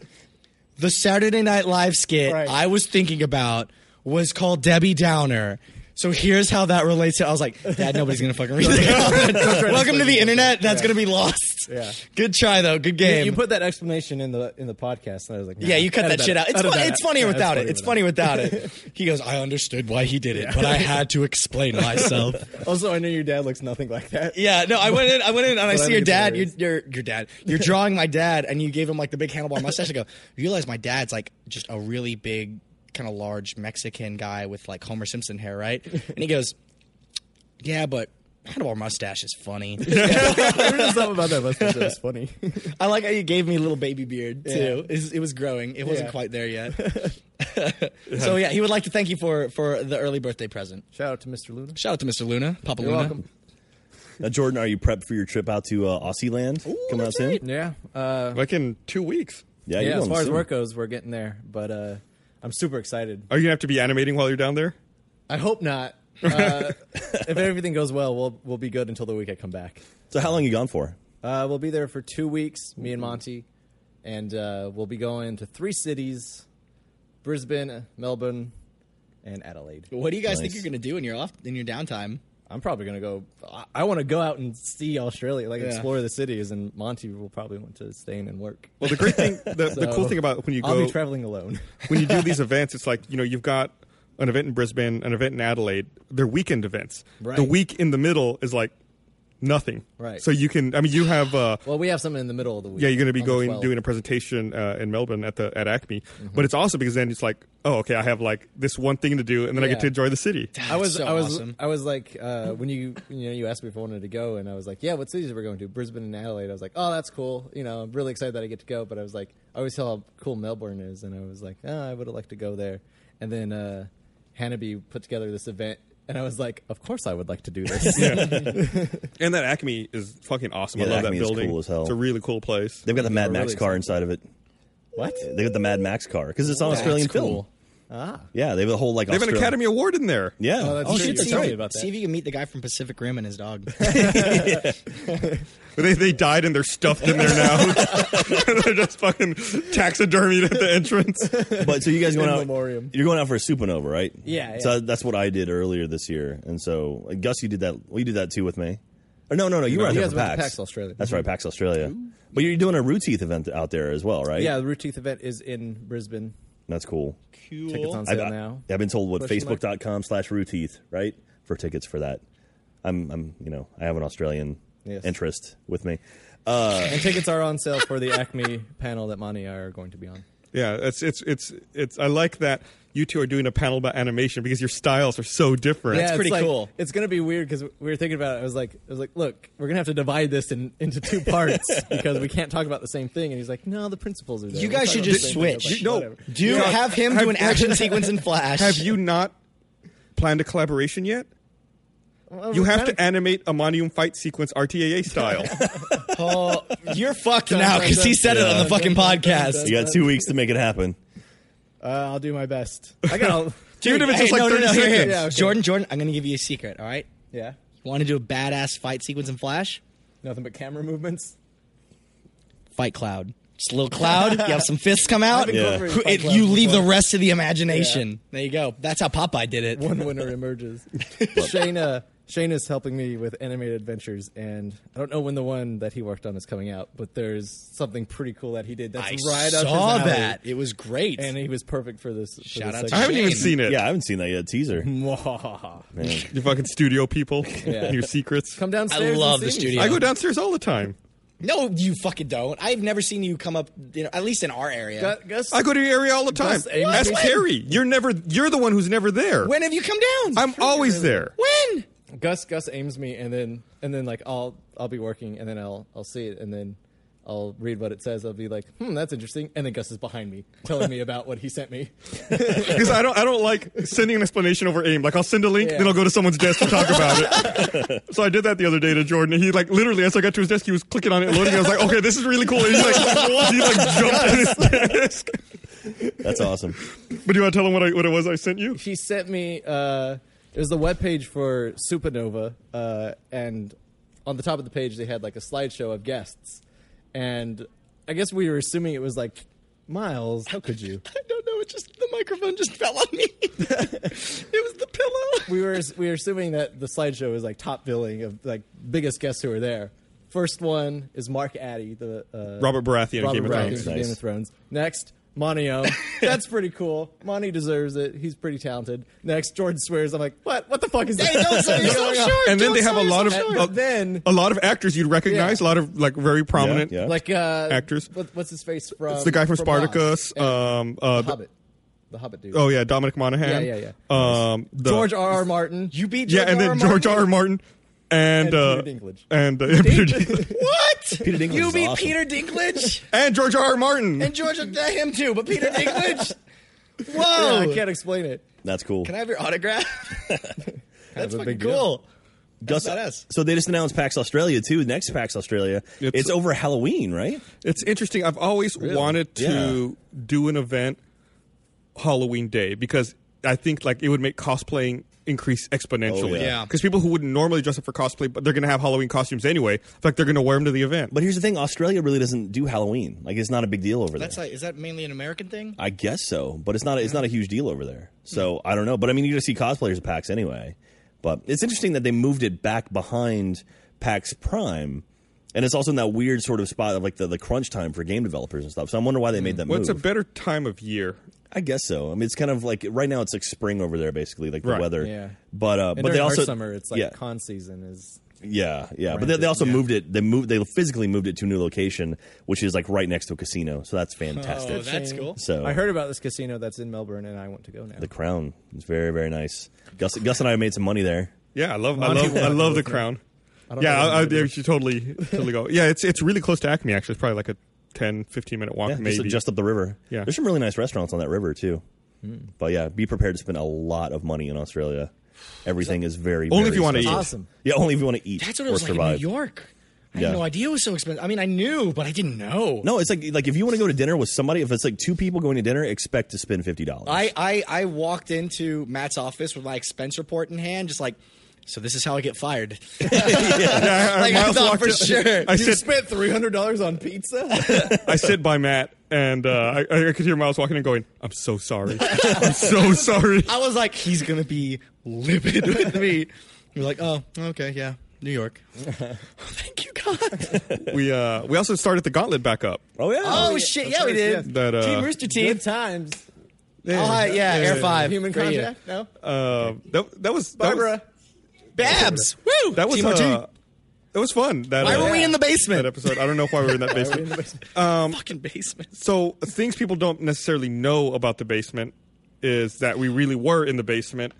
C: the Saturday Night Live skit
D: Right.
C: I was thinking about was called Debbie Downer." So here's how that relates to. I was like, Dad, nobody's gonna fucking read that. Welcome to the internet. That's gonna be lost.
D: Yeah.
C: Good try though. Good
D: You-
C: game.
D: you put that explanation in the in the podcast, and I was like,
C: Yeah,
D: nah,
C: you cut
D: edit
C: that shit out. It's,
D: Edit
C: fun,
D: that
C: it's
D: out.
C: funnier
D: Yeah, it's
C: without it. It's funny without it. He goes, I understood why he did it, but I had to explain myself.
D: Also, I know your dad looks nothing like that.
C: yeah, no, I went in. I went in, and I
D: But I
C: see
D: think
C: your
D: it's
C: dad. Your,
D: hilarious.
C: your your dad. You're drawing my dad, and you gave him like the big handlebar mustache. I go, you realize my dad's like just a really big kind of large Mexican guy with like Homer Simpson hair, right? And he goes, "Yeah, but handlebar mustache is funny."
D: There was something about that mustache that was funny.
C: I like how you gave me a little baby beard too.
D: Yeah.
C: It, was, it was growing. It wasn't
D: Yeah.
C: quite there yet. so yeah, he would like to thank you for for the early birthday present.
D: Shout out to Mr. Luna.
C: Shout out to Mr. Luna, Papa
D: You're
C: Luna.
D: welcome.
B: Now, Jordan, are you prepped for your trip out to uh, Aussie land coming out soon?
D: Yeah. Uh,
A: Like in two weeks.
B: Yeah, you're
D: yeah. As
B: going
D: far as
B: soon.
D: work goes, we're getting there, but uh, I'm super excited.
A: Are you gonna have to be animating while you're down there?
D: I hope not. Uh, if everything goes well, we'll we'll be good until the week I come back.
B: So, how long you gone for?
D: Uh, we'll be there for two weeks, me and Monty, and uh, we'll be going to three cities: Brisbane, Melbourne, and Adelaide.
C: What do you guys think
B: Nice.
C: you're gonna do in your off in your downtime?
D: I'm probably gonna go. I, I want to go out and see Australia, like
C: Yeah.
D: explore the cities, and Monty will probably want to stay in and work.
A: Well, the great thing, the, the cool
D: So,
A: thing about when you
D: I'll
A: go,
D: be traveling alone.
A: when you do these events, it's like you know you've got an event in Brisbane, an event in Adelaide. They're weekend events.
D: Right.
A: The week in the middle is like nothing.
D: Right.
A: So you can. I mean, you have. Uh,
D: well, we have something in the middle of the week.
A: yeah, you're going to be
D: on the
A: going
D: 12th.
A: doing a presentation uh, in Melbourne at the at Acme,
D: Mm-hmm.
A: but it's awesome because then it's like, oh, okay, I have like this one thing to do, and then I get
D: Yeah.
A: to enjoy the city.
D: I was,
C: so
D: I was,
C: awesome.
D: I was like, uh, when you, you know, you asked me if I wanted to go, and I was like, yeah, what cities are we going to? Brisbane and Adelaide. I was like, oh, that's cool. You know, I'm really excited that I get to go. But I was like, I always tell how cool Melbourne is, and I was like, oh, I would have liked to go there. And then uh, Hannaby put together this event, and I was like, of course I would like to do this.
A: And that Acme is fucking awesome. I
B: Yeah,
A: love
B: Acme
A: that
B: is
A: building.
B: cool as hell.
A: It's a really cool place.
B: They've got the Mad
D: We're
B: Max
D: really
B: car inside of it.
D: what?
B: They got the Mad Max car because it's on Australian film.
D: Ah,
B: Yeah, they have a whole like.
A: They have an
B: Australian-
A: Academy Award in there.
B: Yeah,
D: Oh, that's
B: Oh,
D: true.
B: shit,
D: You
B: that's
D: tell me
B: right.
D: about that.
C: See if you can meet the guy from Pacific Rim and his dog.
A: They, they died and they're stuffed in there now. they're just fucking taxidermied at the entrance.
B: But so you guys going
D: In
B: out?
D: memoriam.
B: You're going out for a supernova, right?
D: Yeah,
B: So
D: yeah.
B: that's what I did earlier this year, and so uh, Gus, you did that. Well, you did that too with me. Or no, no, no. You were out
D: you
B: there
D: guys
B: for
D: went
B: PAX.
D: to PAX Australia. Mm-hmm.
B: That's right, PAX Australia. But you're doing a root teeth event out there as well, right?
D: yeah. The Root Tooth event is in Brisbane.
B: that's cool.
D: Tickets on
B: I've,
D: sale now.
B: I've been told what
D: Question mark?
B: facebook.com slash root teeth, right? For tickets for that. I'm, I'm, you know, I have an Australian
D: Yes.
B: interest with me. Uh,
D: And tickets are on sale for the Acme panel that Monty and I are going to be on.
A: Yeah, it's it's it's it's. I like that you two are doing a panel about animation because your styles are so different.
D: Yeah,
C: pretty
D: it's like-
C: cool.
D: It's gonna be weird because we were thinking about it. I was like, I was like, look, we're gonna have to divide this in, into two parts because we can't talk about the same thing. And he's like, no, the principles are. There.
C: You
D: We'll
C: guys
D: talk
C: should
D: about the
C: just
D: same thing." I was
C: switch.
D: like,
A: No,
D: whatever.
C: Do
A: Yeah.
C: have him do an
A: Have-
C: action sequence in Flash.
A: Have you not planned a collaboration yet?
D: Well,
A: You
D: we're
A: have
D: kinda-
A: to animate a Monium fight sequence RTAA style.
C: Oh, you're fucked now because he said it on the fucking podcast.
B: you got two weeks to make it happen.
D: Uh, I'll do my best. I got.
A: Even if it's just like
C: Hey, no, no,
A: 30
C: no, here,
A: seconds.
C: here.
D: Yeah, okay.
C: Jordan, Jordan, I'm gonna give you a secret. All right,
D: yeah.
C: you want to do a badass fight sequence in Flash?
D: Nothing but camera movements.
C: Fight Cloud. Just a little cloud. You have some fists come out.
B: incorporated
C: Who-
D: Fight
C: it-
D: Cloud
C: you leave the
D: before.
C: rest to the imagination. There you go. That's how Popeye did it.
D: One winner emerges. Shayna. Shane is helping me with animated adventures, and I don't know when the one that he worked on is coming out, but there's something pretty cool that he did. That's
C: I
D: right up his
C: saw
D: alley,
C: that. It was great.
D: and he was perfect for this. for
C: Shout
D: this
C: out to
A: I
D: segment.
A: haven't even
C: Shame.
A: seen it.
B: Yeah, I haven't seen that yet. Teaser. Man.
A: You fucking studio people and your secrets.
D: Come downstairs. and
C: love the
D: see me.
C: studio.
A: I go downstairs all the time.
C: no, you fucking don't. I've never seen you come up. You know, at least in our area.
D: Gu- Gus,
A: I go to your area all the time.
D: Gus Ames-
A: Ask
D: What?
A: Carrie. You're never. You're the one who's never there.
C: when have you come down?
A: I'm always there.
C: when?
D: Gus Gus aims me, and then and then like I'll I'll be working, and then I'll I'll see it, and then I'll read what it says. I'll be like, hmm, that's interesting, and then Gus is behind me telling me about what he sent me.
A: Because I don't, I don't like sending an explanation over AIM. Like I'll send a link,
D: Yeah.
A: then I'll go to someone's desk to talk about it. so I did that the other day to Jordan. And he like literally, as I got to his desk, he was clicking on it, and loading. it. I was like, okay, this is really cool. And he like, he like jumped in his desk.
B: That's awesome.
A: But do you want to tell him what I, what it was I sent you?
D: He sent me uh, it was the webpage for Supernova, uh, and on the top of the page they had like a slideshow of guests, and I guess we were assuming it was like Miles. How could you?
C: I don't know. It just the microphone just fell on me. it was the pillow.
D: we were we were assuming that the slideshow is like top billing of like biggest guests who are there. First one is Mark Addy, the uh,
A: Robert Baratheon,
D: Robert
A: Game of Thrones.
D: Baratheon from
B: Nice.
D: Game of Thrones. Next, Monio. That's pretty cool. Monty deserves it. He's pretty talented. Next, Jordan swears. I'm like, what? What the fuck is that?
C: don't sell yourself short.
A: And then they have
C: Don't
A: a
C: sell
A: lot of
C: yourself
D: short.
A: a,
D: And then-
A: a lot of actors you'd recognize.
D: Yeah.
A: A lot of like very prominent.
B: Yeah, yeah.
D: like uh,
A: Actors.
D: What, what's his face uh, from?
A: It's the guy from,
D: Lost
A: Spartacus.
D: and
A: Um, uh,
D: Hobbit. the Hobbit dude.
A: Oh yeah, Dominic Monaghan.
D: Yeah, yeah,
A: yeah. Um, the,
D: George R. R. Martin. You beat
A: yeah, and then George R. R. Martin and
D: And
A: uh,
D: Peter Dinklage.
A: and uh, Peter Dinklage.
C: What?
B: Peter Dinklage
C: you
B: is
C: beat
B: awesome.
C: Peter Dinklage
A: and George R. R. Martin.
C: and George that him too, but Peter Dinklage.
D: Yeah, I
C: Whoa!
D: can't explain it.
B: That's cool.
C: Can I have your autograph? That's
D: a
C: fucking
D: big deal.
C: cool.
B: Gus,
C: badass.
B: so they just announced PAX Australia too. Next PAX Australia, it's,
A: It's-
B: over Halloween, right?
A: It's interesting. I've always wanted to do an event Halloween day because I think like it would make cosplaying increase exponentially.
B: yeah.
C: Yeah.
A: Because people who wouldn't normally dress up for cosplay, but they're going to have Halloween costumes anyway. In fact, they're going to wear them to the event.
B: But here's the thing: Australia really doesn't do Halloween. Like it's not a big deal over
C: That's
B: there.
C: like, is that mainly an American thing?
B: I guess so, but it's not. It's not a huge deal over there. So I don't know. But I mean, you're gonna see cosplayers at PAX anyway. But it's interesting that they moved it back behind PAX Prime, and it's also in that weird sort of spot of like the, the crunch time for game developers and stuff. So I wonder why they
D: Hmm.
B: made that
A: Well, it's a
B: move.
A: better time of year.
B: I guess so. I mean, it's kind of like right now it's like spring over there, basically, like the
A: Right.
B: weather.
D: Yeah.
B: But uh,
D: And
B: but they
D: during our
B: also
D: summer, it's like
B: yeah.
D: con season is.
B: Yeah, yeah, but they, they
D: Granted,
B: also
D: yeah.
B: moved it. They moved. They physically moved it to a new location, which is like right next to a casino. So that's fantastic.
C: Oh, that's
D: Shame.
C: cool.
B: so
D: I heard about this casino that's in Melbourne, and I want to go now.
B: the crown is very very nice. Gus, Gus and I made some money there.
A: Yeah, I love, I love, I love the crown.
D: don't
A: yeah,
D: know what
A: I, I,
D: I'm gonna
A: you should totally, totally go. Yeah, it's it's really close to Acme. Actually, it's probably like a 10, 15 minute walk,
B: Yeah,
A: maybe.
B: just, just up the river.
A: Yeah.
B: there's some really nice restaurants on that river too. But yeah, be prepared to spend a lot of money in Australia. Everything is very
A: Only if
B: very
A: you wanna eat.
B: expensive.
D: Awesome.
B: Yeah, only if you want to eat.
C: That's what
B: or
C: it was like
B: survive.
C: in New York. I
B: Yeah.
C: had no idea it was so expensive. I mean, I knew, but I didn't know.
B: No, it's like like if you want to go to dinner with somebody, if it's like two people going to dinner, expect to spend fifty dollars.
C: I, I, I walked into Matt's office with my expense report in hand, just like, so this is how I get fired.
A: yeah, I- I-
C: like, I
A: Miles
C: thought
A: walked
C: for
A: up-
C: sure.
A: I
D: You
A: said,
D: spent three hundred dollars on pizza.
A: I sit by Matt, and uh, I, I could hear Miles walking in, going, "I'm so sorry, I'm so sorry."
C: I was like, he's going to be livid with me. You're like, oh, okay, yeah, New York. Thank you,
A: Oh,
C: God.
A: We uh, we also started the gauntlet back up.
B: oh yeah,
C: Oh, shit. Yeah, we did.
A: That uh,
C: Team Rooster
D: Good
C: Teeth.
D: times.
C: Oh, hi, yeah, Air 5.
D: Human
C: for you.
D: contract. No,
A: uh, that, that was that
D: Barbara.
C: Babs. Woo!
A: Was, that was
C: Team OT.
A: uh, that was fun. That
C: Why
A: uh,
C: were we in the basement?
A: that episode? I don't know why we were in that basement. um,
C: fucking basement.
A: so things people don't necessarily know about the basement is that we really were in the basement,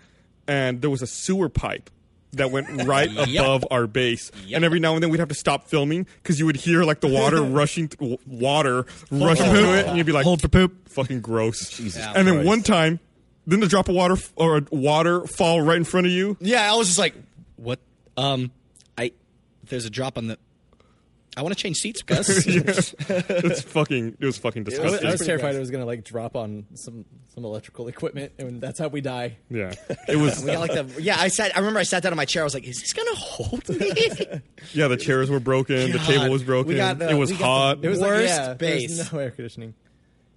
A: and there was a sewer pipe. That went right
C: Yep.
A: above our base,
C: Yep.
A: and every now and then we'd have to stop filming because you would hear like the water rushing, th- water rushing
B: for
A: through
B: poop.
A: it, and you'd be like, "Hold for poop!" Fucking gross.
B: Jesus
A: And then
B: Christ.
A: one time, then the drop of water f- or water fall right in front of you.
C: Yeah, I was just like, what? Um, I there's a drop on the. I want to change seats, Gus.
A: It's fucking. It was fucking
D: I was,
A: disgusting.
D: I was terrified
C: gross.
D: it was gonna like drop on some some electrical equipment, and that's how we die.
A: yeah, it was.
C: We got like the yeah. I sat. I remember I sat down on my chair. I was like, "Is this gonna hold me?"
A: Yeah, the chairs were broken. The
C: God.
A: table was broken.
C: We got the-
A: it was
C: we got
A: hot.
C: the-
D: It was
C: Worst
D: like, yeah, there was
C: base.
D: no air conditioning.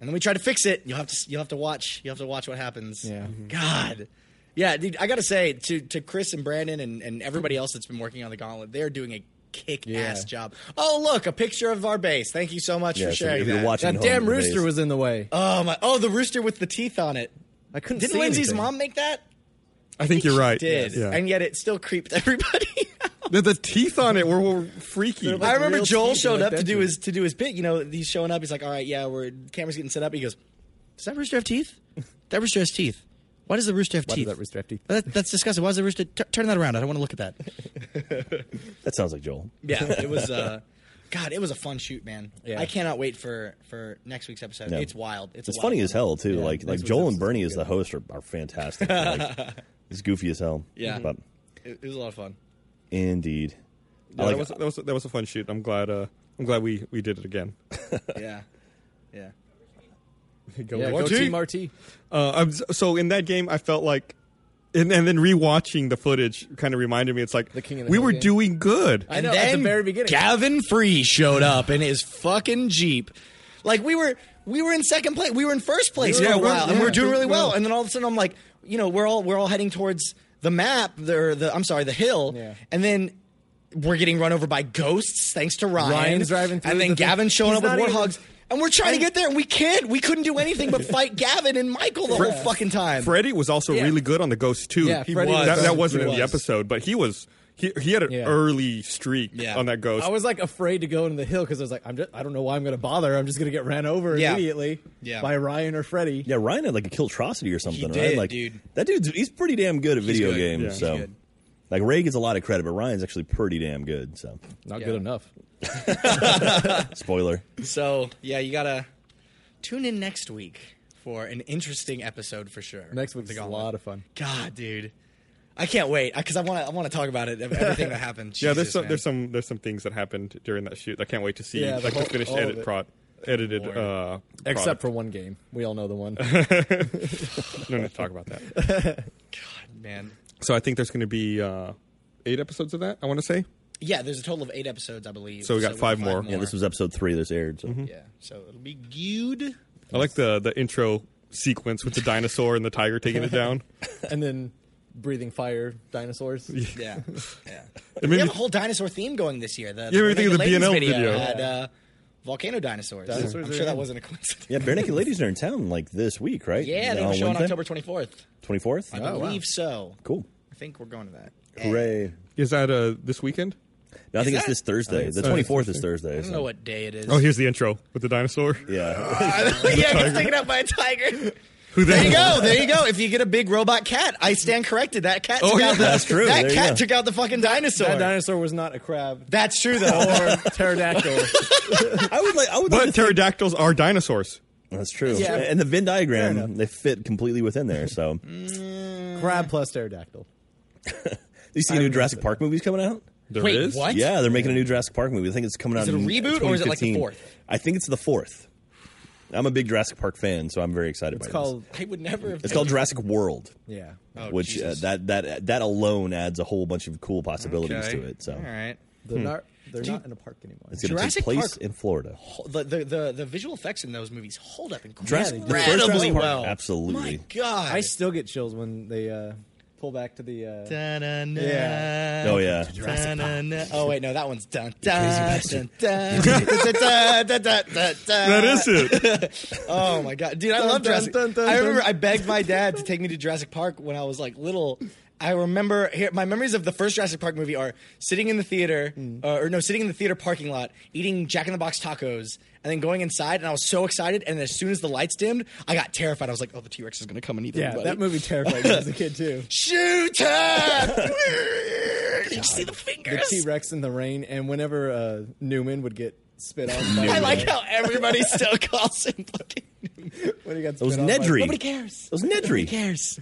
C: and then we tried to fix it. You'll have to. You'll have to watch. You'll have to watch what happens.
D: Yeah. Mhm.
C: God. Yeah, dude. I gotta say to to Chris and Brandon and and everybody else that's been working on the gauntlet, they're doing a kick ass
D: Yeah.
C: job. Oh look, a picture of our base. Thank you so much
B: Yeah,
C: for
B: so
C: sharing
B: if you're
C: that.
B: watching-
D: That
B: home
D: damn
B: in the
D: rooster
B: base.
D: was in the way.
C: oh my. Oh, the rooster with the teeth on it.
D: I couldn't.
C: Didn't
D: see
C: Lindsay's
D: anything.
C: mom make that?
A: I think you're
C: she
A: right.
C: Did
A: Yeah.
C: and yet it still creeped everybody. out.
A: the, the teeth on it were, were freaky.
C: I remember
D: real
C: Joel
D: teeth,
C: showed
D: like
C: up to
D: that
C: do
D: too.
C: his to do his bit. You know, he's showing up. He's like, "All right, yeah, we're camera's getting set up." He goes, "Does that rooster have teeth? That rooster has teeth. Why does the rooster have
D: Why
C: teeth?
D: does that rooster have teeth?"
C: That- that's disgusting. Why does the rooster t- turn that around? I don't want to look at that."
B: that sounds like Joel.
C: Yeah, it was. Uh, God, it was a fun shoot, man.
D: Yeah.
C: I cannot wait for for next week's episode.
B: Yeah.
C: It's wild. It's,
B: It's
C: a
B: funny
C: wild
B: as hell too. like like
D: week's
B: Joel and
D: episode's
B: Bernie as the host are, are fantastic. They're, like, it's goofy as hell.
C: Yeah. Mm-hmm.
B: but
C: It, it was a lot of fun.
B: indeed,
A: Yeah,
B: I like-
A: that, was, that was that was a fun shoot. I'm glad. Uh, I'm glad we we did it again.
C: Yeah, yeah.
A: Go
D: Yeah,
A: watch
D: go
A: it.
D: Team RT.
A: Uh, I'm, s- so in that game, I felt like, and, and then rewatching the footage kind of reminded me. It's like
D: The King of the
A: we
D: Hill
A: were
D: game.
A: doing good.
D: I know, at the very beginning.
C: Gavin Free showed up in his fucking Jeep. Like we were we were in second place. We were in first place
A: Yeah,
C: for a
A: we're-
C: while and we were
A: yeah,
C: doing
A: doing
C: really well.
A: well.
C: And then all of a sudden I'm like, you know, we're all we're all heading towards the map, the or the I'm sorry, the hill.
D: Yeah.
C: And then we're getting run over by ghosts thanks to Ryan.
D: Ryan's driving through
C: and then
D: the thing.
C: Gavin's showing
D: He's
C: up with
D: not even-
C: warthogs. and we're trying to get there and we can't. We couldn't do anything but fight Gavin and Michael the whole fucking time.
A: Freddie was also
C: Yeah.
A: really good on the Ghost too.
D: Yeah, He Freddie was. was.
A: That, that
D: He
A: wasn't in
D: was.
A: the episode, but he was He, he had an
D: Yeah.
A: early streak
C: Yeah.
A: on that ghost.
D: I was like afraid to go into the hill because I was like, I'm just, I don't know why I'm going to bother. I'm just going to get ran over
C: Yeah.
D: immediately
C: Yeah.
D: by Ryan or Freddy.
B: Yeah, Ryan had like a killtrocity or something, right?
C: did,
B: Like
C: dude.
B: that dude's he's pretty damn good at video
C: good.
B: games.
C: Yeah. He's
B: So,
C: good.
B: like Ray gets a lot of credit, but Ryan's actually pretty damn good. So,
D: Not
C: Yeah.
D: good enough.
B: spoiler.
C: So yeah, you gotta tune in next week for an interesting episode for sure.
D: Next week's
C: The
D: a
C: Gauntlet.
D: lot of fun.
C: God, dude, I can't wait because I want to. I want to talk about it. ev- Everything that happened.
A: yeah, there's
C: Jesus,
A: some,
C: man.
A: there's some there's some things that happened during that shoot. I can't wait to see
D: Yeah, the
A: like the
D: whole-
A: finished
D: all of
A: edit
D: it.
A: prod, edited
C: Lord.
A: uh
D: Except for
A: product.
D: one game. We all know the one.
A: no need to talk about that.
C: man.
A: So I think there's going to be uh, eight episodes of that. I want to say.
C: Yeah, there's a total of eight episodes, I believe.
A: So we got
C: we'll
A: five
C: have
A: more.
B: Yeah, this was episode three. This aired. So.
C: yeah. So it'll be good.
A: I like the the intro sequence with the dinosaur and the tiger taking it down.
D: and then breathing fire dinosaurs.
C: Yeah, yeah.
A: It
C: we
A: made
C: have
A: me-
C: a whole dinosaur theme going this year. The,
A: Yeah, we were thinking of the
C: Ladies
A: BNL
C: video,
A: video.
C: had uh, volcano dinosaurs.
D: Dinosaurs
C: I'm
D: are
C: sure that
D: in.
C: wasn't a coincidence.
B: Yeah, Bare Naked Ladies are in town like this week, right? Uh,
C: Yeah, they were showing October 24th.
B: twenty fourth.
A: Oh,
C: I believe so.
B: Cool.
C: I think we're going to that.
B: Hooray!
A: Is that uh, this weekend?
B: No, I think
C: that-
B: it's this Thursday. The
A: it's-
B: twenty fourth is Thursday.
C: I don't know what day it is.
A: Oh, here's the intro with the dinosaur.
B: Yeah,
C: yeah, gets taken out by a tiger.
A: Who
C: There
A: then-
C: you go. There you go. If you get a big robot cat, I stand corrected. That cat took
A: yeah,
C: out the,
B: Oh, that's true.
C: That
B: There you
C: cat
B: go.
C: took out the fucking dinosaur.
D: That Oh. dinosaur was not a crab
C: that's true though.
D: or pterodactyl.
B: I would like. I would. Like to
A: But pterodactyls are dinosaurs.
B: That's true.
C: Yeah.
B: And the Venn
D: Fair enough.
B: diagram, they fit completely within there. So,
C: Mm-hmm.
D: crab plus pterodactyl.
B: you see new Jurassic Park movies coming out?
A: There
C: Wait,
A: is?
C: what?
B: Yeah, they're making a new Jurassic Park movie. I think it's coming out.
C: it a
B: in
C: reboot or is it like the
B: 2015.
C: fourth?
B: I think it's the fourth. I'm a big Jurassic Park fan, so I'm very excited.
D: It's
B: by
D: called
C: I would never. Have
B: This. It's called Jurassic World,
D: yeah.
C: Oh,
B: which uh, that that that alone adds a whole bunch of cool possibilities
C: Okay.
B: to it. So
C: All right.
D: They're not they're not in a park anymore.
B: it's going to
C: Jurassic
B: take place
C: Park- Oh,
B: in Florida.
C: The, the the the visual effects in those movies hold up
B: Jurassic-
C: incredibly,
B: the first Jurassic Park,
C: well.
B: absolutely.
C: My God.
D: I still get chills when they uh, pull back to the uh,
C: Dun-dun-dun.
D: Yeah.
B: Oh yeah,
C: Dun-dun-dun. Oh wait, no, that one's dun dun dun dun dun dun dun dun dun.
A: That is it.
C: Oh my god, dude! I love
D: dun,
C: Jurassic.
D: dun, dun,
C: I remember
D: dun.
C: I begged my dad to take me to Jurassic Park when I was like little. I remember here, my memories of the first Jurassic Park movie are sitting in the theater,
D: Mm.
C: uh, or no, sitting in the theater parking lot, eating Jack in the Box tacos, and then going inside. And I was so excited. And as soon as the lights dimmed, I got terrified. I was like, "Oh, the T Rex is going to come and eat
D: yeah.
C: everybody."
D: That movie terrified me as a kid too.
C: Shoot! Did you see the
D: The
C: fingers?
D: T Rex in the rain, and whenever uh, Newman would get spit off, by
C: I
D: the-
C: like how everybody still calls him fucking.
D: when he got spit
B: was
D: off by-
B: Nedry.
C: Nobody cares.
B: It was
C: Nobody
B: Nedry.
C: cares.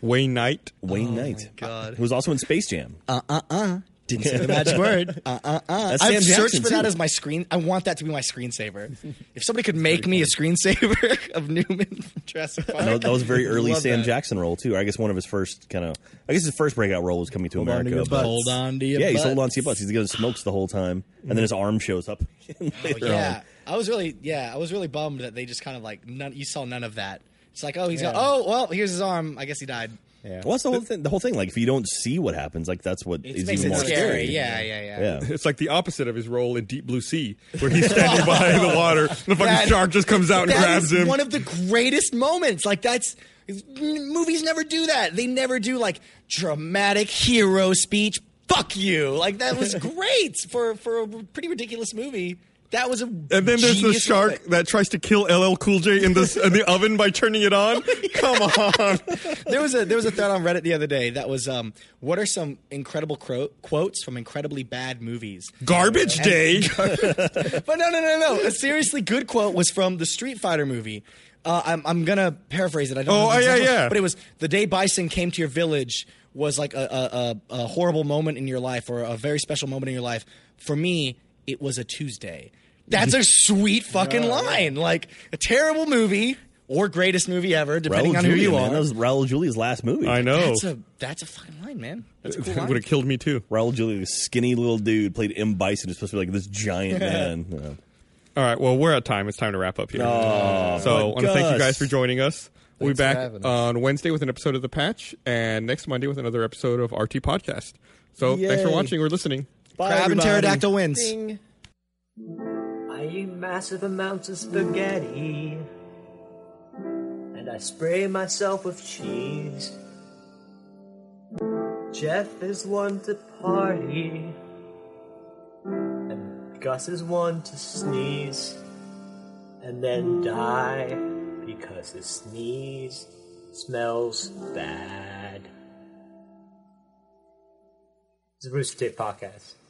A: Wayne Knight.
B: Wayne
C: Oh,
B: Knight, God. who was also in Space Jam.
C: Uh, Didn't say the magic word. Uh uh uh.
B: That's
C: I've
B: Sam Jackson,
C: searched for that
B: too.
C: as my screen. I want that to be my screensaver. if somebody could make me a screensaver of Newman from Jurassic Park,
B: that, that was a very early
C: Love
B: Sam
C: that.
B: Jackson role too. I guess one of his first kind of, I guess his first breakout role was Coming to
D: on to
B: America.
D: your
B: but-
D: butts.
C: Hold on to your
B: yeah, he's
C: butts.
B: holding on to your butts. He's going smokes the whole time, and then his arm shows up.
C: Oh,
B: later
C: yeah,
B: on.
C: I was really yeah, I was really bummed that they just kind of like none. You saw none of that. It's like oh he's got oh well here's his arm. I guess he died.
D: Yeah.
B: Well, that's the whole thing. The whole thing, like if you don't see what happens, like that's what
C: It
B: is
C: makes
B: even
C: it
B: more
C: scary. Yeah, yeah, yeah.
B: yeah.
A: It's like the opposite of his role in Deep Blue Sea, where he's standing by the water, and the fucking
C: That-
A: shark just comes out and
C: That
A: grabs
C: is
A: him.
C: One of the greatest moments. Like that's n- movies never do that. They never do like dramatic hero speech. Fuck you. Like that was great for for a pretty ridiculous movie. That was a
A: and then there's the
C: genius
A: shark
C: moment.
A: that tries to kill LL Cool J in the in the oven by turning it on. Come on,
C: there was a there was a thread on Reddit the other day that was um what are some incredible cro- quotes from incredibly bad movies?
A: garbage day.
C: But no, no, no, no. A seriously good quote was from the Street Fighter movie. Uh, I'm, I'm gonna paraphrase it. I don't.
A: Oh,
C: know the
A: yeah,
C: exact one,
A: yeah.
C: But it was the day Bison came to your village was like a, a, a, a horrible moment in your life or a very special moment in your life. For me, it was a Tuesday. That's a sweet fucking line. Like a terrible movie or greatest movie ever, depending
B: Raul
C: on who
B: Julia,
C: you
B: man.
C: are.
B: That was Raul Julia's last movie.
A: I know.
C: That's a that's a fucking line, man. That's a cool
A: Would
C: line.
A: have killed me too.
B: Raul Julia, this skinny little dude, played M Bison, who's supposed to be like this giant man. Yeah.
A: All right. Well, we're at time. It's time to wrap up here. so I want to thank you
B: Gus.
A: guys for joining us. We'll be
D: Oh, Thanks for
A: back
D: having us.
A: on Wednesday with an episode of The Patch and next Monday with another episode of RT Podcast. So thanks for
B: Yay.
A: watching or listening.
B: Bye,
C: Crab and
B: everybody.
C: pterodactyl wins.
I: I eat massive amounts of spaghetti. And I spray myself with cheese. Jeff is one to party, and Gus is one to sneeze, and then die because his sneeze smells bad. It's a Rooster Teeth podcast.